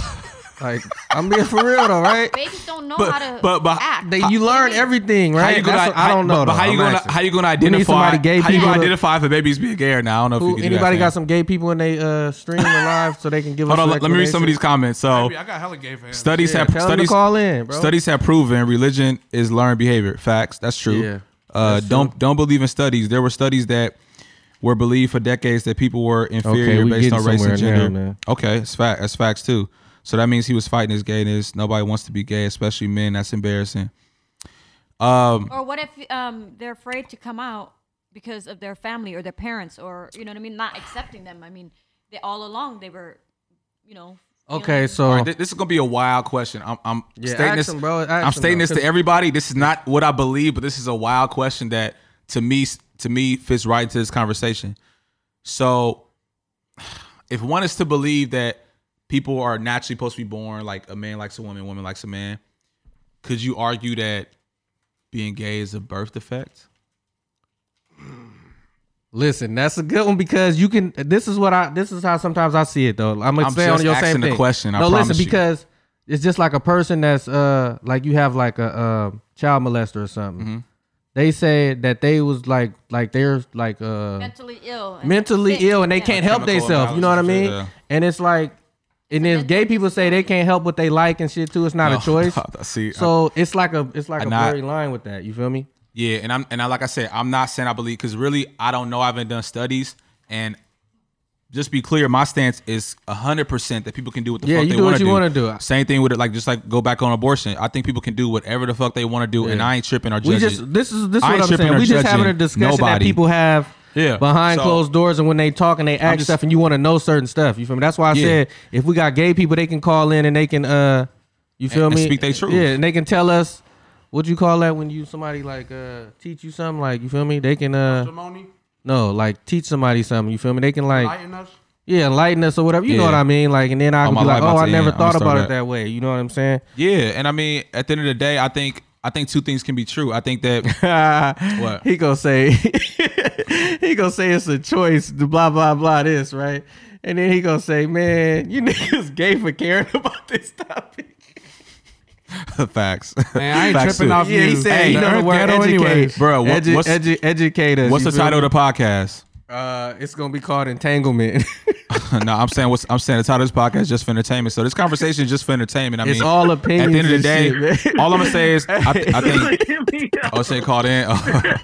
like I'm being for real though, right?
Babies don't know
But-
how to
but- but-
act.
They, you learn everything,
how
right?
you gonna?
That's what- I
how-
don't know.
But, but
though.
how you
I'm
gonna
asking.
how you
We
gonna
need
identify
somebody gay
how you gonna
people to-
identify if a baby's being gay or not? I don't know if
Who-
you can do
anybody
that,
got
fam.
some gay people in they uh, stream live so they can give
Hold
us?
on,
an
let let me read some of these
explanation?
comments. So
Baby, I got hella gay fans.
studies
Yeah,
have
tell them to
studies
call in, bro.
studies have proven religion is learned behavior. Facts, that's true.
Yeah,
uh, don't don't believe in studies. There were studies that were believed for decades that people were inferior
we
based
getting
on race and
somewhere now,
gender.
man.
okay, it's fact. That's facts too. So that means he was fighting his gayness. Nobody wants to be gay, especially men. That's embarrassing.
Or what if um, they're afraid to come out because of their family or their parents or you know what I mean, not accepting them. I mean, they all along they were, you know.
Okay, so
All right, th- this is gonna be a wild question. I'm, I'm
Oh. Yeah,
stating
ask
this.
him, bro. Ask
I'm
him,
stating
bro.
this to
'Cause-
everybody. This is not what I believe, but this is a wild question that to me to me fits right into this conversation. So, if one is to believe that people are naturally supposed to be born like a man likes a woman, woman likes a man, could you argue that being gay is a birth defect?
listen, that's a good one because you can. This is what I. This is how sometimes I see it though. I'm gonna
I'm
say
just
on your same
asking the
thing.
question, I
no,
promise
listen,
you.
because it's just like a person that's uh like you have like a uh, child molester or something.
Mm-hmm.
They said that they was like like they're like uh
mentally ill. and
mentally
sick,
ill and they
yeah.
can't help
Chemical
themselves. You know what I
imbalances,
mean?
yeah.
And it's like, and if gay people say they can't help what they like and shit too, it's not
No,
a choice.
no, see, I-
so it's like a it's like a
I'm not-
blurry line with that. You feel me?
Yeah, and I'm and I like I said, I'm not saying I believe because really I don't know. I haven't done studies, and just be clear, my stance is hundred percent that people can do what the
Yeah,
fuck
you
they
do what
want to
you
do.
wanna do.
Same thing with it, like just like go back on abortion. I think people can do whatever the fuck they want to do, and I ain't tripping or
We
judging.
just this is this is
I ain't
what I'm
tripping
saying.
or
We just
judging
having a discussion that
nobody.
people have
Yeah,
behind
so-
closed doors and when they talk and they act
just-
stuff and you want to know certain stuff. You feel me? That's why I
Yeah.
said if we got gay people, they can call in and they can uh, you feel
and
me?
speak they truth.
Yeah, and they can tell us. What you call that when you somebody like uh teach you something like you feel me? They can uh
Simone,
No, like teach somebody something. You feel me? They can like,
lighten us.
yeah, enlighten us or whatever. You know
Yeah.
what I mean? Like, and then I
Oh,
can
my
be like,
light
oh,
about
I
to
never
end. I'ma
thought
start
about
that.
it that way. You know what I'm saying?
yeah, and I mean, at the end of the day, I think I think two things can be true. I think that What?
He gonna say, he gonna say it's a choice. the Blah blah blah. This right, and then he gonna say, man, you niggas gay for caring about this topic.
facts.
Man, I ain't
Facts
tripping
too.
off you.
Yeah, he said,
Hey,
you
the
know
Earth
the word
ghetto
educate,
anyways. Bro, what-
Edu-
what's-
edu- educate us.
What's
you
the
feel
title
me?
of the podcast?
Uh, it's gonna be called entanglement.
no, I'm saying what's I'm saying the title of this podcast is just for entertainment. So this conversation is just for entertainment. I
it's
mean,
all
at
opinions.
the end of the day,
and shit, man.
all I'm gonna say is I, th- I think
uh,
oh say called in. uh,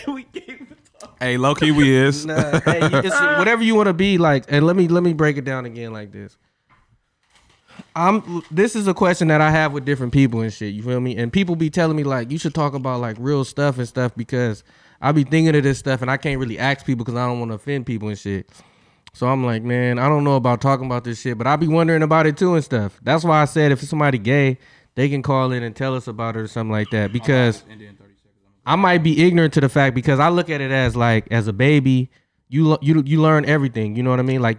hey, low key we is.
Nah, hey, you- it's whatever you want to be like. And let me let me break it down again like this. I'm. This is a question that I have with different people and shit. You feel me? And people be telling me like you should talk about like real stuff and stuff because I be thinking of this stuff and I can't really ask people because I don't want to offend people and shit. So I'm like, man, I don't know about talking about this shit, but I be wondering about it too and stuff. That's why I said if it's somebody gay, they can call in and tell us about it or something like that because I might be ignorant to the fact because I look at it as like as a baby, you lo- you you learn everything. You know what I mean? Like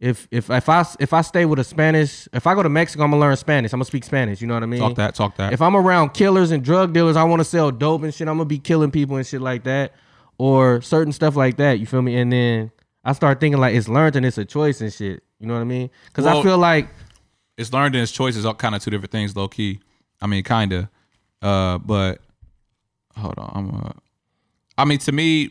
if if if I s- if I stay with a Spanish, if I go to Mexico, I'm gonna learn Spanish. I'm gonna speak Spanish. You know what I mean?
Talk that, talk that.
If I'm around killers and drug dealers, I want to sell dope and shit. I'm gonna be killing people and shit like that, or certain stuff like that. You feel me? And then I start thinking like it's learned and it's a choice and shit. You know what I mean? Because I
Well-
feel like
it's learned and it's choice is all kind of two different things, low key. I mean, kinda. Uh, but hold on, I'm. Uh, I mean, to me,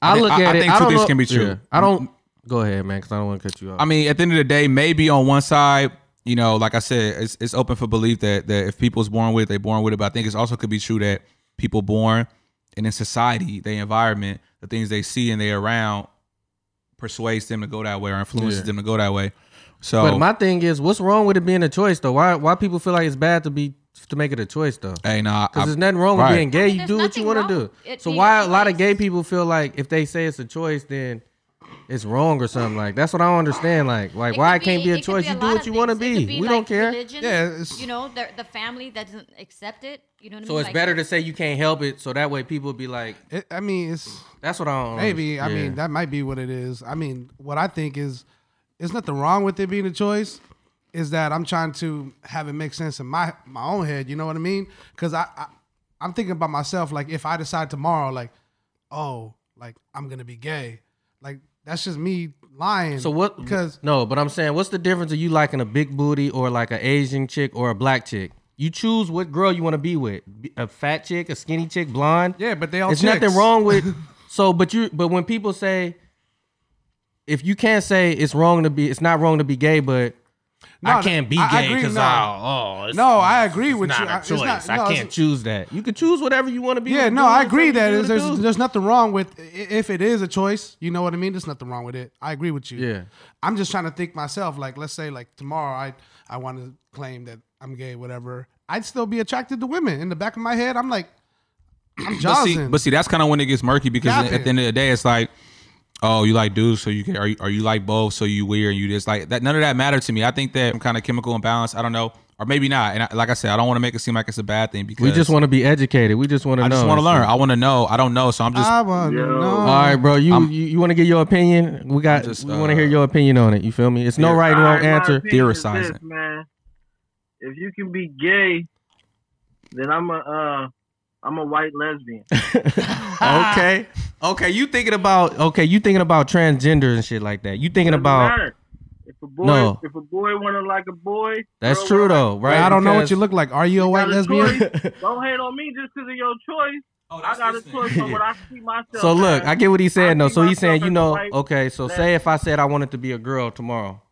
I,
think-
look
I-
at
I
it.
think
I
two
don't
things
know-
can be true.
Yeah. I don't. Go ahead, man, because I don't want to cut you off.
I mean, at the end of the day, maybe on one side, you know, like I said, it's, it's open for belief that that if people's born with it, they born with it. But I think it's also could be true that people born and in society, their environment, the things they see and they around persuades them to go that way or influences them to go that way. So
But my thing is, what's wrong with it being a choice though? Why why people feel like it's bad to be to make it a choice though?
hey, nah, I-
Because there's nothing wrong with
right.
being gay. You
There's
do what you
nothing
want
wrong
to
with
do.
it
So
being
why
a
a lot of
choice.
gay people feel like if they say it's a choice, then it's wrong or something like that's what I don't understand. Like like
It
why it
could
can't be a
it could
choice?
be
you do
lot
what
of
you want to
things. It
be.
could
We don't
like
care.
Religion,
Yeah, it's-
you know the the family that doesn't accept it. You know what I mean?
So it's
Like,
better to say you can't help it. So that way people be like,
It, I mean, it's
that's what I don't.
Maybe. I
understand.
mean, that might be what it is. I mean, what I think is, there's nothing wrong with it being a choice. Is that I'm trying to have it make sense in my my own head. You know what I mean? Because I, I I'm thinking about myself. Like if I decide tomorrow, like, oh, like I'm gonna be gay. Like that's just me lying.
So what?
Because
no, but I'm saying, what's the difference of you liking a big booty or like an Asian chick or a black chick? You choose what girl you want to be with. Be- A fat chick, a skinny chick, blonde.
yeah, but they all
It's
chicks.
nothing wrong with. so, but you, but when people say, if you can't say it's wrong to be, it's not wrong to be gay, but
No,
I can't be
I- I
gay
agree,
because
no.
oh, it's-
No, I agree with
it's
you.
not
I-
a
it's
choice.
not- no,
I
it's-
can't choose that. You can choose whatever you want to be.
Yeah,
with,
no,
do
I
whatever
agree
you
that
wanna
is- there's
do.
there's nothing wrong with i- if it is a choice. You know what I mean? There's nothing wrong with it. I agree with you.
Yeah.
I'm just trying to think myself. Like, let's say like tomorrow, I I want to claim that I'm gay, whatever. I'd still be attracted to women. In the back of my head, I'm like, I'm
but see,
Jocelyn.
but see, that's kind of when it gets murky because
Stop
at
it.
the end of the day, it's like, oh, you like dudes, so you can, or you, or you like both, so you weird, and you just like that. None of that mattered to me. I think that kind of chemical imbalance. I don't know, or maybe not. And I, like I said, I don't want to make it seem like it's a bad thing because
We just want to be educated. We just want to.
I just
know
want to
and
learn.
stuff.
I want to know. I don't know, so I'm just.
I want to
Yo.
know.
All right, bro. You
I'm-
you, you want to get your opinion? We got.
just,
we want to
uh,
hear your opinion on it. You feel me? It's no right or wrong answer.
Theorizing.
man. If you can be gay, then I'm a uh, I'm a white lesbian.
okay. Okay. You thinking about? Okay. You thinking about transgender and shit like that? You thinking
Doesn't
about?
matter. if a boy
No.
if a boy wanna like a boy,
That's
girl
true
wanna
though, right?
Wait, I don't know what
Because-
you look like. Are you a white
got a
lesbian?
choice. Don't hate on me just 'cause of your choice. I got a choice on what I see myself.
So look,
as.
I get what he's saying though. So he's saying, you know,
White
okay. So say if I said I wanted to be a girl tomorrow,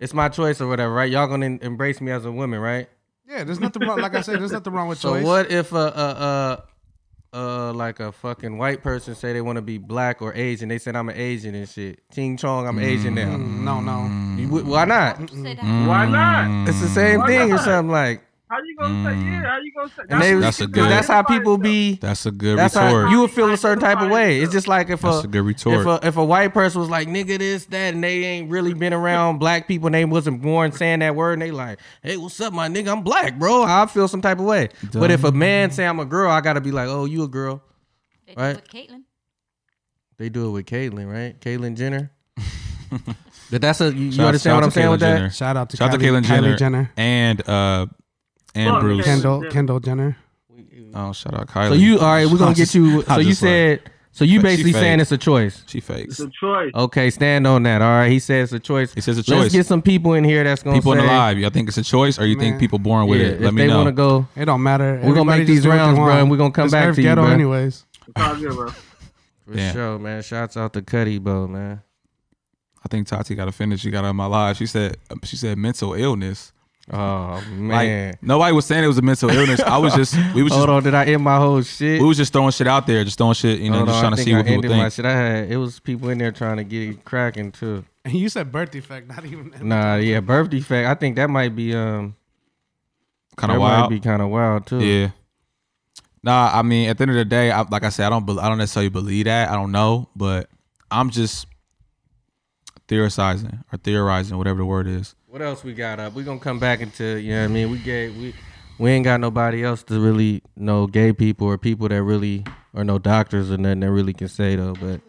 it's my choice or whatever, right? Y'all gonna en- embrace me as a woman, right?
yeah, there's nothing wrong. Like I said, there's nothing wrong with
So
choice.
what if a uh uh uh like a fucking white person say they want to be black or Asian? They said I'm an Asian and shit. Ting Chong, I'm Asian now.
Mm-hmm.
Mm, No, no.
You would- Why not?
You say that.
Mm-hmm.
Why not?
It's the same
Why
thing or
not?
something like.
How you gonna say yeah? How you gonna say?
And they
That's a
because
good-
that's how people be.
That's a good
That's
retort.
how you would feel a certain type of way. It's just like if
That's
a,
a good retort.
if a if a white person was like nigga this that and they ain't really been around black people and they wasn't born saying that word and they like hey what's up my nigga I'm black bro I feel some type of way. But if a man say I'm a girl I gotta be like oh you a girl.
They did
Right.
With Caitlyn.
They do it with Caitlyn right? Caitlyn Jenner. but that's a you, you
Shout-
understand
shout
what I'm
to
saying
Caitlyn
with
Jenner.
that?
Shout out to
Shout out to
Kylie,
Caitlyn Jenner,
Kylie Jenner,
and uh and
Fuck
Bruce.
Caitlyn.
Kendall,
Jenner.
Kendall Jenner.
Oh, shout out Kylie.
So you all right? We're gonna get you.
I
So you
just like-
said. So you
She
basically
fake.
saying it's a choice.
she fakes.
It's a choice.
Okay, stand on that. All right, he says a choice.
He says a choice.
Let's get some people in here that's gonna
People in
say,
the live, y'all think it's a choice or you think
Man.
people born with
yeah,
it?
if
Let me
they
know.
want to go.
It don't matter.
We're gonna
Everybody
make
just
these
do what they
rounds, bro,
want.
and we're gonna come
It's
back
Earth
to you,
ghetto
bro.
anyways.
It's all good, bro.
For
Yeah.
sure, man. Shouts out to Cuddy Bo, man.
I think Tati got offended. She got on my live. She said she said mental illness.
Oh
Like
man.
nobody was saying it was a mental illness. I was just we was just
Hold on, did I end my whole shit?
we was just throwing shit out there, just throwing shit, you know,
Hold
just
on,
trying
I
to
think
see
I
what people
ended my
think.
shit. I had it was people in there trying to get it cracking too.
And you said birth defect, not even.
Nah, yeah, birth defect. I think that might be um
Kind of
that
wild.
might be kind of wild too.
Yeah. Nah, I mean, at the end of the day, I, like I said, I don't, bel I don't necessarily believe that. I don't know, but I'm just theorizing or theorizing, whatever the word is.
What else we got up? We gonna come back into you know what I mean. We gave we we ain't got nobody else to really know gay people or people that really or no doctors or nothing that really can say though. But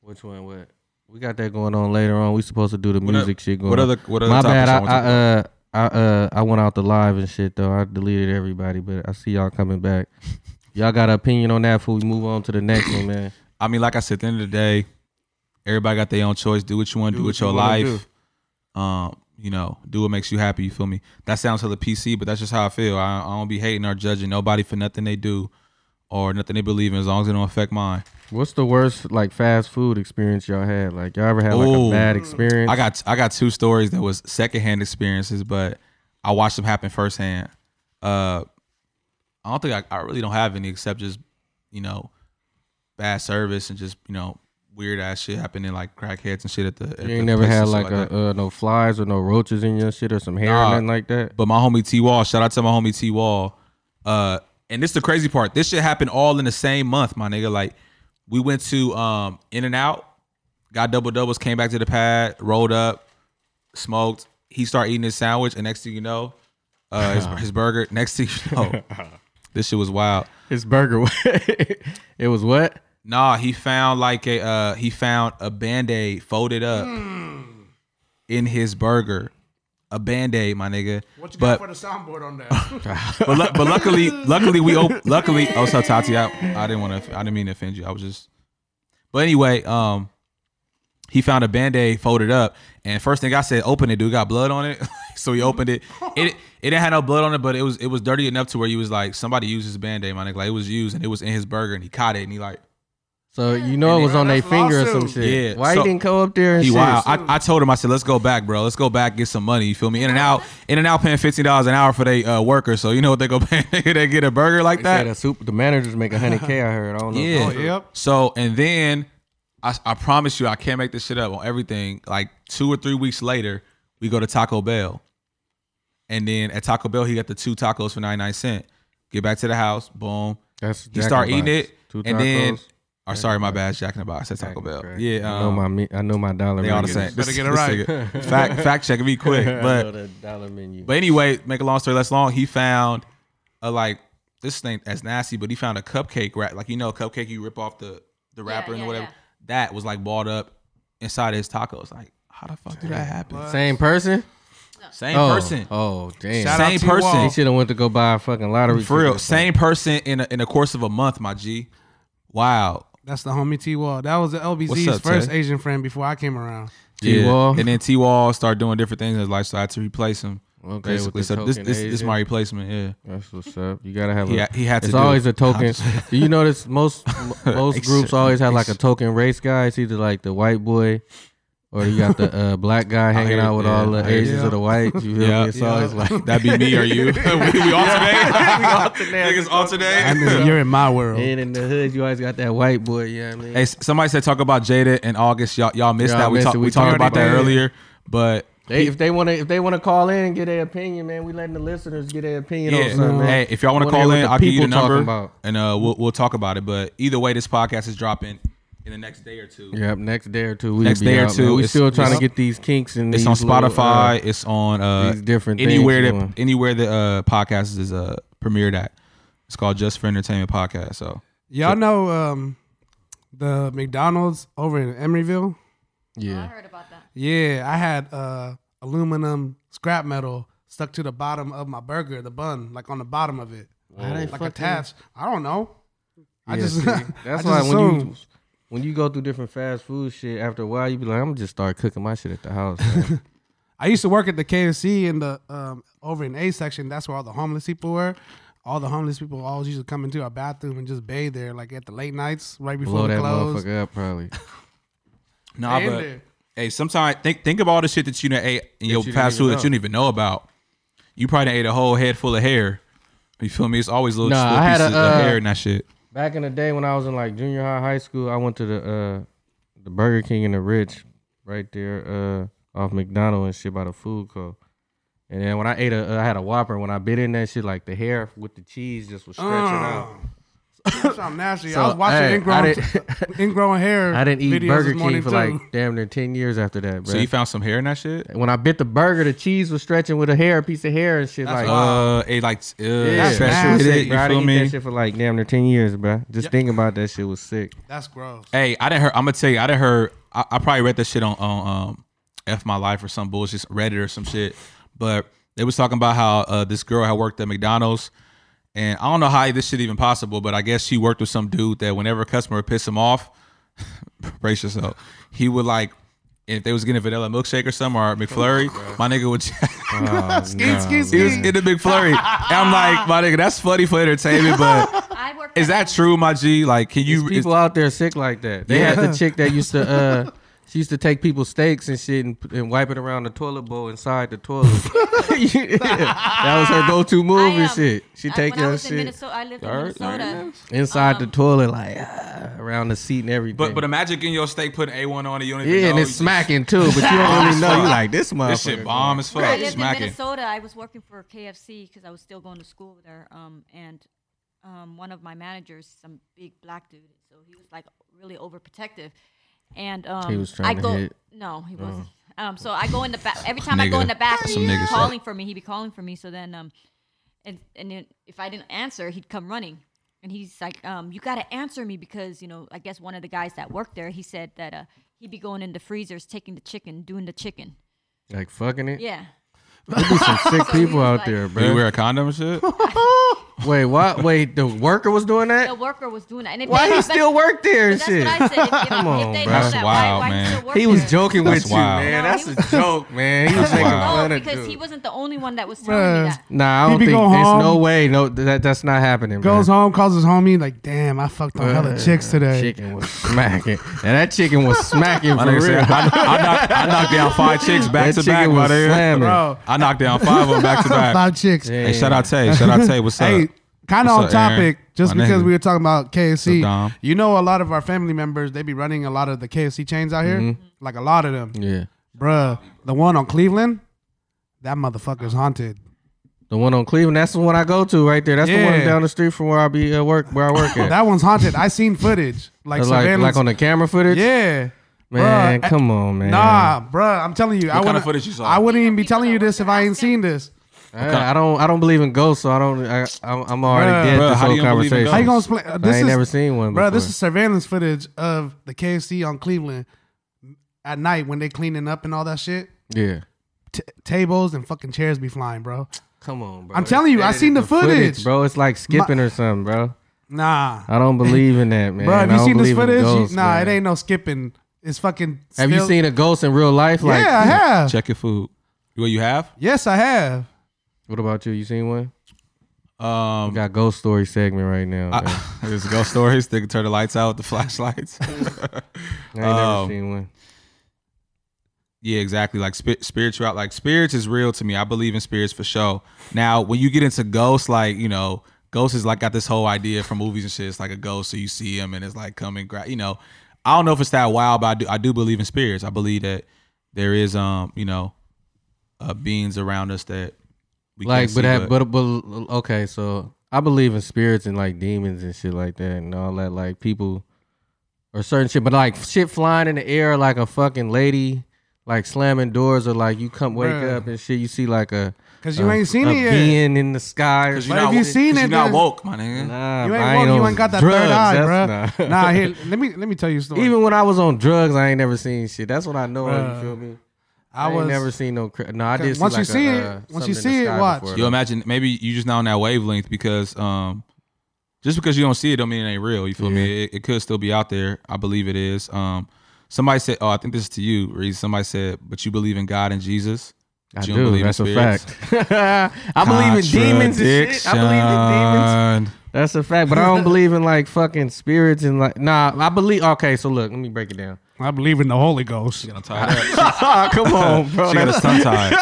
which one? What we got that going on later on? We supposed to do the
oth-
music shit going.
what
on.
other- what other
My
topics
bad.
y'all
I,
wanna talk
I uh I uh I went out the live and shit though. I deleted everybody, but I see y'all coming back. Y'all got an opinion on that before we move on to the next one, man.
I mean, like I said, at the end of the day, everybody got their own choice. Do what you want to do,
Do
with
what you
your
wanna
life. Um, you know, do what makes you happy. You feel me? That sounds hella PC, but that's just how I feel. I, I don't be hating or judging nobody for nothing they do or nothing they believe in, as long as it don't affect mine.
What's the worst like fast food experience y'all had? Like y'all ever had like
Ooh.
a bad experience?
I got I got two stories that was secondhand experiences, but I watched them happen firsthand. Uh, I don't think I, I really don't have any except just you know bad service and just you know weird ass shit happening like crackheads and shit at the. At
You
the
ain't never
places
had
and
like,
stuff
a, uh, no flies or no roaches in your shit or some hair
Nah.
or nothing like that.
But my homie T Wall, shout out to my homie T Wall. Uh, and this the crazy part. This shit happened all in the same month, my nigga. Like we went to um In and Out, got double doubles, came back to the pad, rolled up, smoked. He started eating his sandwich, and next thing you know, uh, his, his burger. Next thing you know, this shit was wild.
His burger, it was what?
Nah, he found like a uh he found a band-aid folded up
Hmm.
in his burger. A band-aid, my nigga.
What you got
but,
for the soundboard on that?
but, lu- but luckily, luckily we op- luckily. Oh, so Tati, I, I didn't want to. I didn't mean to offend you. I was just. But anyway, um, he found a band aid folded up, and first thing I said, open it, dude. Got blood on it, so he opened it. It it didn't have no blood on it, but it was it was dirty enough to where he was like, somebody used his band aid, my nigga. Like it was used, and it was in his burger, and he caught it, and he like.
So you know it was on their
that's
finger or some
lawsuit.
shit.
Yeah,
Why
so-
he didn't go up there and
He
shit?
wow. I, I told him, I said, let's go back, bro. Let's go back, get some money. You feel me? In and out, in and out, paying fifteen dollars an hour for their uh, workers. So you know what they go pay? they get a burger like
They
that.
said a super, the managers make hundred k. I heard. I don't know.
Yeah.
Oh, yep.
So and then I, I promise you I can't make this shit up on everything. Like two or three weeks later, we go to Taco Bell. And then at Taco Bell, he got the two tacos for 99 cent. Get back to the house, boom.
That's
He start eating it.
Two
and then
tacos,
or sorry, my bad, Jack in the Box. I said Taco Bell.
crack.
Yeah,
I
um,
know my me- I know my dollar.
they all the
menu.
same.
Better get it right.
nigga- fact fact check me quick.
I
But
know that dollar menu.
but anyway, make a long story less long, he found a like this thing as nasty, but he found a cupcake wrap. Like you know, a cupcake you rip off the the wrapper and
yeah,
whatever.
yeah.
That was like balled up inside his tacos. Like, how the fuck did that happen?
same person.
Same
oh,
person.
Oh damn.
Shout
Same
out T-Wall.
person.
He should have went to go buy a fucking lottery.
For real.
ticket or something.
Same person in a, in the course of a month, my G. Wow.
That's the homie T Wall. That was the LBZ's
What's up,
first
Tay?
Asian friend before I came around.
T-Wall.
And then T Wall started doing different things in his life, so I had to replace him.
Okay, with
basically.
the
So this
token
this, this
Asian.
my replacement, yeah.
That's what's up. You gotta have
He
a.
had- he had to
It's
do
always
it.
a token. do you notice most most
Except-
groups always have like a token race guy? It's either like the white boy, or you got the uh, black guy hanging
hear-
out with all
yeah,
the
I hear
Asians
you.
or the whites. You feel
Yeah.
me? It's
Yeah.
always like
That'd be me or you. we, we alternate. Niggas
I
alternate.
mean, you're in my world.
and in the hood, you always got that white boy. Yeah, you know what I mean.
Hey, s- somebody said talk about Jada and August. Y'all, y'all missed
Y'all
that. We
missed
talked
it. We
we talked
already
about that
did.
earlier, but
They, if they want to, if they want to call in and get their opinion, man, we letting the listeners get their opinion on
yeah.
something. man.
Hey, if y'all want
I
to
wanna
call
hear
in,
what
I'll give you the
people talking
number
about.
and uh, we'll we'll talk about it. But either way, this podcast is dropping in the next day or two.
Yep, next day or two. We
Next
be
day or
out,
two,
Man. We
it's-
still trying to
it's-
get these uh, kinks and
It's on Spotify. it's on uh,
these different things
anywhere that
going.
anywhere that uh, podcast is uh, premiered at. It's called Just for Entertainment Podcast. So
Y'all know um, the McDonald's over in Emeryville?
I
yeah.
heard about that.
Yeah, I had uh, aluminum scrap metal stuck to the bottom of my burger, the bun, like on the bottom of it,
Why they
like
fucking-
attached. I don't know. I
Yeah,
just
see,
I
that's
just
why when you
assumed.
when you go through different fast food shit, after a while you be like, I'm gonna just start cooking my shit at the house. man."
I used to work at the KFC in the um, over in A section. That's where all the homeless people were. All the homeless people always used to come into our bathroom and just bathe there, like at the late nights, right before we
Blow that
closed.
motherfucker up, probably.
Nah,
They in
but
there.
hey, sometimes think think of all the shit that you done ate in your
you didn't
fast
even
food that
know.
you didn't even know about. You probably done ate a whole head full of hair. You feel me? It's always little,
Nah,
little
I had
pieces
a,
of
uh,
hair and that shit.
Back in the day when I was in like junior high, high school, I went to the uh the Burger King and the Rich right there uh off McDonald and shit by the food court. And then when I ate a, uh, I had a Whopper. When I bit in that shit, like the hair with the cheese just was
Oh.
stretching out.
That's how nasty.
So,
I was watching
hey, I
ingrown,
didn't-
ingrown hair.
I didn't
videos
eat
this
Burger King
morning,
for
too.
like damn near ten years after that, bro.
So you found some hair in that shit?
when I bit the burger, the cheese was stretching with a hair, a piece of hair and shit. like,
Uh, it like uh,
yeah,
that's
saturated,
nasty,
You
bro. I
feel
didn't eat
me?
that shit for like damn near ten years, bro. Just
Yep.
thinking about that shit was sick.
That's gross.
Hey, I didn't hear. I'm gonna tell you, I didn't hear. I, I probably read that shit on on um, F My Life or some bullshit, Reddit or some shit. But they was talking about how uh, this girl had worked at McDonald's, and I don't know how this shit even possible, but I guess she worked with some dude that whenever a customer would piss him off, brace yourself, he would like. If they was getting a vanilla milkshake or something or a McFlurry, my nigga would.
Skeet, skeet,
he was
skeet.
getting a McFlurry. And I'm like, my nigga, that's funny for entertainment, but
I work.
Is that true, my G? Like, can you?
There's people out there sick like that. They had the chick that used to uh she used to take people's steaks and shit and, and wipe it around the toilet bowl inside the toilet. Yeah. That was her go-to move
I,
and
um,
shit. She
I-
take
when I
your
was in
shit
Minnesota, I lived in
Alright,
Minnesota.
inside the toilet like ah, around the seat and everything.
but but imagine getting your steak, putting a one on it. You don't even
yeah,
know.
and
You
it's
just-
smacking too, but you don't really know. You like this motherfucker.
This shit bomb as
When I
fuck.
lived in
Smacking.
Minnesota, I was working for KFC because I was still going to school there. Um, and um, one of my managers, some big black dude, so he was like really overprotective. And um,
He was trying
I
to
go,
hit.
No, he wasn't. Um, so I go in the back. Every time I go in
Nigga.
the back,
Some
he'd be
nigga shit.
calling for me. He'd be calling for me. So then, um, and and then if I didn't answer, he'd come running. And he's like, um, "You got to answer me because you know." I guess one of the guys that worked there, he said that uh, he'd be going in the freezers, taking the chicken, doing the chicken.
Like fucking it.
Yeah.
There'd be some sick
So he
people
was
out
like-
there,
Do you
bro.
wear a condom and shit?
Wait, what? Wait, the worker was doing
the
that?
worker was doing that. And if
Why
they,
he
but-
still work there
but
and shit?
That's what I said. If, if,
Come on,
if they
bro.
know
That's
that,
wild,
why, why
man.
He, still work
He was
there?
joking
That's
with
wild.
you, man.
No,
That's
he
a
was-
joke, man. He was
That's
making
wild.
No,
fun of
because he
dude.
wasn't the only one that was telling
Bruh.
me that.
Nah, I
He
don't
be
think
going
there's
home.
no way. No, that that's not happening.
Goes
man.
home, calls his homie, like, damn, I fucked on hella chicks today.
Chicken was smacking, and that chicken was smacking
My
for real.
nigga said, I, I, knocked, I knocked down five chicks back
that
to
chicken
back,
was
my nigga.
slamming.
Bro.
I knocked down five of them back to back.
Five chicks.
Hey, shout out Tay. Shout out Tay. What's up?
Hey, kind of
What's
on
up, Aaron?
topic, just
My
because
nigga.
we were talking about KFC.
So Dom.
you know, a lot of our family members they be running a lot of the KFC chains out here,
Mm-hmm.
like a lot of them,
Yeah,
bruh. The one on Cleveland, that motherfucker's haunted.
the one on Cleveland. That's the one I go to right there. That's the one
Yeah.
down the street from where I be uh, work, where I work at.
That one's haunted. I seen footage, like
like, like,
surveillance.
on the camera footage.
yeah,
man,
bruh.
come on, man.
Nah, bruh. I'm telling you, I
kind
wouldn't.
of footage you saw?
I wouldn't even be telling you this if I ain't seen this.
I, I don't. I don't believe in ghosts, so I don't. I, I'm, I'm already
Bruh.
dead.
Bruh,
this
how
whole
you don't believe
conversation.
in ghosts?
How you gonna explain? This
I ain't
is-
never seen one.
Bro,
Bro,
this is surveillance footage of the KFC on Cleveland at night when they cleaning up and all that shit.
yeah.
T- tables and fucking chairs be flying, bro.
Come on, bro.
I'm telling you, I seen the footage.
bro. It's like skipping or something, bro.
Nah,
I don't believe in that, man.
bro, have
Oh, I
you
don't
seen this
believe in
footage? You-
ghosts,
nah,
man.
it ain't no skipping. It's fucking.
Have you
still-
seen a ghost in real life? Like,
yeah, I have.
Check your food. What you have?
Yes, I have.
What about you? You seen one? We
Um,
got ghost story segment right now. man.
I, there's ghost stories. They can turn the lights out with the flashlights.
I ain't
um,
never seen one.
Yeah, exactly. Like spi- spiritual, like spirits is real to me. I believe in spirits for sure. Now, when you get into ghosts, like you know, ghosts is like got this whole idea from movies and shit. It's like a ghost, so you see him and it's like coming, gra- you know. I don't know if it's that wild, but I do. I do believe in spirits. I believe that there is, um, you know, uh, beings around us that we
Like,
can't
but
see,
that, but, but okay, so I believe in spirits and like demons and shit like that and all that, like people or certain shit, but like shit flying in the air, like a fucking lady. Like slamming doors, or like you come wake
Bruh.
up and shit. You see like a
'Cause you
a-
ain't seen
Uh, a
it yet.
Being in the sky. Or
'Cause
something.
you're
but
not
if you
wo-
seen
'cause
it,
you're not
then-
woke, my nigga.
Nah,
You
but
ain't
I
woke. You
on
ain't got that third
drugs,
eye,
that's
bro.
not-
Nah, here. Let me let me tell you a story.
Even when I was on drugs, I ain't never seen shit. That's what I know. of,
Bruh.
you feel me?
I
ain't
was
never seen no. Cra- no, I
Okay,
did.
once you
like
see
a,
it-
uh,
once you
something in
see it,
the sky
watch.
before,
You
though.
imagine maybe you just not on that wavelength because um just because you don't see it don't mean it ain't real. You feel me? It, it could still be out there. I believe it is. Um somebody said oh I think this is to you, Reese. Somebody said, but you believe in God and Jesus.
I
But you
do. That's a fact. I believe in demons and shit. I believe in demons.
Contradiction.
That's a fact. But I don't believe in like fucking spirits and like nah. I believe okay. So look, let me break it down.
I believe in the Holy Ghost.
I'm tired. She
Ah, Come on, bro.
got us tongue tied.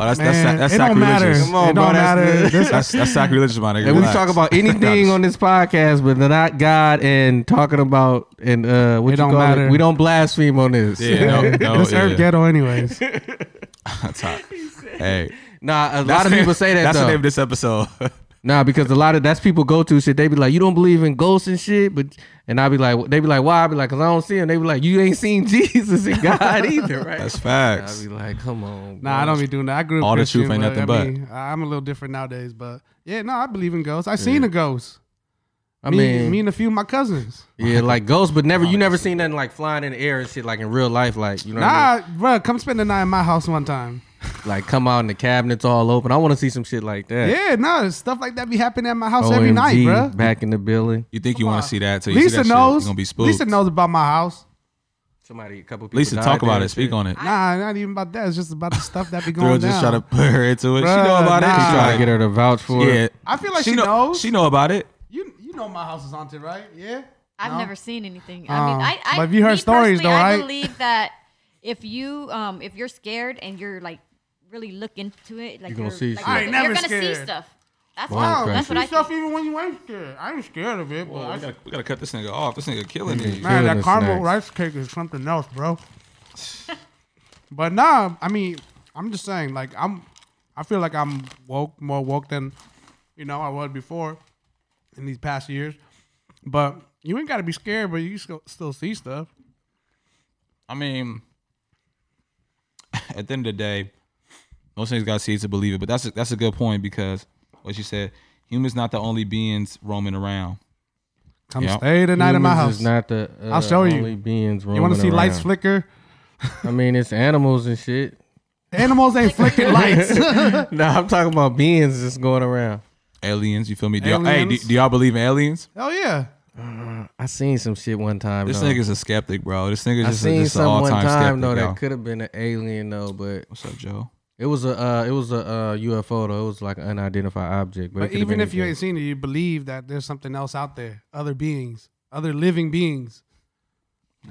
Oh, that's, that's,
Man,
sac- that's
it don't matter.
sacrilegious.
Come on,
it
bro,
don't
that's
matter.
good.
This-
That's, that's sacrilegious, my nigga.
And we
Relax.
talk about anything on this podcast, but not God and talking about and uh, what
It
you
don't
call
matter.
it. We don't blaspheme on this.
Yeah, no, no,
this earth
yeah.
ghetto, anyways.
That's hot. Hey,
Nah, a lot of people say that
That's
though.
the name of this episode.
Nah, because a lot of that's people go to shit. They be like, you don't believe in ghosts and shit, but and I be like, they be like, why? I be like, cause I don't see them. They be like, you ain't seen Jesus and God either, right?
that's
I
facts.
be like, come on.
Nah, I don't be doing that. I grew up
All the
Christian,
truth ain't nothing
I
but.
mean, I- I'm a little different nowadays, but yeah, no, I believe in ghosts. I seen a ghost.
I
me,
mean,
me and a few of my cousins.
yeah, like ghosts, but never you never seen nothing like flying in the air and shit, like in real life, like you know, what I mean?
Nah, bruh, come spend the night in my house one time.
like come out and the cabinets all open. I want to see some shit like that.
Yeah, no, stuff like that be happening at my house every night,
OMG,
bruh.
Back in the building,
You think you want to see that? Till you
Lisa
see that
knows.
Shit, you're gonna be spooked.
Lisa knows about my house.
somebody, a couple people.
Lisa,
died
talk
there
about
and
it. Speak
shit.
on it.
Nah, not even about that. It's just about the stuff that be
Girl,
going
just
down.
try to put her into it. she
Bruh,
know about it.
nah.
She
Try
try
to get her to vouch for
Yeah,
it.
I feel like she,
know,
knows.
She know about it.
You you know my house is haunted, right? Yeah.
I've
No?
never seen anything. I mean,
Um,
I, I
but have you heard
me
stories, though,
personally, I
right?
believe that if you um if you're scared and you're like really look into it, like
You gonna
you're going
see
like,
shit. I
you're,
ain't
you're
never
gonna see
scared.
stuff. That's
Wow,
wow,
you
that's
See
what I
stuff
think.
even when you ain't scared. I ain't scared of it, but
Well,
I-
we, gotta, we gotta cut this nigga off. This nigga killing
man,
me.
Killing
that
us
caramel
nice.
rice cake is something else, bro. but nah, I mean, I'm just saying, like I'm, I feel like I'm woke, more woke than, you know, I was before, in these past years. But you ain't gotta be scared, but you still still see stuff.
I mean, at the end of the day, most things gotta see it to believe it. But that's a, that's a good point because what you said, humans not the only beings roaming around.
Come
Yep.
stay the night at my
Humans
house.
is not the uh,
I'll show you.
only beings
you want to see
roaming
lights
around.
flicker?
I mean, it's animals and shit.
Animals ain't flicking lights.
no, I'm talking about beings just going around.
Aliens, you feel me? Do y'all, hey, do,
Aliens.
do y'all believe in aliens?
Hell yeah.
I seen some shit one time.
This
though.
nigga's a skeptic, bro. This nigga's
I
just, a-
seen
just an
some one
all-time
time
skeptic.
though
y'all.
that could have been an alien though, but
What's up, Joe?
it was a uh, it was a uh, UFO though. It was like an unidentified object. But, it
But
could've
even
been
if you
anything.
ain't seen it, you believe that there's something else out there, other beings, other living beings.
I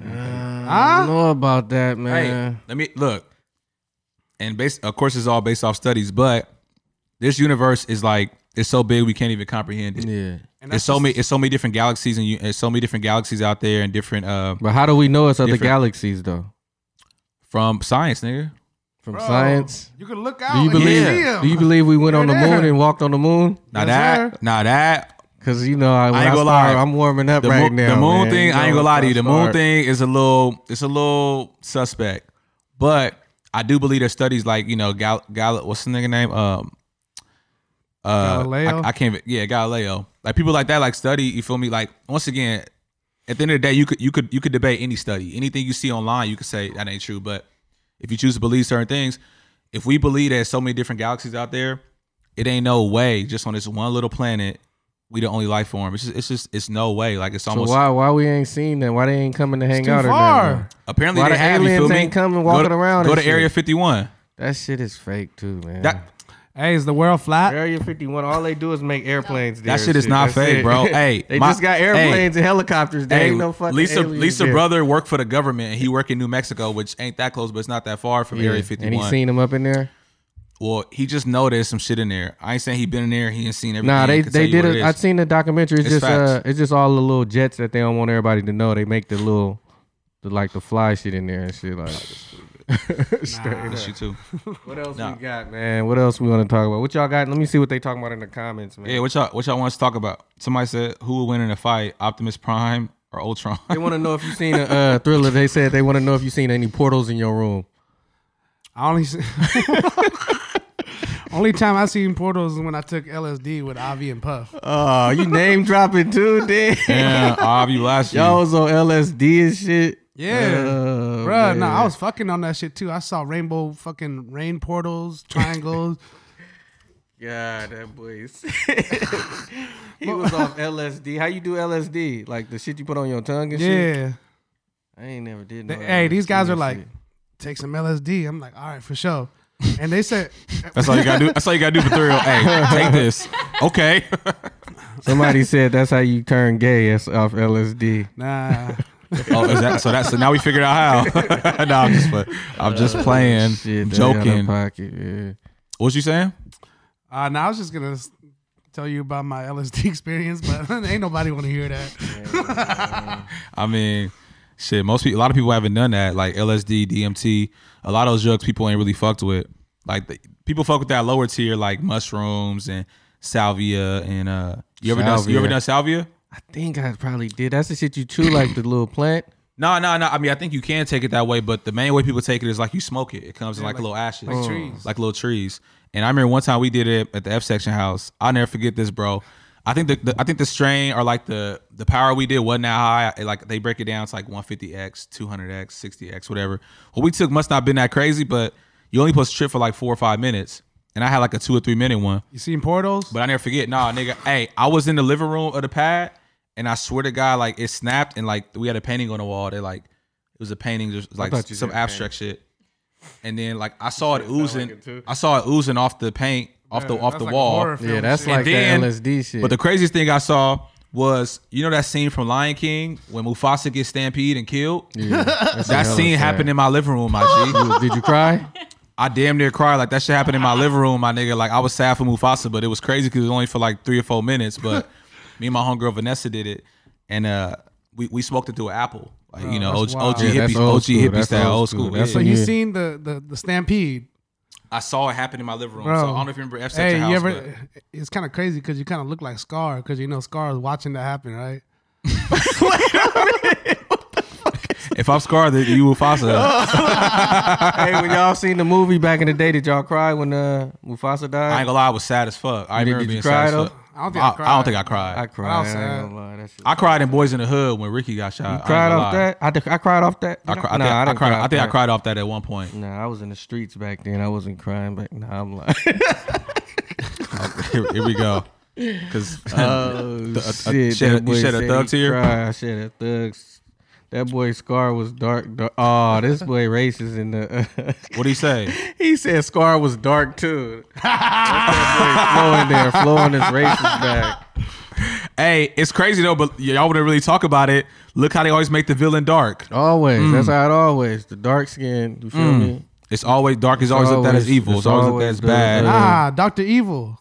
Huh?
don't know about that,
Hey,
man.
let me look. And based, of course, it's all based off studies, but this universe is like it's so big we can't even comprehend it.
Yeah,
And
It's
that's
so
just-
many. It's so many different galaxies, and you, it's so many different galaxies out there, and different uh
but how do we know it's other
Different.
galaxies though?
from science, nigga.
From
Bro,
science,
You can look
do
out.
you believe?
And see 'em.
Do you believe we went
They're
on the moon
there.
and walked on the moon?
Now
Yes,
that,
sir.
now that
Cause you know, I, when
ain't
I
gonna
start,
lie.
I'm warming up
the,
right
moon,
now.
the moon
man.
thing,
You
I ain't
know,
gonna lie to you.
if I
The moon
start-
thing is a little, it's a little suspect, but I do believe there's studies like you know Gal, Gal what's the nigga name? Um, uh,
Galileo?
I, I can't. even- Yeah, Galileo. Like people like that, like study. You feel me? Like once again, at the end of the day, you could you could you could debate any study, anything you see online. You could say that ain't true, but if you choose to believe certain things, if we believe there's so many different galaxies out there, it ain't no way just on this one little planet we the only life form. It's just it's just it's no way. Like it's
So
almost
why why we ain't seen them? Why they ain't coming to hang
too
out or nothing?
far.
apparently
Why
they
the
have you feel
aliens
me?
ain't coming,
Go
walking
to-
around
Go
and
to
shit?
Area 51.
That shit is fake too, man.
That
Hey, is the world flat?
Area 51, all they do is make airplanes. There
That
and
shit is not
That's
fake,
it.
bro. Hey,
they
my-
just got airplanes and helicopters. There
Hey,
ain't no fucking
Lisa,
aliens
Lisa,
there.
brother worked for the government, and he worked in New Mexico, which ain't that close, but it's not that far from
Yeah.
Area 51.
And he seen them up in there.
well, he just know there's some shit in there. I ain't saying he been in there. He ain't seen everything.
Nah, they
Can tell
they
you
did.
what it
A, I
is.
seen the documentary. It's,
It's
just uh,
facts.
it's just all the little jets that they don't want everybody to know. They make the little, the like the fly shit in there and shit like.
That's you too.
What else
Nah.
we got, man? What else we want to talk about? What y'all got? Let me see what they talking about in the comments, man.
Yeah, what y'all what y'all want us to talk about? Somebody said who would win in a fight, Optimus Prime or Ultron?
They want to know if you seen a uh, thriller. They said they want to know if you seen any portals in your room.
I only see- only time I seen portals is when I took LSD with Avi and Puff.
Oh, you name dropping too, dude.
yeah, I'll be last year.
Y'all was on LSD and shit.
Yeah.
Uh,
Bruh,
man.
no, I was fucking on that shit too. I saw rainbow fucking rain portals, triangles.
God, that boy. is- he was off LSD. How you do LSD? Like the shit you put on your tongue and shit.
yeah.
I ain't never did.
They-
No
hey, these
LSD
guys are
and
like,
shit.
take some LSD. I'm like, all right, for sure. And they said,
oh That's all you gotta do. That's all you gotta do for three. Hey, take this. Okay.
Somebody said that's how you turn gay as off LSD.
Nah.
Oh, is that, so that's so now we figured out how. no, I'm just playing. I'm just playing,
Uh, Shit, that out of
joking.
Pocket, yeah.
What you saying?
Uh, now I was just gonna s- tell you about my LSD experience, but ain't nobody want to hear that.
I mean, shit. Most people, a lot of people haven't done that. Like LSD, DMT. A lot of those drugs people ain't really fucked with. Like the, people fuck with that lower tier, like mushrooms and salvia and uh. You ever done? You ever
Salvia.
done salvia?
I think I probably did. That's the shit you chew like the little plant.
No, no, no. I mean, I think you can take it that way, but the main way people take it is like you smoke it. It comes in like,
like-
little ashes,
like trees.
like little trees. And I remember one time we did it at the F section house. I'll never forget this, bro. I think the, the I think the strain or like the the power we did wasn't that high. It, like they break it down, it's like 150x, 200x, 60x, whatever. What we took must not have been that crazy, but you only supposed to trip for like four or five minutes, and I had like a two or three minute one.
You seen portals?
But I never forget. Nah, nigga. Hey, I was in the living room of the pad, and I swear to God, like it snapped, and like we had a painting on the wall. That like it was a painting, just like
thought you
some
said a
abstract shit. And then like I saw it oozing.
it too.
I saw it oozing off the paint, off the
Yeah,
off
that's
the
like a
wall.
horror film
Yeah, that's
shit.
like
then-
that LSD shit.
But the craziest thing I saw was you know that scene from Lion King when Mufasa gets stampeded and killed.
Yeah, that's
That
hella
scene
sad.
happened in my living room, my G.
Did you cry?
I damn near cried like that shit happened in my living room, my nigga. Like I was sad for Mufasa, but it was crazy because it was only for like three or four minutes. But me and my homegirl Vanessa did it, and uh, we we smoked it through an apple, like you know, OG,
that's wild.
OG
Yeah,
that's
hippie,
old
OG
school.
hippie
That's
style,
old
old
school.
school.
That's
yeah.
So you
Yeah.
seen the, the the stampede,
I saw it happen in my living room.
bro?
So I don't know if you remember F
hey,
section house.
you ever?
but-
It's kind of crazy because you kind of look like Scar because you know Scar is watching that happen, right?
if I'm scarred, then you Mufasa.
hey, when y'all seen the movie back in the day, did y'all cry when uh, Mufasa
I ain't
died?
gonna lie, I was sad as fuck. I
Did-
remember
did you
being
cry,
sad
though?
as fuck.
I don't think I,
I,
cried.
I don't think I cried.
I
I,
cried.
I
I
was sad.
ain't gonna lie. That shit.
cried in Boys in the Hood when Ricky got shot. I ain't
cried
gonna
off
lie.
that. I, did- I cried off that.
I, cri- I,
Nah,
think, I,
didn't
cried,
cry
I
off
think I
that. Mm.
cried off that at one point.
Nah, I was in the streets back then. I wasn't crying back. Nah, I'm like,
uh, here, here we go. Because
oh
Th- uh,
shit!
shed-
that
you
boy
shed a
said
thug
he
tear?
cried. I shed a thug. That boy Scar was dark. dark. Oh, this boy racist in the.
what do you say?
He said Scar was dark too. That's that boy flowing there, flowing his racist back.
Hey, it's crazy though, but y'all wouldn't really talk about it. Look how they always make the villain dark.
Always. That's
Mm.
how it always. The dark skin. You feel me?
It's always dark. Is always, looked at as
always-
evil. It's,
it's
always,
always
looked at as bad.
the-
Ah, Doctor Evil.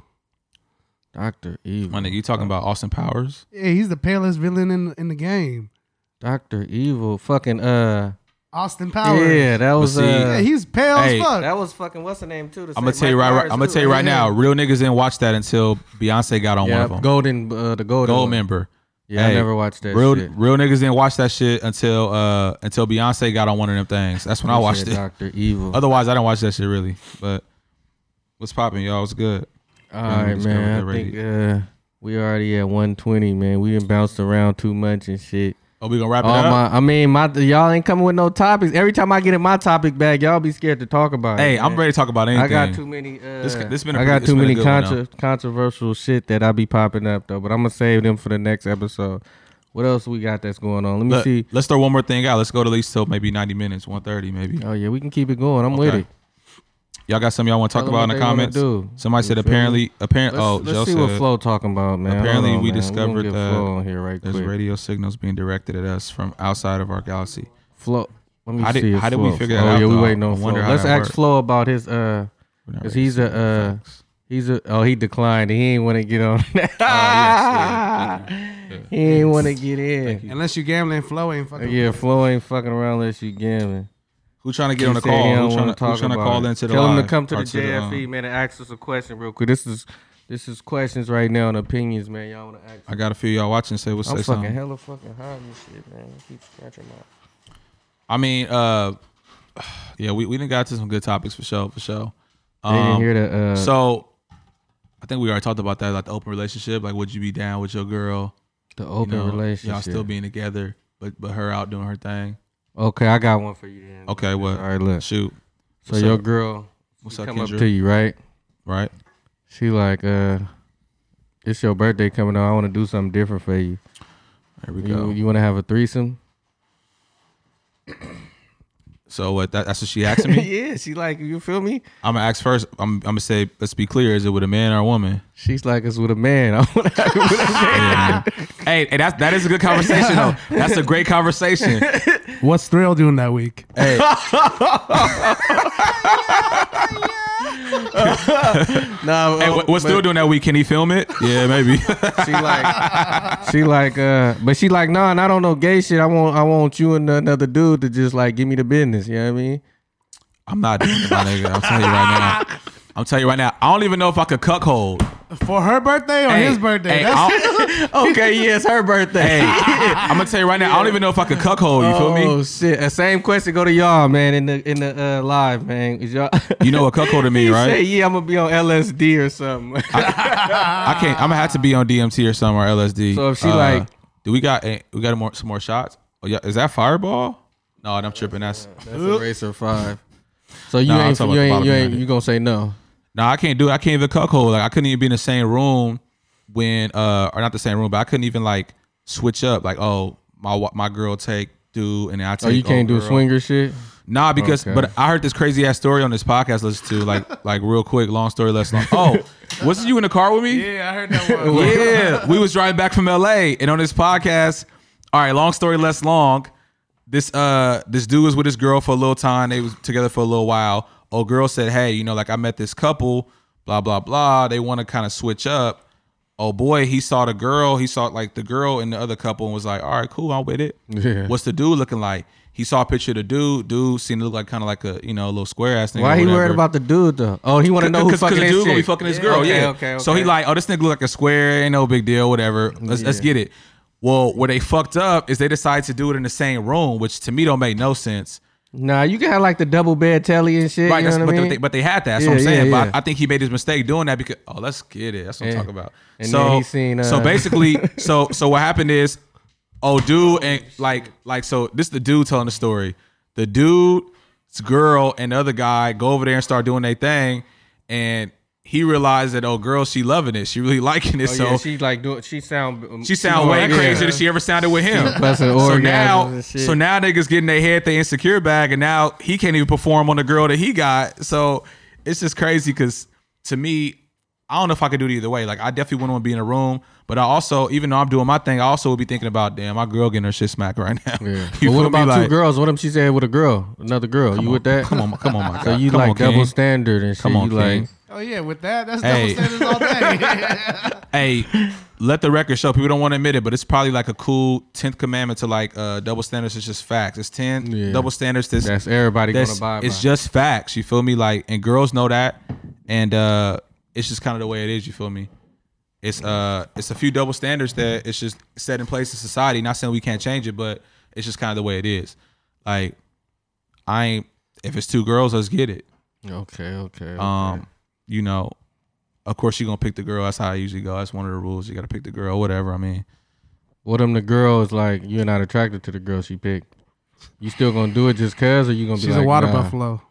Doctor
My
Evil.
nigga, you talking about Austin Powers?
Yeah, he's the palest villain in in the game.
Doctor Evil. Fucking uh.
Austin Powers.
Yeah, that was
see,
uh.
Yeah, he's pale
Hey,
as fuck.
that was fucking what's the name too?
I'm gonna tell you right. I'm gonna tell you right now. Real niggas didn't watch that until Beyonce got on one
Yeah,
of them. Gold,
Golden. Uh, the Golden. one.
member.
Yeah, I
Hey,
never watched that.
Real
shit.
real niggas didn't watch that shit until uh until Beyonce got on one of them things. That's when I
He
watched
said
it.
Doctor Evil.
Otherwise, I didn't watch that shit really. But what's popping, y'all? It's good.
All right,
let's go with
man.
that
I think uh, we already at 120, man. We done bounced around too much and shit.
Oh, we gonna wrap it
All
up.
my, I mean, my y'all ain't coming with no topics. Every time I get in my topic bag, y'all be scared to talk about
Hey,
it.
I'm
man.
ready to talk about anything.
I got too many. Uh,
This- this been a
I
pretty-
got
this
too
been a
many
good one,
contra- controversial shit that I be popping up though. But I'm gonna save them for the next episode. What else we got that's going on? Let me
Let,
see.
us throw one more thing out. Let's go to at least till maybe 90 minutes, 130 maybe.
Oh yeah, we can keep it going. I'm with
Okay.
it.
Y'all got something y'all want to talk
Tell 'em
about in
what
the
they wanna
comments?
do.
Somebody
You
said
feel
apparently, apparently.
Let's,
oh,
let's
Joe
see what
said
Flo talking about, man. Hold
Apparently
on,
we
man. gonna
discovered
get
that
Flo on here right
there's
quick.
radio signals being directed at us from outside of our galaxy.
Flo. Let me
How did-
see. if
how did we
Flo-
figure that
oh,
out,
yeah, we
though?
waiting
I
on Flo.
wonder how
Let's
that
ask
worked.
Flo about his uh,
We're
cause
not ready to
he's
see
a
the
uh,
facts.
he's a oh he declined. He ain't want to get on.
Ah, yeah,
he ain't want to get in. Uh,
Unless you gambling, flow ain't fucking.
Yeah, Flo ain't fucking around unless you gambling.
Who trying to get
He
on the
said he
call?
don't wanna
Who trying to, who
talk
trying to
about
call
it.
into the
Tell him
live
to come to the E.
or um,
JFE man and ask us a question real quick. This is this is questions right now and opinions, man. Y'all want to ask?
I got a few y'all watching say what's
I'm
say
fucking
something.
hella fucking high and shit, man. I keep scratching my.
I mean, uh, yeah, we we didn't got to some good topics for sure, for sure.
They didn't hear the. Uh,
Um, So I think we already talked about that, like the open relationship. Like, would you be down with your girl?
The
You
open
know,
relationship.
Y'all still being together, but but her out doing her thing.
okay, I got one for you. Then.
Okay, what?
All right, look.
Shoot.
So
What's
your
up?
girl
What's
she
up,
come up
Kendra?
to you, right?
Right?
She like, uh, it's your birthday coming up. I want to do something different for you.
There we
You,
go.
you want to have a threesome?
So what? That, that's what she asking me.
yeah, she like you feel me.
I'm gonna ask first. I'm, I'm gonna say, let's be clear: is it with a man or a woman?
She's like it's with a man. I wanna have it with a man.
hey, hey, that's that is a good conversation though. That's a great conversation.
What's Thrill doing that week?
Nah,
Hey,
uh,
what, what's
but
still doing that week? Can he film it? Yeah, maybe.
She like, she like, uh, but she like, nah, and I don't know gay shit. I want, I want you and another dude to just like give me the business. You know what I mean?
I'm not doing it, my nigga. I'm telling you right now. I'm telling you right now. I don't even know if I could cuckold.
For her birthday or his birthday?
Hey,
That's-
I don't-
okay, yeah, it's her birthday.
hey, I'm gonna tell you right now. I don't even know if I could cuckold. You
oh,
feel me?
shit! Uh, same question go to y'all, man. In the in the uh, live, man. Is y'all?
You know what cuckold to me,
He
right?
Say, yeah, I'm gonna be on LSD or something.
I can't. I'm gonna have to be on DMT or something or LSD.
So if she like-
Uh, do we got eh, we got more some more shots? Oh yeah, is that Fireball? No, I'm tripping. That's
That's a racer five. So you
Nah, I'm
ain't,
talking
you
about the
ain't,
bottom
you
behind
ain't,
it.
you gonna say no?
no, I can't do it. I can't even cuckold. Like I couldn't even be in the same room when uh or not the same room, but I couldn't even like switch up. Like oh my wa- my girl take dude and I take.
Oh, you can't
oh,
do
girl.
swinger shit.
Nah, because
Okay.
but I heard this crazy ass story on this podcast. Listen to like like real quick, long story less long. Oh, wasn't you in the car with me?
yeah, I heard that one.
yeah, we was driving back from LA, and on this podcast, all right, long story less long. This uh, this dude was with his girl for a little time. They was together for a little while. Old girl said, "Hey, you know, like I met this couple, blah blah blah. They want to kind of switch up." Oh boy, he saw the girl. He saw like the girl and the other couple, and was like, "All right, cool, I'm with it."
Yeah.
What's the dude looking like? He saw a picture of the dude. Dude seemed to look like kind of like a you know a little square ass nigga. or
Why he worried
whatever.
about the dude though? Oh, he want to know who
Cause,
fucking
cause the
his
dude gonna be
chick.
fucking his girl.
Okay,
yeah.
Okay, okay.
So he like, oh, this nigga look like a square. Ain't no big deal. Whatever. Let's let's
Yeah.
get it. Well, where they fucked up is they decided to do it in the same room, which to me don't make no sense.
Nah, you can have like the double bed telly and shit.
Right.
you know
that's-
what
but,
I
they,
mean?
but they had that. That's what
Yeah,
I'm saying.
yeah,
But
yeah.
I, I think he made his mistake doing that because oh, let's get it. That's what
Yeah.
I'm talking about.
And
so
then he seen,
so
uh,
basically, so so what happened is, oh, dude, and like like so this the dude telling the story. The dude's girl and the other guy go over there and start doing their thing, and he realized that oh, girl, she loving it. She really liking it.
Oh,
so
yeah, she like doing. She sound.
she sound way
yeah.
crazier than she ever sounded with him.
busting
so
orgasms
now,
and shit.
so now niggas getting their head they insecure bag, and now he can't even perform on the girl that he got. So it's just crazy because to me, I don't know if I could do it either way. Like I definitely wouldn't want to be in a room, but I also, even though I'm doing my thing, I also would be thinking about, damn, my girl getting her shit smacked right now.
Yeah.
You
But
feel
what
me?
about
Like,
two girls? What if she said with a girl, another girl? you with that?
Come on, come on, my
So
guy.
you
Uh, Come
like
on,
double
King.
standard and shit.
Come on,
you like
King.
Oh yeah, with that, that's
Hey.
double standards all day.
hey, let the record show. People don't want to admit it, but it's probably like a cool tenth commandment to like uh double standards. It's just facts. It's ten
Yeah.
double standards. This
that's everybody
that's
gonna buy.
it's just facts. You feel me? Like and girls know that, and uh it's just kind of the way it is. You feel me? It's uh it's a few double standards that it's just set in place in society. Not saying we can't change it, but it's just kind of the way it is. Like I ain't if it's two girls, let's get it.
okay, okay. okay.
Um, you know, of course you're gonna pick the girl. That's how I usually go. That's one of the rules. You gotta pick the girl, whatever. I mean,
what if the girl is like you're not attracted to the girl she picked? You still gonna do it just cause, or you gonna be
She's
like
a water
nah?
buffalo.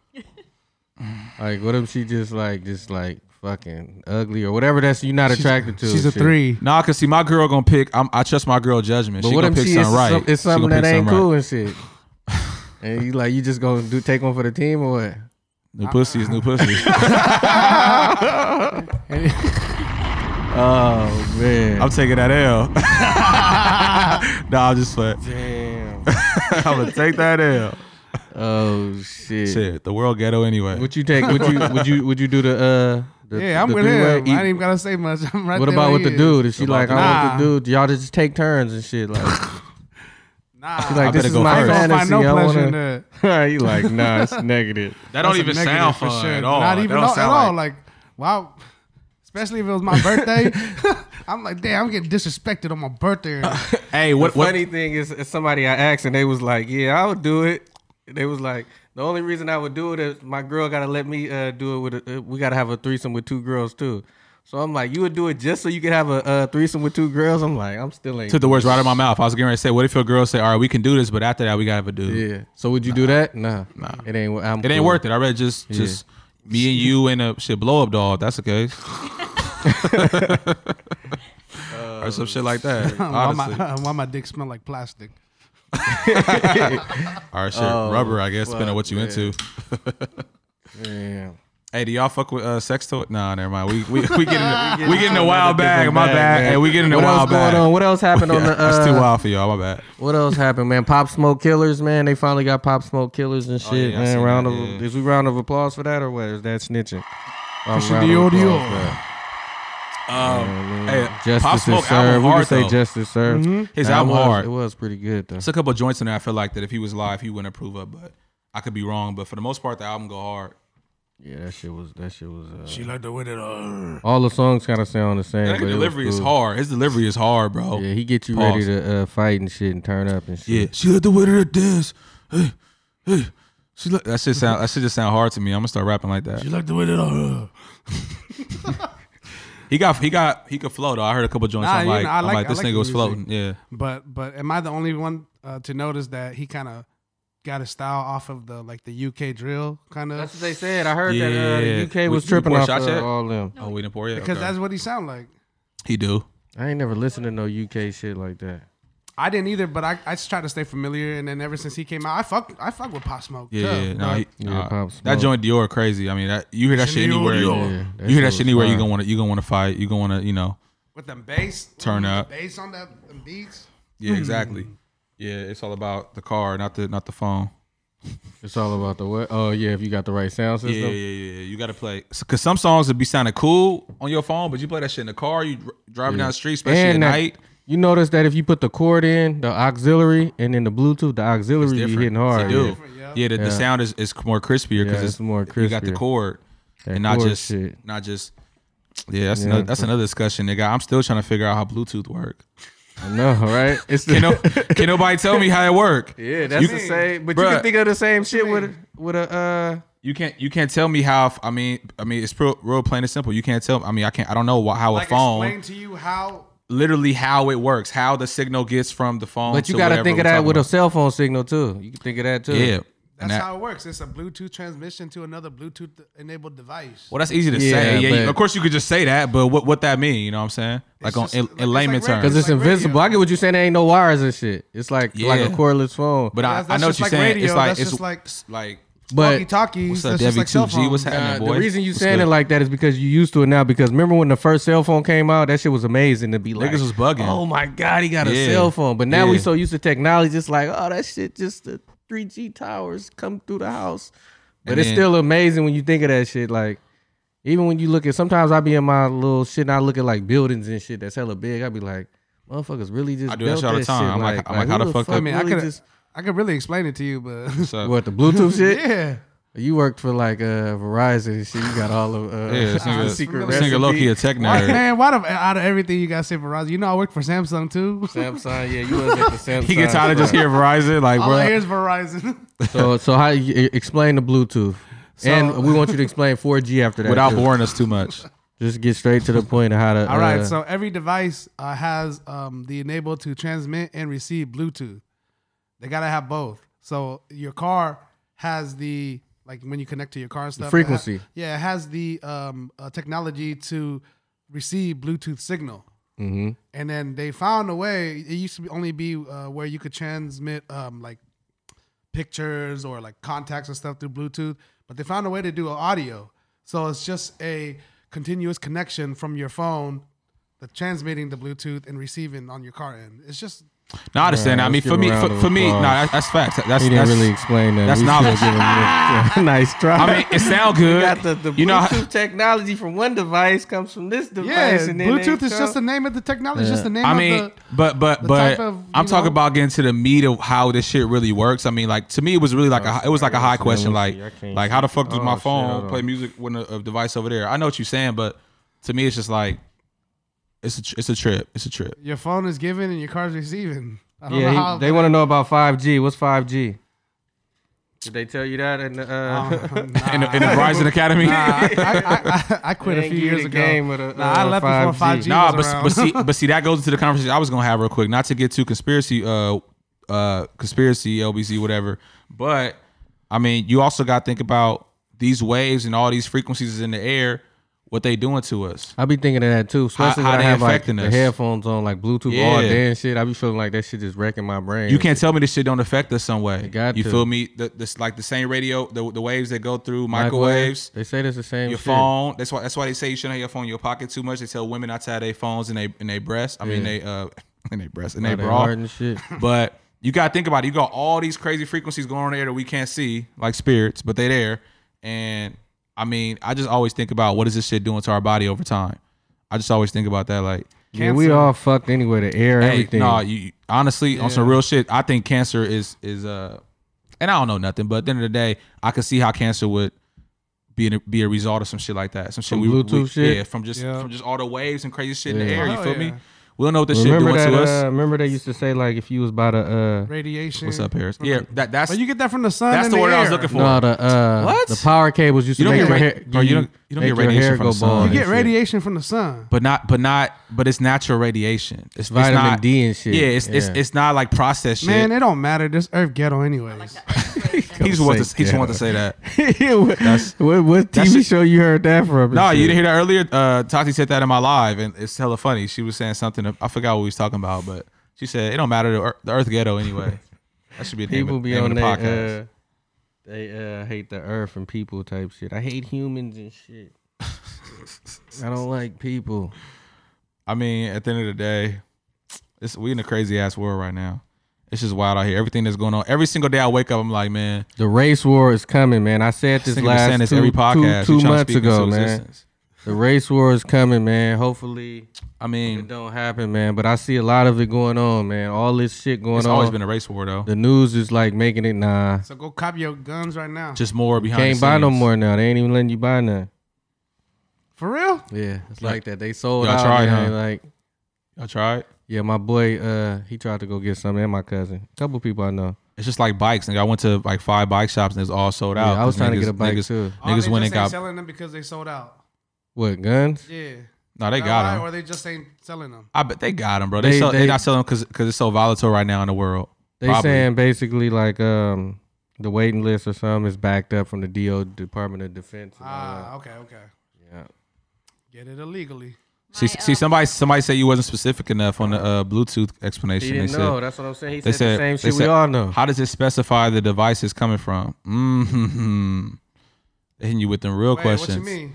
Like what if she just like just like fucking ugly or whatever that's you're not attracted to?
She's a
shit.
three.
nah, cause see, my girl gonna pick. I'm, I trust my girl judgment.
But
she
what
gonna
if
pick
she is
something right.
some- it's
She gonna
something
pick
that ain't
something
cool
right.
and shit? and you like you just gonna do take one for the team or what?
New pussy is new pussy.
Oh man.
I'm taking that L. nah, I'm just playing.
Damn.
I'm gonna take that L.
Oh shit.
Shit, the world ghetto anyway.
Would you take? Would you? Would you? Would you do the? uh the,
Yeah, I'm
the
with
three-way?
him. I ain't even gotta say much. I'm right
what
there
about
where
with
he
the
is.
dude? Is she like, I want the
Nah.
dude. Y'all just take turns and shit. Like,
Nah,
she like
better
this is
go
my
first.
I don't
fantasy.
find no
I
pleasure in
wanna.
that.
you like, nah, it's negative.
that
That's a negative for sure. Not even at all. Like, wow. Especially if it was my birthday, I'm like, damn, I'm getting disrespected on my birthday.
hey, what?
the
what
funny thing is, is somebody I asked and they was like, "Yeah, I would do it." They was like, "The only reason I would do it is my girl gotta let me uh, do it with. A, uh, we gotta have a threesome with two girls too." So I'm like, "You would do it just so you could have a uh, threesome with two girls?" I'm like, "I'm still ain't."
took the words right out of my mouth. I was getting ready to say, what if your girl say, all right, we can do this, but after that, we gotta have a dude.
yeah. So would you do that? Nah. Nah. It ain't. wor- I'm
It ain't
cool.
worth it. I read just just me and you and a shit blow up doll. if That's the case. or some shit like that.
why,
Honestly,
my, why my dick smell like plastic?
All right, shit.
Oh,
Rubber, I guess, depending on
fuck,
what you
man.
into.
Yeah.
Hey, do y'all fuck with uh, sex toy? Nah, never mind. We we we getting we getting a
another
wild bag.
different
My
bag,
bad.
man.
Hey, we getting a
What
wild
else going
bag.
on? What else happened on
Yeah,
the? Uh,
that's too wild for y'all. My bad.
What else happened, man? Pop Smoke Killers, man. They finally got Pop Smoke Killers and shit,
Oh, yeah, I
man.
seen
Round
that,
of
yeah.
is we round of applause for that or what? Is that snitching? Round of
Push the
applause
audio.
for that.
Um, hey,
Oh, Justice
Pop
is
Smoke
served.
album
We can
hard
say
though. Mm-hmm.
Justice served.
His
That
album
was-
hard.
It was pretty good though.
It's a couple of joints in there. I feel like that if he was live, he wouldn't approve of. But I could be wrong. But for the most part, the album go hard.
Yeah, that shit was. That shit was. Uh,
She like to win it all.
all the songs kind of sound the same.
That
but
nigga
it was
delivery is
cool.
hard. His delivery is hard, bro.
Yeah, he get you
Pause.
ready to uh, fight and shit and turn up and shit.
Yeah, she let the waiter dance. Hey, hey, she let, that shit sound. That shit just sound hard to me. I'm gonna start rapping like that.
She like to win it all.
He got, he got, he could float. Though. I heard a couple joints.
Nah,
I'm
you
like,
know, I
I'm
like-
like,
I
this
like
nigga
the
was
music.
floating. Yeah,
But but am I the only one uh, to notice that he kind of got his style off of the like the UK drill kind
That's
of
what they said. I heard that uh,
Yeah.
the UK was
We- we
tripping
pour
off
shots
uh,
yet?
all them.
Oh, we didn't pour yet.
because
Okay.
that's what he sound like.
he do.
I ain't never listened to no UK shit like that.
I didn't either, but I, I just tried to stay familiar. And then ever since he came out, I fuck I fuck with Pop Smoke.
Yeah, yeah,
tough,
nah,
but
he-
Yeah,
nah.
Pop
that
Smoke.
joint Dior crazy. I mean, that, you hear that shit
Jimmy
anywhere.
Dior.
Yeah, that
you hear
shit
that
was
shit anywhere. You
fire.
gonna want to, you gonna want to fight. You gonna want to, you know.
with them bass
Turn
the
up.
bass on that them beats.
Yeah, exactly. Yeah, it's all about the car, not the, not the phone.
It's all about the what? Oh yeah, if you got the right sound system.
Yeah, yeah, yeah, yeah. You got to play because some songs would be sounding cool on your phone, but you play that shit in the car. You dr- driving down the street, especially
And
at
that-
night.
You notice that if you put the cord in, the auxiliary, and then the Bluetooth, the auxiliary be
Different.
hitting hard.
They do.
Yeah.
yeah.
Yeah, the, the sound is, is more crispier
Yeah,
because
it's
it's,
more
You got the
crispier.
cord,
That
and not
cord
just
shit.
not just. Yeah, that's
Yeah.
another that's another discussion, nigga. I'm still trying to figure out how Bluetooth work.
I know, right? It's the,
Can, no, can nobody tell me how it work?
yeah, that's
You-
the same. But you
Bruh.
can think of the same shit with a- with a uh,
You can't you can't tell me how. I mean, I mean, it's real, real plain and simple. You can't tell. I mean, I can't. I don't know wha- how
Like
a phone
explain to you how
literally how it works, how the signal gets from the phone.
But you
to
got to
whatever
think
we're
of that
talking
with a
about.
cell phone signal too. You can think of that too.
yeah.
that's
And that-
how it works. It's a Bluetooth transmission to another Bluetooth enabled device.
Well, that's easy to
Yeah,
say. Yeah, you-
but-
of course you could just say that, but what what that mean? You know what I'm saying? Like on
just-
in,
like,
in
it's
layman
like records.
Because it's,
terms.
It's like radio.
invisible. I get what you're saying. There ain't no wires and shit. It's like like a
Yeah.
cordless phone.
But
That's-
I, I
that's
know
just
what you're
like
saying.
radio.
It's like
That's
it's
just like-
it's like
Talkie
but
talkies.
what's up,
that's just
Debbie
like cell
Two G? What's
phones.
uh,
happening, boy?
the reason you
What's
saying
good?
it like that is because you used to it now. Because remember when the first cell phone came out, that shit was amazing to be like,
was bugging.
Oh my god, he got a
Yeah.
cell phone. But now we
Yeah.
so used to technology, just like oh that shit, just the three G towers come through the house. But
And
it's
then-
still amazing when you think of that shit. Like even when you look at, sometimes I be in my little shit and I look at like buildings and shit that's hella big. I be like, motherfuckers really just
I do that
built
shit all the time.
shit.
I'm like- I'm like, how
who
the fuck
I
that-
mean, I
really
could
just-
I could really explain it to you, but
So,
what the Bluetooth shit?
yeah,
You worked for like uh, Verizon and shit. You got all of uh,
yeah, this
the
nigga,
secret
this nigga low key a
recipe.
tech
Why-
nerd.
man, why the, out of everything you got say Verizon? You know I work for Samsung too.
Samsung, yeah, you was at the Samsung.
He gets tired of just hearing Verizon, like
All I
bro.
hear is Verizon.
So, so how you e, explain the Bluetooth? and we want you to explain 4G after that.
Without
too.
boring us too much.
just get straight to the point of how to.
All right,
uh,
so every device uh, has um, the enable to transmit and receive Bluetooth. They gotta have both. So your car has the like when you connect to your car and stuff. it ha-
frequency.
yeah, it has the um, uh, technology to receive Bluetooth signal.
mhm.
And then they found a way. It used to be only be uh, where you could transmit um, like pictures or like contacts and stuff through Bluetooth, but they found a way to do audio. So it's just a continuous connection from your phone that's transmitting the Bluetooth and receiving on your car end. It's just
No, I understand.
Bruh,
I mean,
let's give
for
him
me,
a
for,
round of
for me, no,
applause.
that's, that's facts. That's
he didn't
that's,
really explain that.
that's
We still
knowledge.
give him this- nice try.
I mean, it sound good.
got the, the Bluetooth
you know, how-
technology from one device comes from this device.
yeah.
and then
Bluetooth
they
is just the
come-
name of the technology. It's just the name
I mean,
of the.
but but
the
but
type of,
I'm
you
talking
know-
about getting to the meat of how this shit really works. I mean, like to me, it was really like a, it was like a high question,
let
like
me see. I can't
like how the
see.
fuck does
Oh,
my
shit, hold
phone
on.
play music when a, a device over there? I know what you're saying, but to me, it's just like it's a tr- it's a trip. It's a trip.
Your phone is giving and your car's receiving. I don't
yeah,
know
he-
how
they want to know about 5G. What's 5G? Did they tell you that? And uh,
In the, in the Verizon Academy.
I, I, I, I quit a
They
few
ain't give you
years
the
ago.
game with a,
nah, I
uh,
left
5G.
before 5G.
Nah,
was
but,
around.
but see, but see, that goes into the conversation I was gonna have real quick. Not to get too conspiracy, uh, uh, conspiracy, LBC, whatever. But I mean, you also got to think about these waves and all these frequencies in the air. what they doing to us.
I be thinking of that too, especially
how
when I
they
have like
affecting
the
us.
headphones on, like Bluetooth all
Yeah.
day and shit. I be feeling like that shit just wrecking my brain.
You can't tell me this shit don't affect us some way.
It got
you
to.
feel me? The, this like the same radio, the, the waves that go through microwaves.
They say that's the same.
your
shit.
phone. That's why. That's why they say you shouldn't have your phone in your pocket too much. They tell women not to have their phones in their in their breast. I mean,
Yeah.
they uh in their breast in
How
their
they
bra.
hard and shit.
But you gotta think about it. You got all these crazy frequencies going on there that we can't see, like spirits, but they there. And I mean, I just always think about what is this shit doing to our body over time. I just always think about that. Like,
Yeah, we
Cancer.
all fucked anyway. The air,
hey,
everything.
no, you honestly on some real shit. I think cancer is is uh, and I don't know nothing, but at the end of the day, I could see how cancer would be a, be a result of some shit like that. Some shit
From
we,
Bluetooth
we-
shit?
yeah, from just
Yeah.
from just all the waves and crazy shit in the
Yeah.
air. You
Oh,
feel me?
yeah.
We don't know what this
remember
shit doing
that?
to us.
Uh, remember they used to say like if you was by the uh,
Radiation.
What's up, Paris? Yeah, that that's
But you get that from the sun.
that's
and
the word I was
air.
looking for.
no the uh,
What?
the power cables used to
You don't
make
get
your
ra-
hair.
bro, you don't- you don't
make
get
your
radiation
hair
from
go
the sun.
bald
You
You
and
get
shit.
radiation from the sun.
but not but not but it's natural radiation. It's, it's
Vitamin
not,
D and shit.
Yeah, it's it's
Yeah.
it's not like processed shit.
Man, it don't matter. This earth ghetto, anyways.
he
say
just wants to he just
ghetto.
wants to say that. That's-
what, what
that's
TV
just-
show you heard that from? and
No, you
shit?
didn't hear that earlier. Uh, Tati said that in my live, and it's hella funny. She was saying something. I forgot what we was talking about, but she said it don't matter the Earth, the earth ghetto anyway. That should be the
People
name,
be
name
on
of the
that.
podcast.
Uh, they uh, hate the earth and people type shit. I hate humans and shit. I don't like people.
I mean, at the end of the day, it's we in a crazy ass world right now. It's just wild out here. Everything that's going on. Every single day I wake up, I'm like, man,
The race war is coming, man. I said
this
this
nigga been saying
last
this
two,
every
two-
podcast.
two
He trying to
months
speak
ago,
into
man.
existence.
The race war is coming, man. Hopefully
I
it
mean,
don't happen, man. But I see a lot of it going on, man. All this shit going
it's
on.
always been a race war though.
uh, the news is like making it nah.
So go cop your guns right now.
Just more behind.
Can't
the
buy no
scenes.
more now. They ain't even letting you buy none.
For real?
Yeah, it's like that. They sold
Y'all
out.
tried,
man.
huh?
Like
Y'all try it.
yeah, my boy, uh, he tried to go get some, and my cousin, a couple people I know.
It's just like bikes. Nigga, I went to like five bike shops and it's all sold out.
Yeah, I was
'cause
trying to
niggas-
get a bike
niggas,
too.
Oh, they
Niggas
just
went and
ain't
got.
selling them because they sold out.
What guns?
Yeah.
No, they
Is that
got
why?
them.
Or they just ain't selling them.
I bet they got them, bro. They
They-
they, sell, they,
they-
not selling because because it's so volatile right now in the world.
They
Probably.
saying basically like um the waiting list or something is backed up from the DO Department of Defense. and all
Ah, okay, okay.
that. yeah.
Get it illegally.
See,
My,
uh,
see,
um,
somebody somebody said you wasn't specific enough on the uh, Bluetooth explanation.
He didn't
they said,
know. That's what I'm saying. He
They
said,
said,
the same
they
shit we
said,
all know.
How does it specify the device is coming from? Mm-hmm. They hitting you with them real
Wait,
questions.
what you mean?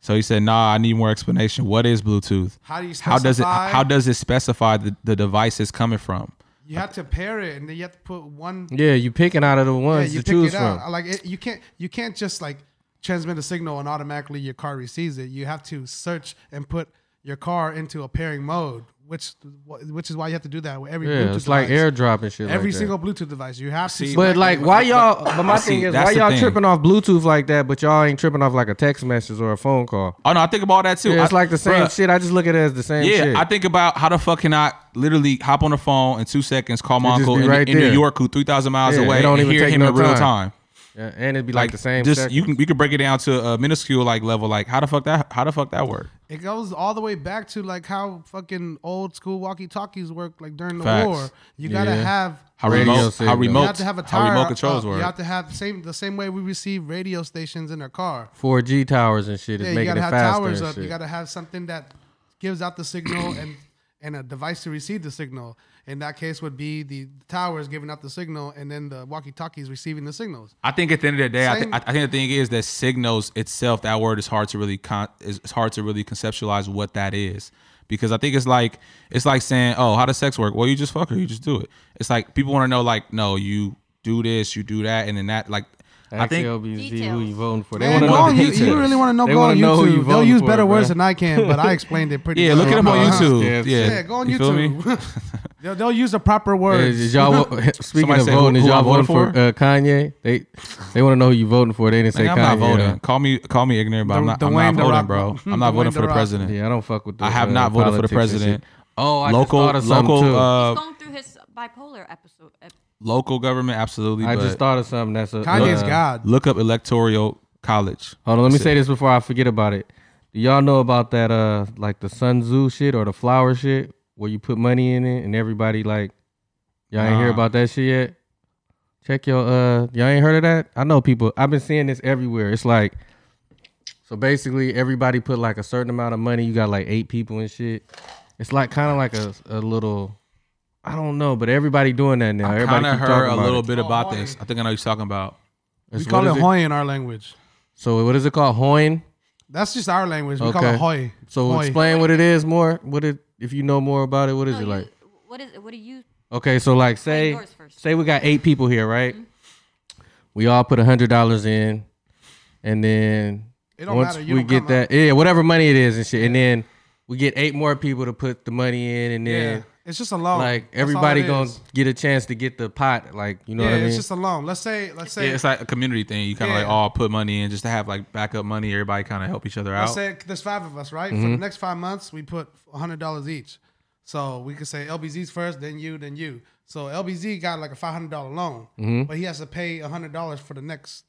So he said, "Nah, I need more explanation. What is Bluetooth?
How do you specify?
How does it how does it specify the, the device is coming from?
you have to pair it and then you have to put one
Yeah, you picking out of the
yeah,
ones
you
to
pick
choose
it
from.
out. Like it, you can't you can't just like transmit a signal and automatically your car receives it. You have to search and put your car into a pairing mode, which which is why you have to do that with every
Yeah,
Bluetooth
it's like
device.
airdrop and shit.
every
like that.
single Bluetooth device. You have to
See,
select
But like,
it.
why y'all? But my
See,
thing is,
that's
why
the
y'all
thing.
tripping off Bluetooth like that? But y'all ain't tripping off like a text message or a phone call.
Oh no, I think about that too.
Yeah, it's
I-
like the same
bruh,
shit. I just look at it as the same
Yeah,
shit.
I think about how the fuck can I literally hop on the phone in two seconds, call my
It just
uncle
be
in,
right
in New
there.
York, who three thousand miles
Yeah,
away,
it don't
and
even
hear
take
him
no
in real
time.
time.
Yeah, and it'd be like, the same.
Just
second.
you can we could break it down to a minuscule like level. Like how the fuck that how the fuck that work?
It goes all the way back to like how fucking old school walkie talkies work like during the
Facts.
war. You gotta
Yeah.
have
How
Radio
remote how
signal.
remote
you have to have a
how
tower.
remote controls
up. uh,
work.
You have to have the same the same way we receive radio stations in our car.
4G towers and shit is
Yeah, you
making
gotta
it
have
faster.
towers
and
up.
shit.
You gotta have something that gives out the signal and and a device to receive the signal. In that case, would be the towers giving out the signal, and then the walkie-talkies receiving the signals.
I think at the end of the day, I, th-
Same-
I think the thing is that signals itself, that word is hard to really con- is it's hard to really conceptualize what that is because I think it's like it's like saying, oh, how does sex work? Well, you just fuck her, you just do it. It's like people want to know, like, no, you do this, you do that, and then that, like, I think
LBZ who
Details.
you voting for. They
Man,
want to
go
know
on,
the
you,
details.
you really want to know?
They
go
wanna
on
know who you
YouTube. They'll
voting
use
for,
better words
bruh.
than I can, but I explained it pretty.
yeah,
well.
look it up on
Uh-huh.
YouTube. Yeah,
Yeah, go on
You feel me?
YouTube. they'll, they'll use the proper words.
Is, is y'all wo- speaking
Somebody
of
said who-
voting? Is
who I
y'all voting
voted
for
for?
uh, Kanye? They they want to know who you voting for. They didn't say
Nigga, I'm
Kanye.
not voting.
though.
Call me, call me ignorant, but I'm
Du-
not, I'm
Dwayne
not
The
voting,
Rock.
bro. I'm not
Dwaying
voting
The
for the
Rock.
president.
Yeah, I don't fuck with. The,
I have
uh,
not voted for the
politics and
president.
shit. Oh, I just
local,
thought of something
local,
too.
uh,
He's going through his bipolar episode. ep-
local government, absolutely.
I
but
just thought of something. That's a
Kanye's
uh,
God.
look up electoral college.
Hold on, let me say this before I forget about it. Do y'all know about that uh like the Sun Tzu shit or the flower shit where you put money in it and everybody like y'all ain't hear
Nah.
about that shit yet? Check your uh y'all ain't heard of that? I know people I've been seeing this everywhere. It's like So basically, everybody put like a certain amount of money. You got like eight people and shit. It's like kind of like a, a little, I don't know, but everybody doing that now.
I
everybody
kind of
keep
heard
talking
a
about
little
it.
bit about this. I think I know what you're talking about.
We
It's-
call
what
it
is
hoy in our language.
So what is it called? Hoin.
That's just our language. We call it
Okay.
hoy.
So
Hoy.
explain what it is more. What it if you know more about it? What is
No,
it
you-
like?
What is? What do you?
Okay, so like say
Oh, yours first.
say we got eight people here, right? We all put a hundred dollars in, and then
It don't
once
matter. You
we
don't
get
come
that, yeah, whatever money it is and shit, and then we get eight more people to put the money in, and
Yeah.
then
It's just a loan.
like
That's all
everybody
it
gonna
is.
get a chance to get the pot, like you know
Yeah,
what I mean?
it's just a loan. Let's say, let's
Yeah,
say,
it's like a community thing. You kind of
Yeah.
like all put money in just to have like backup money. Everybody kind of help each other out.
let's say there's five of us, right?
Mm-hmm.
For the next five months, we put hundred dollars each. So we could say LBZ's first, then you, then you. So LBZ got like a five hundred dollar loan,
Mm-hmm.
but he has to pay hundred dollars for the next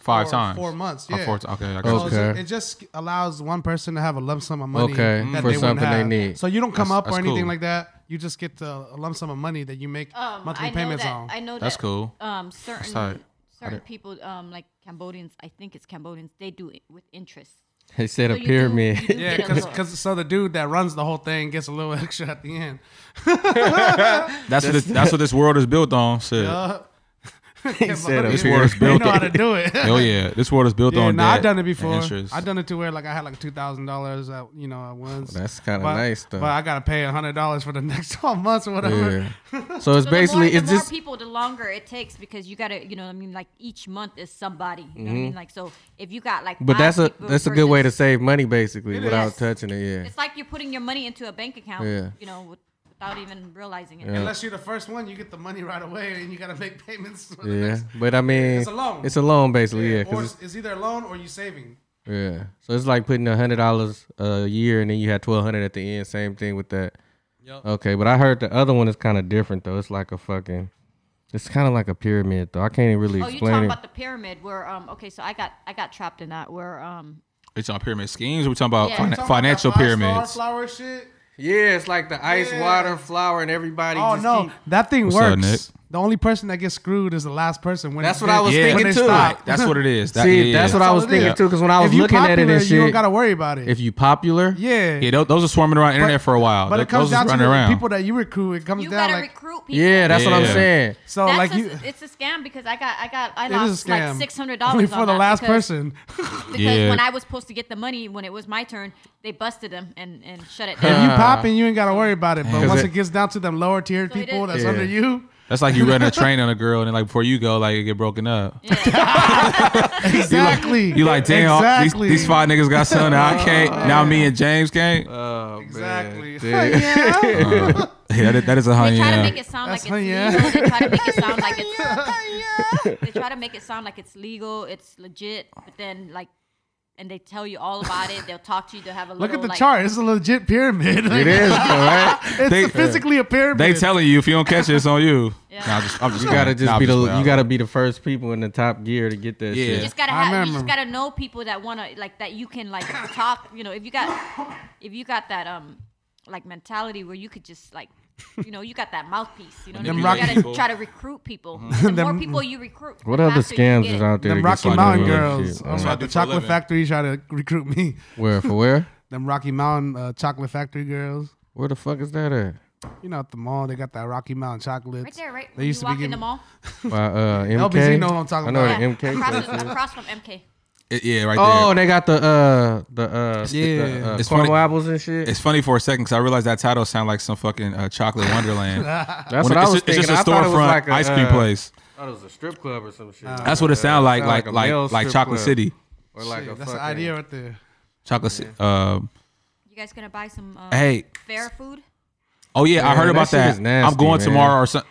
Five
four,
times.
four months.
Oh,
Yeah.
four ti- okay, I got
So
you.
it's-
Okay.
it just allows one person to have a lump sum of money
Okay,
that
for
they wouldn't
something they
have.
need.
So you don't come
That's-
up or
that's
anything
cool.
like that. You just get the, a lump sum of money that you make
Um,
monthly
I know
payments
that,
on.
I know
That's
that,
cool.
Um,
tight.
certain certain people, um, like Cambodians, I think it's Cambodians. They do it with interest.
they said
So
a
you do-
pyramid.
you do
yeah,
get a
because so
loan.
the dude that runs the whole thing gets a little extra at the end.
That's what this, that's what this world is built on. Shit.
Uh,
he said a
This
pyramid.
works
they
Built
know how
it.
to do it.
Hell yeah, this world is built
Yeah,
on
no,
debt
I've done it
and
before.
interest.
I've done it to where like I had like two thousand dollars at you know at once.
That's kinda
But-
nice, though.
But I gotta pay hundred dollars for the next twelve months or whatever.
Yeah. So it's
So
basically
the more,
it's
the more
just
people, the longer it takes because you gotta, you know, what I mean, like each month is somebody. You know what I mean? Like so, if you got like,
Mm-hmm. But
five
that's a
people
that's a good way to
versus-
save money basically without
is.
touching it. Yeah.
It's like you're putting your money into a bank account.
Yeah.
You know, with- without even realizing it.
Unless you're the first one, you get the money right away, and you gotta make payments. For the
Yeah,
next.
but I mean,
It's a loan.
It's a loan, basically. Yeah,
Yeah,
'cause
or it's, it's either a loan or you saving.
it's- yeah. So it's like putting a hundred dollars a year, and then you had twelve hundred at the end. Same thing with that. Okay, but I heard the other one is kind of different though. It's like a fucking, it's kind of like a pyramid though. I can't even really
Oh, you're
explain
talking
it.
about the pyramid where um okay, so I got I got trapped in that where um
It's on pyramid schemes. We're talking about
Yeah.
finan-
You
Talking about
financial
that five-star
pyramids.
flower shit.
yeah, it's like the ice,
Yeah.
water, flour, and everybody.
Oh
just
no,
keep-
that thing
What's up,
works.
Nick?
the only person that gets screwed is the last person. When
That's
it-
what I was
Yeah,
when
thinking
they
too.
stop.
That's what it is. That-
See,
yeah.
that's what I was
all it
thinking
is.
too. Because when I was
If you
looking at it
popular,
and
you don't
shit,
gotta worry about it.
if you popular,
yeah,
Yeah, tho- those are swarming around the internet for a while.
but
Th-
it comes
those
down
is
to
running
the
around.
people that you recruit. It comes
you
down
gotta
like
recruit people.
yeah, that's what I'm
Yeah.
saying.
so,
That's
Oh, like
a,
you.
it's a scam because I got I got I
It is
lost
a
like
scam.
six hundred dollars
Only for the last person.
Because
Yeah.
when I was supposed to get the money when it was my turn, they busted them and, and shut it
If you
down.
popping, you ain't gotta worry about it. But
'Cause
once
it-
it, gets down to them lower tier
So it
people
is-
that's
Yeah.
under you,
That's like you running a train on a girl, and then like before you go, like you get broken up.
exactly.
You like, damn,
exactly.
these, these five niggas got something. I can't. Now me and James can't.
Oh,
Exactly.
yeah.
Yeah, that, that is a uh,
They
hundred.
try to
yeah.
make it sound like
That's
it's
how- yeah.
legal. They try to make it sound like it's. they try to make it sound like it's legal. It's legit, but then like, and they tell you all about it. They'll talk to you. They'll have a
Look
little,
at the
like,
chart. It's a legit pyramid.
It is, though, right?
It's
They-
physically a pyramid.
They telling you if you don't catch it, it's on you.
Yeah.
Nah, I'm just, I'm just
You gotta just
nah, I'm
be the
playing.
you gotta be the first people in the top gear to get that
Yeah.
You
shit.
just gotta
I
have. You just
remember.
gotta know people that wanna like that. You can like talk. You know, if you got, if you got that um, like mentality where you could just like. You know, you got that mouthpiece. You know, what I
Them
mean?
Rocky-
you gotta try to recruit people. The more
Them-
people you recruit,
What
the
other
faster you
scams
get
is
it.
out there?
them
to get
Rocky
fucked
Mountain
up with that
girls.
shit?
I'm
Uh,
what I
sorry,
do
the
for a
chocolate
living.
factory try to recruit me.
Where for where?
Them Rocky Mountain uh, chocolate factory girls.
Where the fuck is that at?
You know, at the mall, they got that Rocky Mountain chocolates.
Right there, right.
They used
you
to
walk
be
in the
getting.
mall.
By, uh, MK.
LBZ know what I'm talking
I know where
about.
Oh, the
Yeah,
MK.
across,
place
the-
is.
across from MK.
It- yeah, right
Oh,
there.
and they got the uh the uh yeah the, uh,
It's
Cornwall
funny-
apples and shit.
It's funny for a second because I realized that title sound like some fucking uh, chocolate wonderland.
That's
When
what
it-
I
it's
was
ju-
thinking.
It's just a
I thought it was
storefront
like a,
ice cream
uh,
place.
I thought it was a strip club or some shit.
That's what it sound like,
sound
like
like a
like
male
like,
strip
Chocolate
club.
City,
or like a
That's the
fucking-
idea right there.
Chocolate. Ci- um,
You guys gonna buy some uh,
hey,
fair food?
oh yeah, I
Yeah,
heard
that
about
shit
that.
is nasty,
I'm going
man.
tomorrow or something.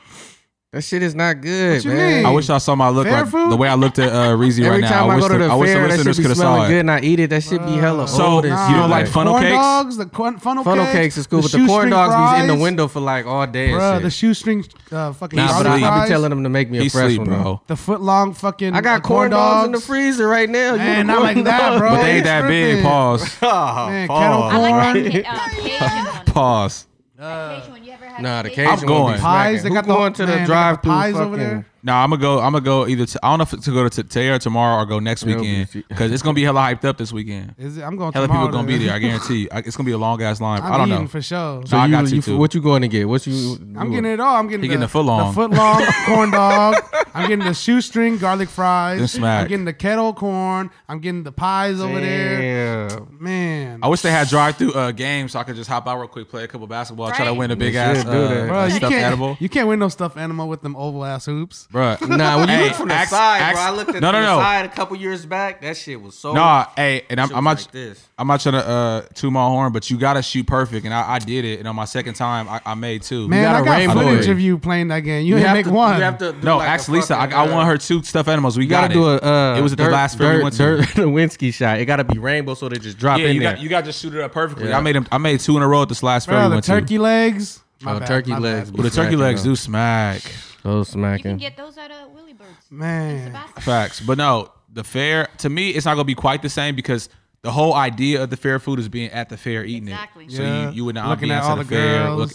That shit is not good,
you
man.
mean?
I wish I saw my look
Fair
like
food?
the way I looked at uh, Reezy right
Every
now.
time I,
wish
go to the,
I wish the
fair, that
listeners
shit be
could have saw
smelling good
it.
and I eat it. That shit be hella
So,
old. and
you
shit,
don't like funnel
corn
cakes?
dogs, the corn, funnel,
Funnel
cakes,
cakes is cool,
the
but the corn
shoestring
dogs be in the
fries.
window for like all day. and
Bruh,
shit.
the shoestring uh, fucking
Nah,
nah,
but I- I be
I be
fries,
telling them to make me a
He
fresh
sleep,
one,
bro.
bro.
the foot long fucking.
I
uh,
got corn dogs in the freezer right now.
Man,
you
not like that, bro.
But they ain't
It's
that big.
tripping.
Pause.
Man, kettle
I like
corn,
that ca- uh, Cajun one.
Pause.
That Cajun one. You ever had
Nah, the
Cajun?
Cajun
going.
One be
Pies, they
smacking.
got
Who
the-
going to the
man, they got the
drive-thru
pies
fucking
over there.
No, I'm gonna go. I'm gonna go either. To, I don't know if to go to t- today or tomorrow or go next
Yeah,
weekend
but you-
because it's gonna be hella hyped up this weekend.
Is it, I'm going
Hella
tomorrow.
people gonna be
to-
there. I guarantee. You. I, it's gonna be a long ass line.
I'm
I don't
eating
know.
for sure.
No, I got you
you,
too.
What you going to get? What you?
I'm getting it all. I'm getting
He getting
the,
the foot long.
the foot long corn dog. I'm getting the shoestring garlic fries.
Then smack.
I'm getting the kettle corn. I'm getting the pies over there. Man,
I wish they had drive through uh, games so I could just hop out real quick, play a couple basketball, try to
Right.
win a
They
big
should
ass
do
uh,
that.
Bruh,
uh,
you
stuffed
can't
edible.
you can't win no stuffed animal with them oval ass hoops.
Bruh.
Nah, when you
Hey,
look from the
ask-
side, bro,
ask-
I looked at
no,
the
no, no.
side a couple years back. That shit was so.
Nah, hey, and I'm,
Oh, Shit
I'm
was
not.
like this.
I'm not trying to uh, toot my horn, but you gotta shoot perfect, and I, I did it. And on my second time, I, I made two.
Man,
got
I
a
got
rainbow.
footage of you playing that game. You, didn't
have
make
to-
one.
You have to do
no,
like a
ask Lisa. I,
fucking,
I want
uh,
her two stuffed animals. We
You gotta
got
do
it.
a. Uh,
it was at the
dirt-
last fair we
dirt,
went to.
dirt, Lewinsky shot. It gotta be rainbow so they just drop
yeah,
in
you
there.
got you got to shoot it up perfectly.
Yeah.
I made him. I made two in a row at this last fair
Bruh,
we
the
went
turkey legs. My
Oh,
bad,
turkey
my
legs.
bad.
to. But the turkey
Smacking
legs
though.
do smack.
so
You can
smacking.
get those at uh, Willie Birds.
Man.
Sebastian.
Facts. But no, the fair to me, it's not gonna be quite the same because the whole idea of the fair food is being at the fair eating
Exactly.
it. So
Yeah.
you, you would not
looking
be
at all
the,
the
fair.
girls.
Look,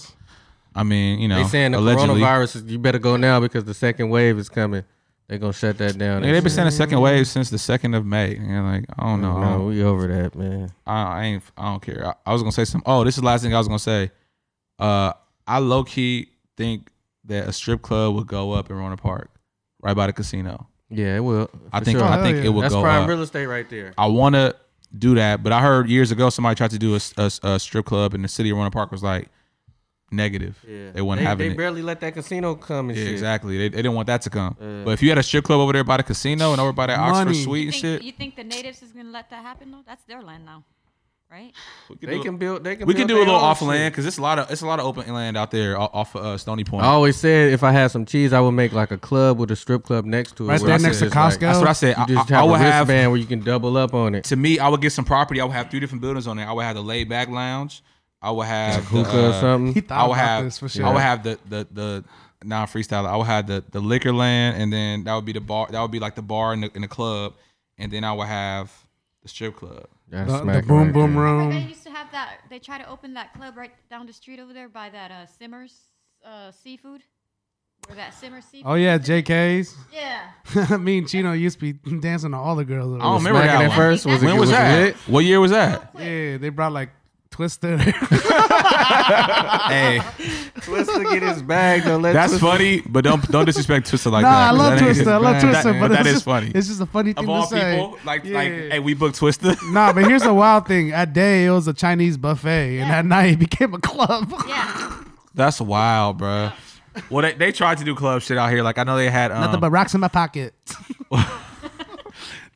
I mean, you know,
They saying the
allegedly.
coronavirus is you better go now because the second wave is coming. They gonna shut that down.
Yeah, they've been saying a
Mm-hmm.
second wave since the second of May. And like, I don't know. I
No,
don't-
we over that, man.
I, I ain't. I don't care. I, I was gonna say some. Oh, this is the last thing I was gonna say. Uh, I low key think that a strip club would go up in Rona Park, right by the casino.
Yeah, it will.
I
for
think.
sure.
Oh,
I
hell
think it
yeah.
would
that's
go
prime
up.
real estate right there.
I want to do that, but I heard years ago somebody tried to do a, a, a strip club, and the city of Rona Park was like negative.
Yeah,
They weren't
they,
having
They
it.
barely let that casino come and
yeah,
shit.
exactly. They, they didn't want that to come.
Yeah.
But if you had a strip club over there by the casino and over by that
Money.
Oxford Suite
You
and
think,
shit,
you think the natives is gonna let that happen though? That's their land now, right?
we could
They
do,
can build. They can.
we could
build
do a
their
little
own
off
shit.
land because it's a lot of it's a lot of open land out there o- off of uh, Stony Point.
I always said if I had some cheese, I would make like a club with a strip club next to it.
Right
where
there
I
next to
said it's
Costco.
like-
That's what I said. I,
you just
I-
have
I
a
would have
wristband where you can double up on it.
to me. I would get some property. I would have three different buildings on there. I would have the laid back lounge. I would have the,
Hookah
uh,
or something.
He thought
I would
about
have.
this for sure.
I would have the the the non freestyle. I would have the the liquor land, and then that would be the bar. That would be like the bar and the, and the club, and then I would have the strip club.
That's
the, the
smacking
boom
right
boom
there.
Remember they
room.
used to have that. They try to open that club right down the street over there by that uh, Simmers uh, seafood, or that Simmers seafood.
Oh yeah, JK's.
Yeah.
Me and Chino used to be dancing to all the girls. over
I don't
there.
Oh, remember
Smacking
that
at
one.
first was it-
when
was
was
it
that?
lit?
What year was that?
Yeah, they brought like Twister.
hey,
Twista get his bag. Don't let
that's
Twista-
funny, but don't don't disrespect Twister like
nah,
that.
I
'cause
love
that ain't-
Twister. I love
that-
Twister, but,
but that
it's
is
just,
funny.
It's just a funny thing
Of
to
all
say.
people, like like,
Yeah.
hey, we booked Twister.
Nah, but here's the wild thing. At day, it was a Chinese buffet, and at night, it became a club.
Yeah.
That's wild, bro. Well, they, they tried to do club shit out here. Like I know they had um,
Nothing but rocks in my pocket.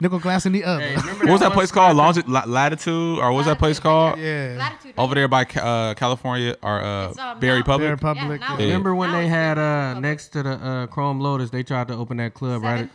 Nickel glass in the
Hey,
oven.
remember
what was that
one
place
spot-
called? Longi- La- Latitude or what was that place called?
Yeah.
Latitude.
Over there by Ca- uh, California or
It's,
uh,
um,
Berry
now-
Bear
Public.
Public.
now
yeah.
it's
Remember when
Now
they
it's
had uh
Republic.
next to the uh Chrome Lotus, they tried to open that club right.
Seven.
at-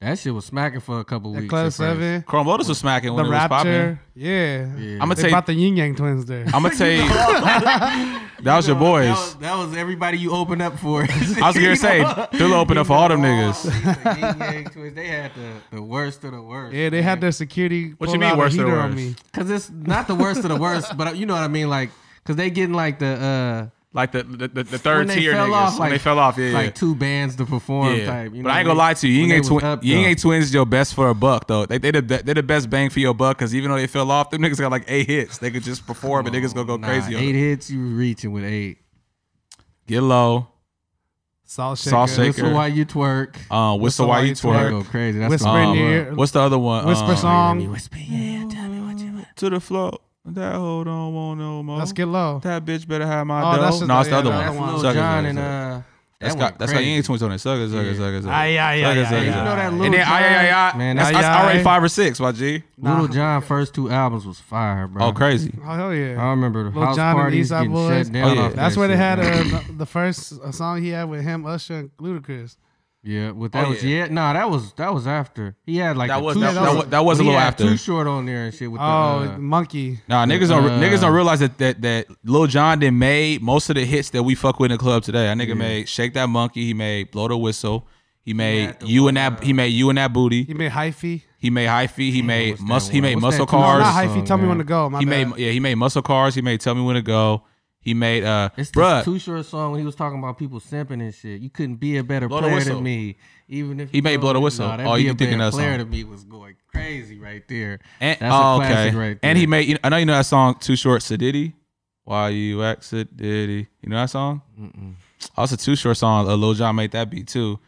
That shit was smacking for a couple
That
weeks.
Club
at first.
Seven.
Chrome Lotus was smacking
The
when it was popping.
Rapture. Yeah.
Yeah.
I'ma
they
tell you-
brought the Yin Yang twins there.
I'm gonna tell you, that was your
That
boys.
was, that was everybody you opened up for.
I was gonna say Dilla opened up for all them niggas.
niggas. They had the, the worst of the worst.
yeah, they had their security.
What you
pull
mean
out a
worse than
heater on
worse?
me.
Cause it's not the worst of the worst, but uh, you know what I mean, like, cause they getting like the
Like the the, the, the
uh
third
when they
tier
fell
niggas
off,
when
like-
they fell off. Yeah,
like two bands to
yeah.
perform
yeah.
type. You
but
know
I ain't gonna
what
lie to
When
you, Ying
they
Yang,
was
twin,
up,
Ying
though.
Yang Twins is your best for a buck though. They they the be- they the best bang for your buck because even though they fell off, them niggas got like eight hits. They could just perform and niggas gonna go
Nah,
crazy. on
Eight
it.
hits, you reaching with eight.
Get low.
Salt shaker.
Salt shaker.
Whistle while you twerk.
Uh, whistle while you
That
twerk.
go crazy. That's
Whisper
the
in
Um,
your
whole-
ear.
What's the other one?
Whisper
Um,
song.
Whisper, yeah, tell me what you want.
to the floor. That hoe don't want no more.
Let's get low.
that bitch better have my
Oh,
dough.
that's just
no, it's the
the-
other
yeah,
one.
the other
That's
one.
Lil
Suckers,
John and
suckers, suckers.
uh.
That's
that
got that's got
went
you ain't
crazy.
twins on it. Suckers, suckers,
Yeah.
suckers.
Aye, aye, aye, aye,
You know that
And
Lil
then aye, aye, aye,
John,
aye.
man.
That's,
That's
that's
aye,
already
aye.
five or six, my G.
Little John first two albums was fire, bro.
Oh, crazy.
Oh, hell
I
yeah.
remember the
Lil
house
John and
parties
East Side
getting
Boys.
shut down.
Oh, yeah.
off
That's
that
where they
shit,
had
man.
uh, the first uh, song he had with him, Usher, and Ludacris.
Yeah, what that
Oh,
was
yeah.
yeah. Nah, that was that was after. He had like
That
a
was-
two
that-
short-
that was-
that was a
when he
little
had
after.
Too short on there and shit with
Oh,
the. Uh,
Monkey.
Nah, niggas don't
Uh,
niggas don't realize that that that Lil John then made most of the hits that we fuck with in the club today. That nigga made Shake That Monkey. He made Blow the Whistle. He made
had the
you and
one, uh,
that. He made you and that
He
booty.
made hyphy.
He made Hyphy. He made
what's that
mus. He
one?
made
What's
muscle
that? No,
No,
cars.
not hyphy.
song,
Tell me
man.
when to go. My
he
bad.
made yeah he made muscle cars he made tell me when to go he He made uh,
It's the
bruh.
Too Short song when he was talking about people simping and shit. You couldn't be a better
Blow the
player
whistle.
than me, even if
He
you
made
don't-
Blow the Whistle.
Nah, that
Oh,
be
you
a
thinking
better
that
player
song.
to me was going crazy right there.
and,
That's a
oh,
classic
okay.
right there.
and he made you know, I know you know that song Too Short Sadiddy. Why you exit Diddy? You know that song?
Mm-mm.
Oh, it's a Too Short song. Uh, Lil Jon made that beat too.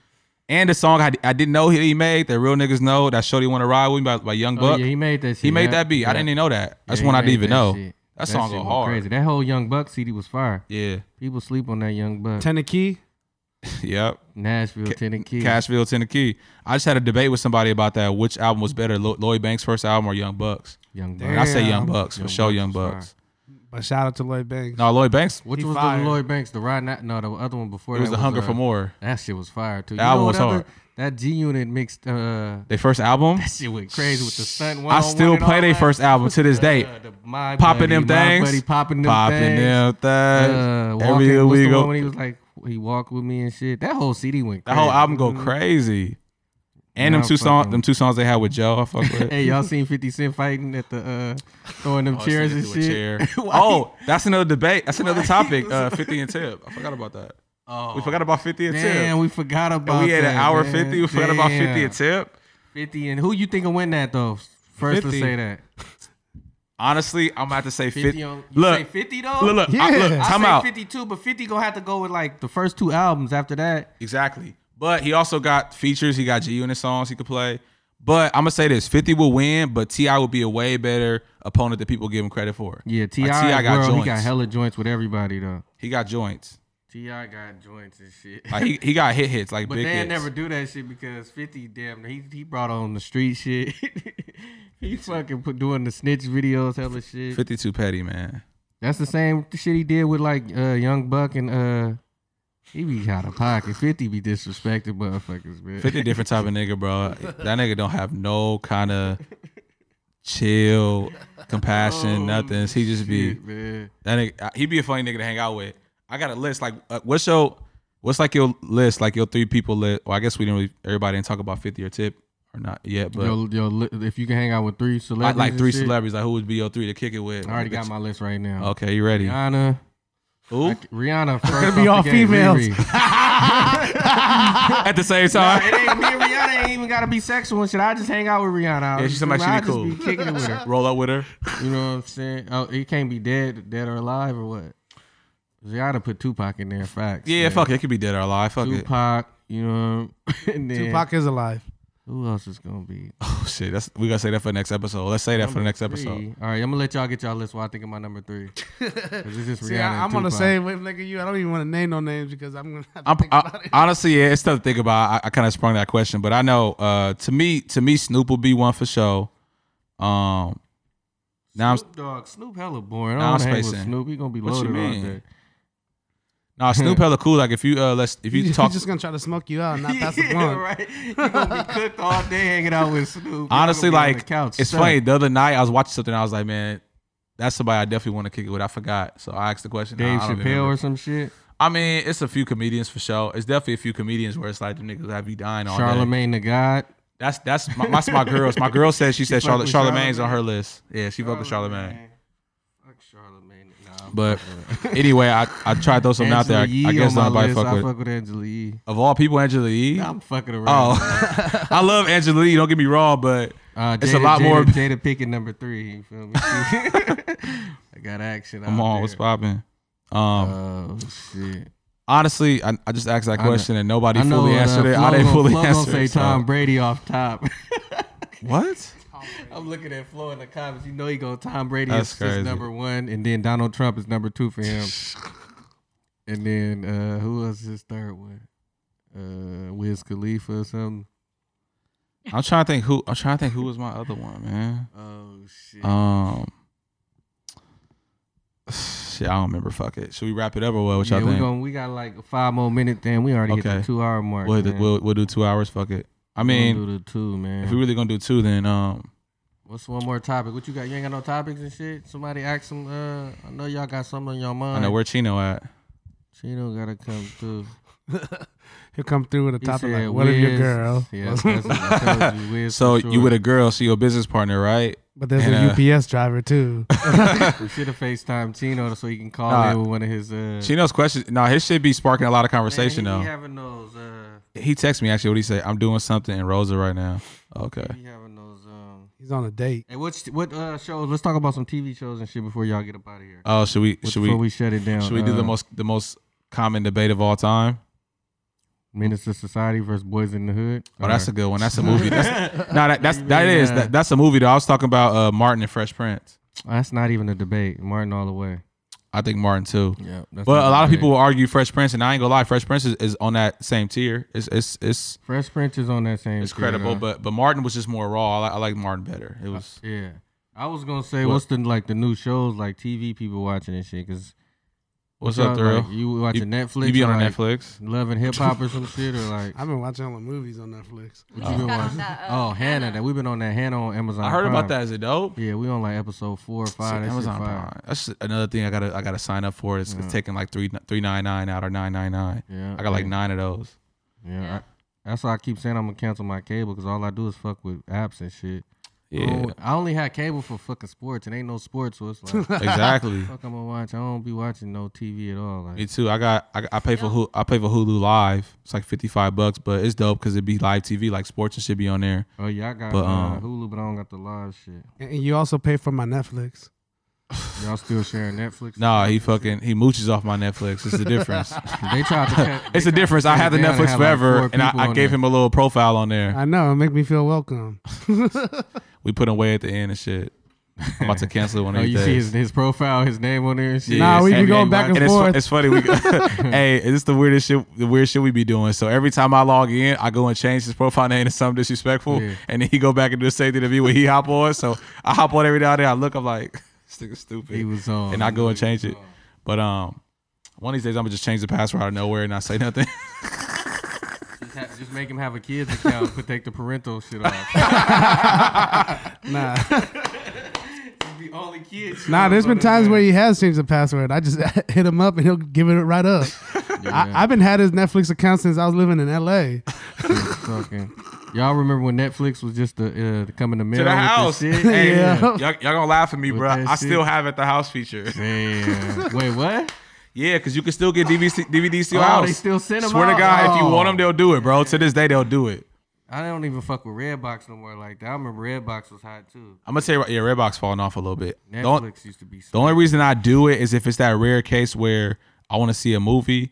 And the song I, I didn't know he he made that real niggas know that Shorty Want to Ride with me by, by Young
Oh,
Buck.
yeah, he made that. Shit.
he made
Yeah.
that beat. I
Yeah.
didn't even know that. That's
Yeah,
one
he
I didn't
made
even know.
shit.
That song
shit
go
went
hard.
Crazy. That whole Young Buck CD was fire.
Yeah.
People sleep on that Young Buck.
Tennessee.
Yep.
Nashville, Tennessee.
Cashville, Tennessee. I just had a debate with somebody about that. Which album was better, Lo- Lloyd Banks' first album or Young Bucks?
Young Buck.
And I say Young
Damn.
Bucks for
Young
sure.
Bucks
Young
was fire.
Bucks.
But shout out to Lloyd Banks.
No, Lloyd Banks.
Which
He
was
fired.
the Lloyd Banks, the Rod? Na- No, the other one before
It was
that
the Hunger
uh,
for More.
That shit was fire too.
That
You
album
know
was
what other-
hard.
That G Unit mixed. Uh,
Their first album.
that shit went crazy with the stunt.
I still play their
their
first album to this day.
uh, my
Popping
buddy,
them
My
things.
buddy, popping them
Popping
things.
them
Uh,
things.
walking,
Every year
what's
we
the
go.
one when he was like, he walked with me and shit. That whole CD went.
That
Crazy.
whole album go crazy. And
Mm-hmm. Nah,
them two
I'm
songs,
fucking-
them two songs they had with Joe, I fuck with.
Hey, y'all seen 50 Cent fighting at the uh throwing them
Oh,
chairs and
sitting through a
shit?
chair.
Why
oh, that's another debate. That's another
Why?
topic. Uh, Fifty and Tip. I forgot about that.
Oh,
We forgot about Fifty and
Damn,
Tip.
we forgot
And
about
we had
that,
an hour
man.
fifty. We forgot about Fifty
Damn.
and Tip.
50 and who you think will win that though? First to
50.
say that.
Honestly, I'm about to say
50
fifty.
on you
Look,
say 50 though?
Look, look, I-
Yeah.
look.
I
I
Time
say
out.
52, but 50 gonna have to go with like the first two albums after that.
Exactly. But he also got features. He got G Unit songs he could play. But I'm gonna say this: Fifty will win, but Ti will be a way better opponent than people give him credit for.
Yeah, Ti
Like, T.I. got
world,
joints.
he got hella joints with everybody though.
He got joints.
Ti got joints and shit.
Like he, he got hit hits. Like
but
big
they
hits.
never do that shit because 50 damn he he brought on the street shit. he fucking put doing the snitch videos, hella shit.
Fifty two petty man.
That's the same shit he did with like uh Young Buck and uh he be out of pocket. 50 be disrespecting motherfuckers, man.
Fifty different type of nigga, bro. That nigga don't have no kind of chill, compassion, nothing. He just be
Oh, Shit, man.
that nigga. He be a funny nigga to hang out with. I got a list. Like, uh, what's your what's like your list? Like your three people list. Well, I guess we didn't. Really, everybody didn't talk about fifty or tip or not yet, but
yo, yo, li- if you can hang out with three
like,
celebrities,
like
and
three
shit,
celebrities. Like who would be your three to kick it with?
I already got my list right now.
Okay, you ready?
Rihanna,
Who?
Rihanna first.
be
off
all
the gate,
females.
Riri.
At the same
Nah,
time,
it ain't me and Rihanna ain't even gotta be sexual and shit. I just hang out with Rihanna.
Yeah, she's somebody
I
she
just
be
be
cool.
kicking it with her.
roll up with her.
You know what I'm saying? Oh, he can't be dead, dead or alive or what? Rihanna put Tupac in there. Facts.
Yeah,
man.
fuck it. It could be dead or alive. Fuck it.
Tupac. You know. And then,
Tupac is alive.
Who else is gonna be?
Oh shit, that's we gotta say that for the next episode. Let's say that for the next episode.
Three. All right, I'm gonna let y'all get y'all list. While I think of my number three. 'Cause it's just
See,
Rihanna and
I, I'm on the
Tupac.
same wave, nigga. You, I don't even want to name no names because I'm gonna have to
I'm,
think about
I,
it.
honestly, yeah, it's tough to think about. I, I kind of sprung that question, but I know uh, to me, to me, Snoop will be one for sure. Um, now I'm
Snoop Dogg, Snoop hella boring.
Nah,
I
I'm
don't hang with
spacing.
Snoop. He gonna be
What
loaded
you mean?
all day.
nah, Snoop hella cool. Like if you uh, let's if you
He's
talk,
just gonna try to smoke you out, and not pass the
Yeah,
blunt.
right. He gonna be cooked all day hanging out with Snoop. He gonna
honestly,
be on
like
the couch,
it's
stuck.
funny. The other night I was watching something, I was like, man, that's somebody I definitely want to kick it with. I forgot, so I asked the question. Nah,
Dave
I don't
Chappelle
remember.
or some shit.
I mean, it's a few comedians for sure. It's definitely a few comedians where it's like the niggas have you dying all day.
Charlemagne the God.
That's that's my, that's my girls. My girl said she said
fuck
Charlotte
with Oh,
Charlemagne's
Charlemagne.
on her list. Yeah, she fuck with Charlemagne.
Fuck Charlemagne. Nah, I'm
But anyway, I I tried to throw something out there. I,
Angela Yee
I
on
guess
my
nobody
list.
fuck
I
with.
fuck with Angela Yee.
Of all people, Angela Yee.
Nah, I'm fucking around.
oh, I love Angela Yee. Don't get me wrong, but
Uh, Jada,
It's a lot
Jada,
more-
Jada Pickett number three. You feel me? I got action.
come
out
on,
there.
what's popping? Um,
Oh shit!
honestly, I, I just asked that
I know-
question and nobody fully
what, uh,
answered it.
Flo
I didn't
gonna-
fully
Flo gonna
answer
say
it. so-
Tom Brady off top.
What?
I'm looking at Flo in the comments. You know he go Tom Brady
That's
is, is
crazy.
number one, and then Donald Trump is number two for him, and then uh, who was his third one? Uh, Wiz Khalifa or something.
I'm trying to think who. I'm trying to think who was my other one, man.
Oh shit!
Um. Shit, I don't remember. Fuck it. Should we wrap it up or what? What
yeah,
y'all
we
think?
going we got like five more minutes, then we already hit
Okay.
the two hour mark.
We'll, hit the-
man.
we'll we'll do two hours. Fuck it. I mean,
We'll do the two, man.
if we really gonna do two, then um,
What's one more topic? What you got? You ain't got no topics and shit. Somebody ask some. Uh, I know y'all got something on your mind.
I know where Chino at.
Chino gotta come through.
He'll come through with a
He
topic
said
like, "What if your
Wiz-
girl?"
Yeah, that's what I told you. Wiz
So
for sure.
you with a girl, so your business partner, right?
But there's
And, uh,
a UPS driver too.
we should have FaceTime Chino so he can call
Nah.
in with one of his. Uh,
Chino's question. No, his shit be sparking a lot of conversation
Man, he be
though.
having those. Uh,
He texts me actually. What he say? I'm doing something in Rosa right now. Okay.
he be having those. Um,
He's on a date.
hey, what what uh, shows? Let's talk about some TV shows and shit before y'all get up out of here.
Oh, should we?
What-
Should
before
we?
we shut it down?
Should we do the
uh,
most the most common debate of all time?
Menace to Society versus Boys in the Hood?
Oh, that's a good one. That's a movie. That's, no, that, that's that is
Yeah.
that, that's a movie. Though I was talking about uh, Martin and Fresh Prince.
that's not even a debate. Martin all the way.
I think Martin too.
Yeah,
But a lot of people will argue Fresh Prince, and I ain't gonna lie, Fresh Prince is, is on that same tier. It's it's it's
Fresh Prince is on that same.
it's
tier,
credible,
though.
but but Martin was just more raw. I, li- I like Martin better. It was
yeah, I was gonna say
What?
what's the like the new shows like TV people watching and shit because
what's up, Thrill?
you watching Netflix?
you be on
or, like,
Netflix?
Love and hip hop or some shit or like.
I've been watching all the movies on Netflix.
you
We just
been
got on
watching-
that. Uh,
oh, Hannah, that we've been on that Hannah on Amazon.
I heard about
Prime.
that. Is it dope?
Yeah, we on like episode four or five.
See,
that
Amazon
shit fire.
Prime. That's just another thing I gotta I gotta sign up for. It's, it's taking like three three nine nine out or nine nine nine.
Yeah,
I got like
yeah.
nine of those.
Yeah, I, that's why I keep saying I'm gonna cancel my cable because all I do is fuck with apps and shit. I,
Yeah,
don't- I only had cable for fucking sports and ain't no sports, so it's like fuck
exactly.
I'm gonna watch. I don't be watching no TV at all. Like
Me too. I got I, I pay for Hulu, I pay for Hulu Live. It's like fifty five bucks, but it's dope because it'd be live TV, like sports and shit be on there.
oh yeah, I got
But,
uh,
um,
Hulu, but I don't got the live shit.
And and you also pay for my Netflix.
Y'all still sharing Netflix?
Nah, he fucking he mooches off my Netflix. It's the difference.
They tried to. cut-
it's
they
the
tried to
difference.
cut
I
it
had the
down and
Netflix
had, like,
forever,
four
and
people
I, I
on
gave
there.
him a little profile on there.
I know, it make me feel welcome.
We put him way at the end and shit. I'm about to cancel it one
Oh,
of
you
these
see his,
days.
his profile, his name on there and shit.
Nah, we be
and-
going
and-
back and
it's fu-
forth.
It's, funny. We, hey, this is the weirdest shit. The weird shit we be doing. So every time I log in, I go and change his profile name to something disrespectful,
Yeah.
and then he go back and do the same thing to me when he hop on. So I hop on every now and then. I look. I'm like, this nigga stupid.
He was on.
and I go and change it.
on.
But um, one of these days I'm gonna just change the password out of nowhere and not say nothing.
Just, ha- just make him have a kids account, but take the parental shit off.
Nah,
the only kids.
nah. There's been times where he has changed the password. I just hit him up and he'll give it right up. I, I've been had his Netflix account since I was living in L.A.
fucking. Y'all remember when Netflix was just the uh, coming to mail
to the
with this
house.
shit?
Hey,
Yeah.
y'all, y'all gonna laugh at me,
With
bro.
that
I
shit.
still have it the house feature.
Damn. Wait, what?
Yeah, because you can still get DVC, DVDs to your
Oh,
house.
they still send 'em
Swear
out?
to God, if you
Oh.
want them, they'll do it, bro. To this day, they'll do it.
I don't even fuck with Redbox no more like that. I remember Redbox was hot too.
I'm gonna tell you, right, yeah, Redbox falling off a little bit. The on-
Netflix used to be.
the only reason I do it is if it's that rare case where I want to see a movie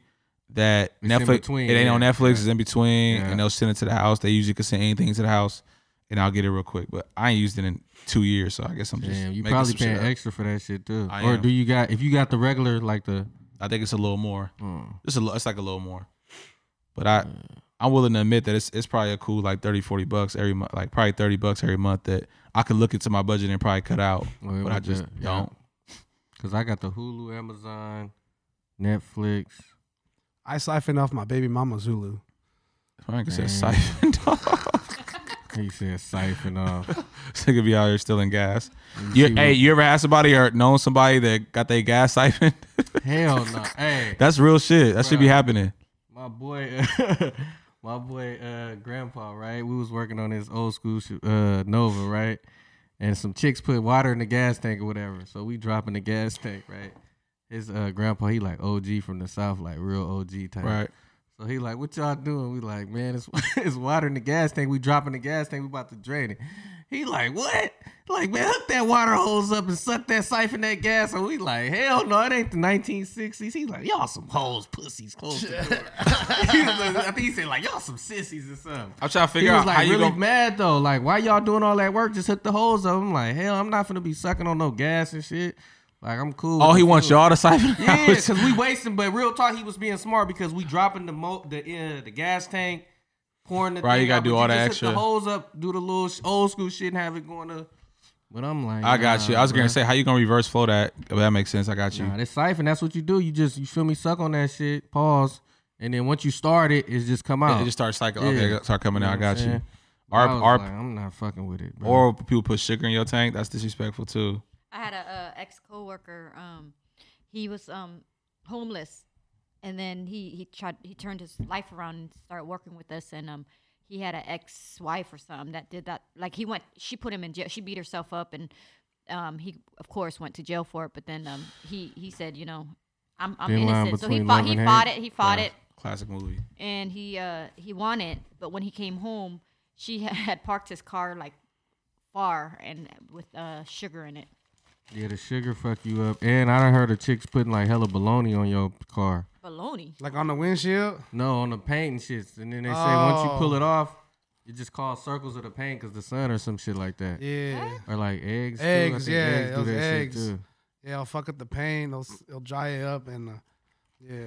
that
It's in
Netflix
between,
it ain't on
yeah,
Netflix, it's in between,
Yeah.
and they'll send it to the house. They usually can send anything to the house, and I'll get it real quick. But I ain't used it in two years, so I guess I'm just
Damn, you
making
probably
some shit
paying
up.
extra for that shit too.
I
or
am.
do you got if you got the regular like the
I think it's a little more.
Hmm.
It's a li- it's like a little more. But I I'm willing to admit that it's it's probably a cool like 30 40 bucks every month, like probably 30 bucks every month that I could look into my budget and probably cut out,
Well,
but I
with
just
the- yeah.
don't.
cuz I got the Hulu, Amazon, Netflix.
I siphoned off my baby mama's Hulu.
I ain't gonna say
Damn.
siphon dog.
He said siphon off.
This nigga be out here stealing gas.
You
You,
see
hey, you ever had somebody or known somebody that got their gas siphoned?
Hell no. Hey.
That's real shit. That should be
Bruh.
happening.
my boy my boy uh grandpa right we was working on this old school sh- uh nova right and some chicks put water in the gas tank or whatever so we dropping the gas tank right his uh grandpa he like og from the south like real og type
Right.
so he like, what y'all doing? We like, man, it's, it's water in the gas tank. We dropping the gas tank. We about to drain it. He like, what? Like, man, hook that water hose up and suck that siphon that gas. And we like, hell no, it ain't the 1960s. He like, y'all some hoes, pussies, close to the door. He was like- I think he said like, y'all some sissies or something.
I'm trying to
He
figure
was
out how
like
you
really
gonna.
mad though. Like, why y'all doing all that work? Just hook the hose up. I'm like, hell, I'm not finna be sucking on no gas and shit. Like, I'm cool.
Oh,
with
he
the
wants
fuel.
y'all to siphon. it
Yeah,
out?
because we wasting. But real talk, he was being smart because we dropping the mo the uh, the gas tank, pouring the
Right, you
thing
gotta
out,
do
but
all that
just hit
extra.
The hose up, do the little sh- old school shit, and have it going to. But I'm like,
I got
nah,
you. I was gonna
bruh.
say how you gonna reverse flow that. But that makes sense. I got you.
nah, this siphon. That's what you do. You just you feel me? Suck on that shit. Pause, and then once you start it, it's just come out.
It just starts cycling.
Yeah.
Okay, start coming out. I
You know what
got
I'm
you.
saying?
Our
I was
our
like, I'm not fucking with it.
Mm-hmm.
Bro.
oral people put sugar in your tank. That's disrespectful too.
I had a uh, ex coworker. Um, he was um homeless, and then he he tried he turned his life around and started working with us, and um he had an ex-wife or something that did that. Like he went, she put him in jail. She beat herself up, and um, he of course went to jail for it. But then um, he he said, you know, I'm, I'm
Thin line
innocent. So he
between
fought.
love
He
and
fought
hate.
it. He fought it
Classic movie.
and he uh he won it but when he came home she had parked his car like far and with uh sugar in it
Yeah, the sugar fuck you up. And I done heard of chicks putting like hella bologna on your car.
baloney
Like on the windshield.
No, on the paint and shit. And then they say once
Oh.
you pull it off, it just calls circles of the paint because the sun or some shit like that.
Yeah.
Or like eggs. too. I
Eggs,
think
yeah,
eggs do
those
that
eggs.
shit too.
Yeah, it'll fuck up the paint. It'll, it'll dry it up and uh, yeah,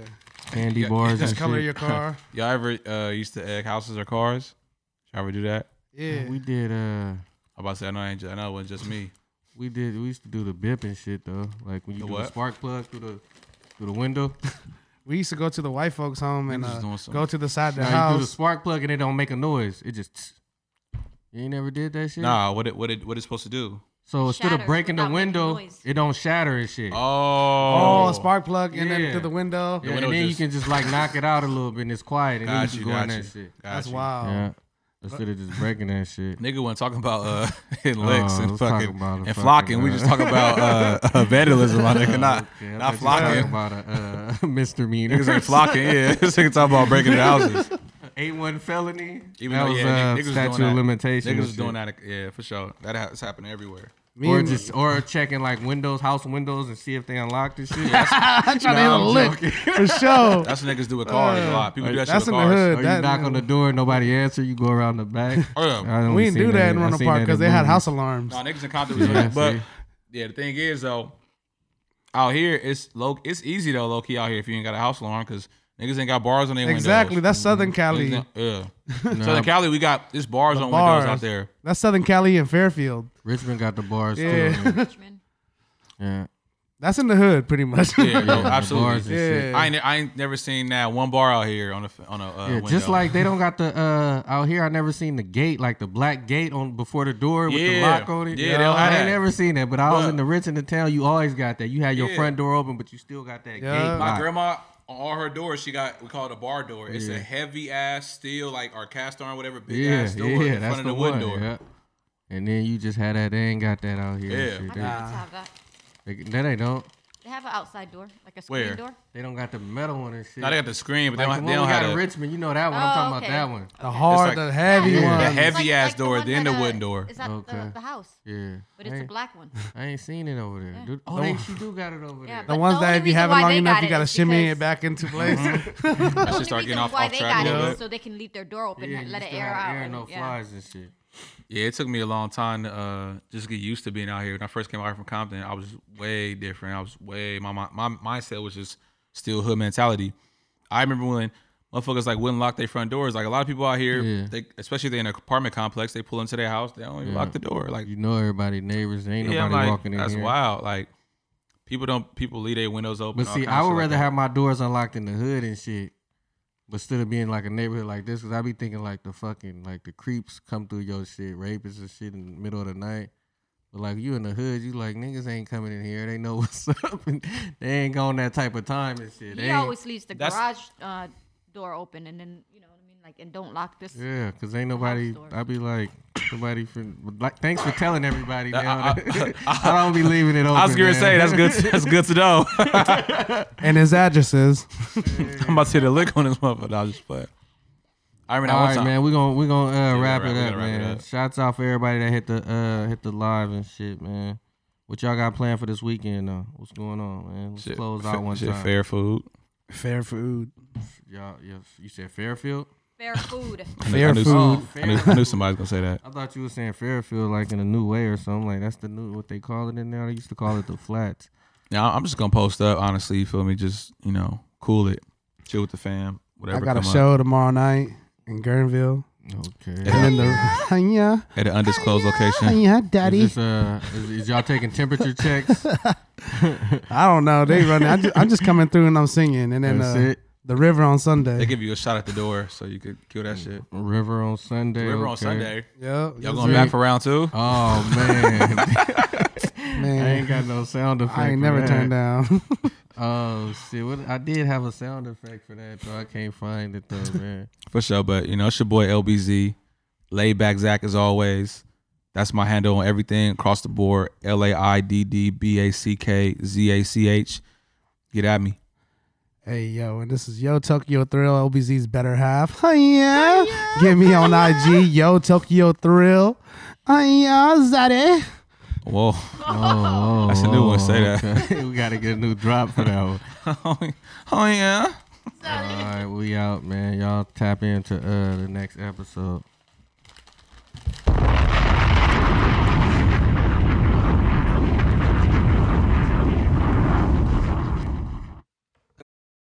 Candy bars.
just
and
color
shit.
your car.
Y'all ever uh, used to egg houses or cars? Y'all ever do that?
Yeah,
We did. Uh,
I'm about to say I know I, ain't, ju- I know it wasn't just me.
we did. We used to do the bip and shit though. Like when you
The
do
what?
the spark plug through the through the window.
we used to go to the white folks' home and
Niggas was
uh,
doing something.
go to the side of the
Now you do the
house.
spark plug and it don't make a noise. It just. tss. You ain't never did that
Mm.
shit.
Nah, what it what it what it supposed to do?
So instead of
Shatters
breaking the
without making
window,
noise.
it don't shatter and shit.
Oh,
Oh, a spark plug and then
Yeah.
through the window.
Yeah,
The
and
window
then
just-
you can just like knock it out a little bit and it's quiet and then you
Got
can
you,
go in
got
that
you.
shit.
Got
That's
you.
wild.
Yeah. Instead of just breaking that shit.
Nigga wasn't talking about uh, hitting licks
Oh,
and
let's talk
fucking
about
and
it, fucking,
flocking. we
uh,
just talking about uh, uh, vandalism, my nigga. Not
Okay, I
not
thought you were talking
flocking.
about a uh, misdemeanor.
Niggas ain't flocking. Yeah, this nigga talking about breaking the houses.
Eight one felony.
Even
that
though,
was
yeah,
uh,
nigg- niggas was
statute
doing
of
that.
limitations.
Niggas
and
was doing
shit.
that. Yeah, for sure. That has happened everywhere.
Me
Or
and-
just or checking like windows, house windows, and see if they unlocked and shit.
I'm trying to hit
Nah,
a
I'm
lick for sure.
That's what niggas do with cars
Uh,
a lot. People do that shit
That's
with
in the
cars.
hood.
or you
That-
knock on the door, nobody answer. You go around the back.
Oh, yeah.
I only
We didn't
seen
do that in
I
Ronald
seen
Park
that
because
in
they had
movies.
house alarms.
No, niggas in Compton was
Yeah,
doing that. But
see?
yeah, the thing is though, out here it's low. It's easy though, low key out here if you ain't got a house alarm because niggas ain't got bars on their
Exactly.
windows.
That's Southern Cali.
Niggas ain't- Yeah. Southern Cali, we got this bars on
bars.
windows out there.
That's Southern Cali and Fairfield.
Richmond got the bars
Yeah.
too. man.
richmond
Yeah,
That's in the hood, pretty much.
Yeah, no,
the bars
absolutely.
and shit.
Yeah.
I ain't, I ain't never seen that one bar out here on a on a uh,
Yeah,
window.
just like they don't got the uh out here. I never seen the gate like the black gate on before the door with the
Yeah.
lock on it.
Yeah, they don't
I
have
ain't
that.
never seen that. But I was
Bruh.
in the rich in the town. You always got that. You had your
Yeah.
front door open, but you still got that
Yeah.
gate.
My
my
lock.
grandma. On all her doors, she got we call it a bar door. It's
Yeah.
a heavy ass steel, like our cast iron, whatever big
Yeah,
ass door
yeah,
in front
that's
of
the,
the wood
one.
door.
yeah. And then you just had that. They ain't got that out here.
Yeah.
and shit.
I think they have that
They, they, that they don't.
they have an outside door like a screen
Where?
door
They don't got the metal one and shit.
Now they got the screen, but
like
they
the
don't,
one
they don't
we got
have
in
the,
Richmond. You know that one.
Oh,
I'm talking
okay.
about that one.
The hard,
like-
the heavy
Yeah.
one.
the heavy
It's
ass
the
door,
one
then
that,
the
uh,
wooden door.
it's not
Okay.
the, the house
Yeah,
but it's
I
a
ain't-
black one
I ain't seen it over there. dude. Oh, they, she do got it over
Yeah,
there.
The
But
ones
the
that
only
if you
reason
have it
why
long
they
enough,
got
you
it
gotta
is
shimmy it
because-
back into place.
the
That
only
should start
reason
getting off,
why
off
they
track
got
a
it
little
is
bit.
so they can leave their door open
Yeah,
and
you
let it
still had
air out
air,
and-
no
yeah.
flies and shit.
Yeah, it took me a long time to uh, just get used to being out here. When I first came out here from Compton, I was way different. I was way my my, my mindset was just still hood mentality. I remember when motherfuckers like wouldn't lock their front doors. Like a lot of people out here,
Yeah.
they especially if they're in an apartment complex, they pull into their house, they don't even
Yeah.
lock the door. Like
You know everybody neighbors. Ain't
yeah, I'm
nobody
like,
walking in
that's
here.
wild. Like people don't people leave their windows open.
But
all
see,
kinds
I
of
would
shit like
rather
that.
have my doors unlocked in the hood and shit, but still it being like a neighborhood like this, because I be thinking like the fucking like the creeps come through your shit, rapists and shit in the middle of the night. But like you in the hood, you like niggas ain't coming in here. They know what's up, and they ain't going that type of time and shit. They
he
ain't-
always leaves the
That's-
garage uh, door open and then you know what i mean like and don't lock this
yeah, cause ain't nobody.
doors.
I be like nobody fin like. Thanks for telling everybody.
I-
Now
I-
that- I,
I-
don't be leaving it open.
I was gonna
man.
say that's good. That's good to know.
and his addresses.
I'm about to hit a lick on this motherfucker. I was just playing. I remember that
All
one
right,
time.
man. We're gonna we gonna uh, wrap,
wrap- we
it
gotta
up,
wrap it
man.
up.
Shouts out for everybody that hit the uh hit the live and shit, man. What y'all got planned for this weekend though? What's going on, man? Let's
Shit,
close
fa-
out one
shit,
time.
Fair food.
Fair food.
Y'all, yes, you said Fairfield.
fair food
Fair
I knew,
food.
Oh,
I knew, I knew somebody was gonna say that.
I thought you were saying Fairfield like in a new way or something. Like that's the new what they call it in there. They used to call it the flats.
Now I'm just gonna post up. Honestly, you feel me? Just you know, cool it, chill with the fam. Whatever.
I got a
come up.
show tomorrow night in Guerneville.
Okay.
And then the yeah,
at an undisclosed location.
yeah,
Is,
daddy.
this, uh, is, is y'all taking temperature checks?
I don't know. They running. I just, I'm just coming through and I'm singing. And then
That's
uh,
it.
the river on
They
Sunday.
give you a shot at the door, so you could kill that shit.
River on Sunday.
River on
okay.
Sunday.
Yep.
Y'all
Yes,
going
sir.
back for round two? Uh,
Oh man, I
Man,
ain't got no sound effect.
I ain't
for
never
that.
turned down.
Oh shit! What I did have a sound effect for that though. I can't find it though, man.
For sure. But you know, it's your boy LBZ. Layback Zach as always. That's my handle on everything across the board. L A I D D B A C K Z A C H. Get at me.
Hey yo, and this is Yo Tokyo Thrill, LBZ's better half. Hiya, get me on IG, Yo Tokyo Thrill. Hiya, Zaddy.
Whoa.
Oh,
That's a new one. Say that.
okay. we gotta get a new drop for that one.
oh yeah.
All right, we out, man. Y'all tap into uh the next episode.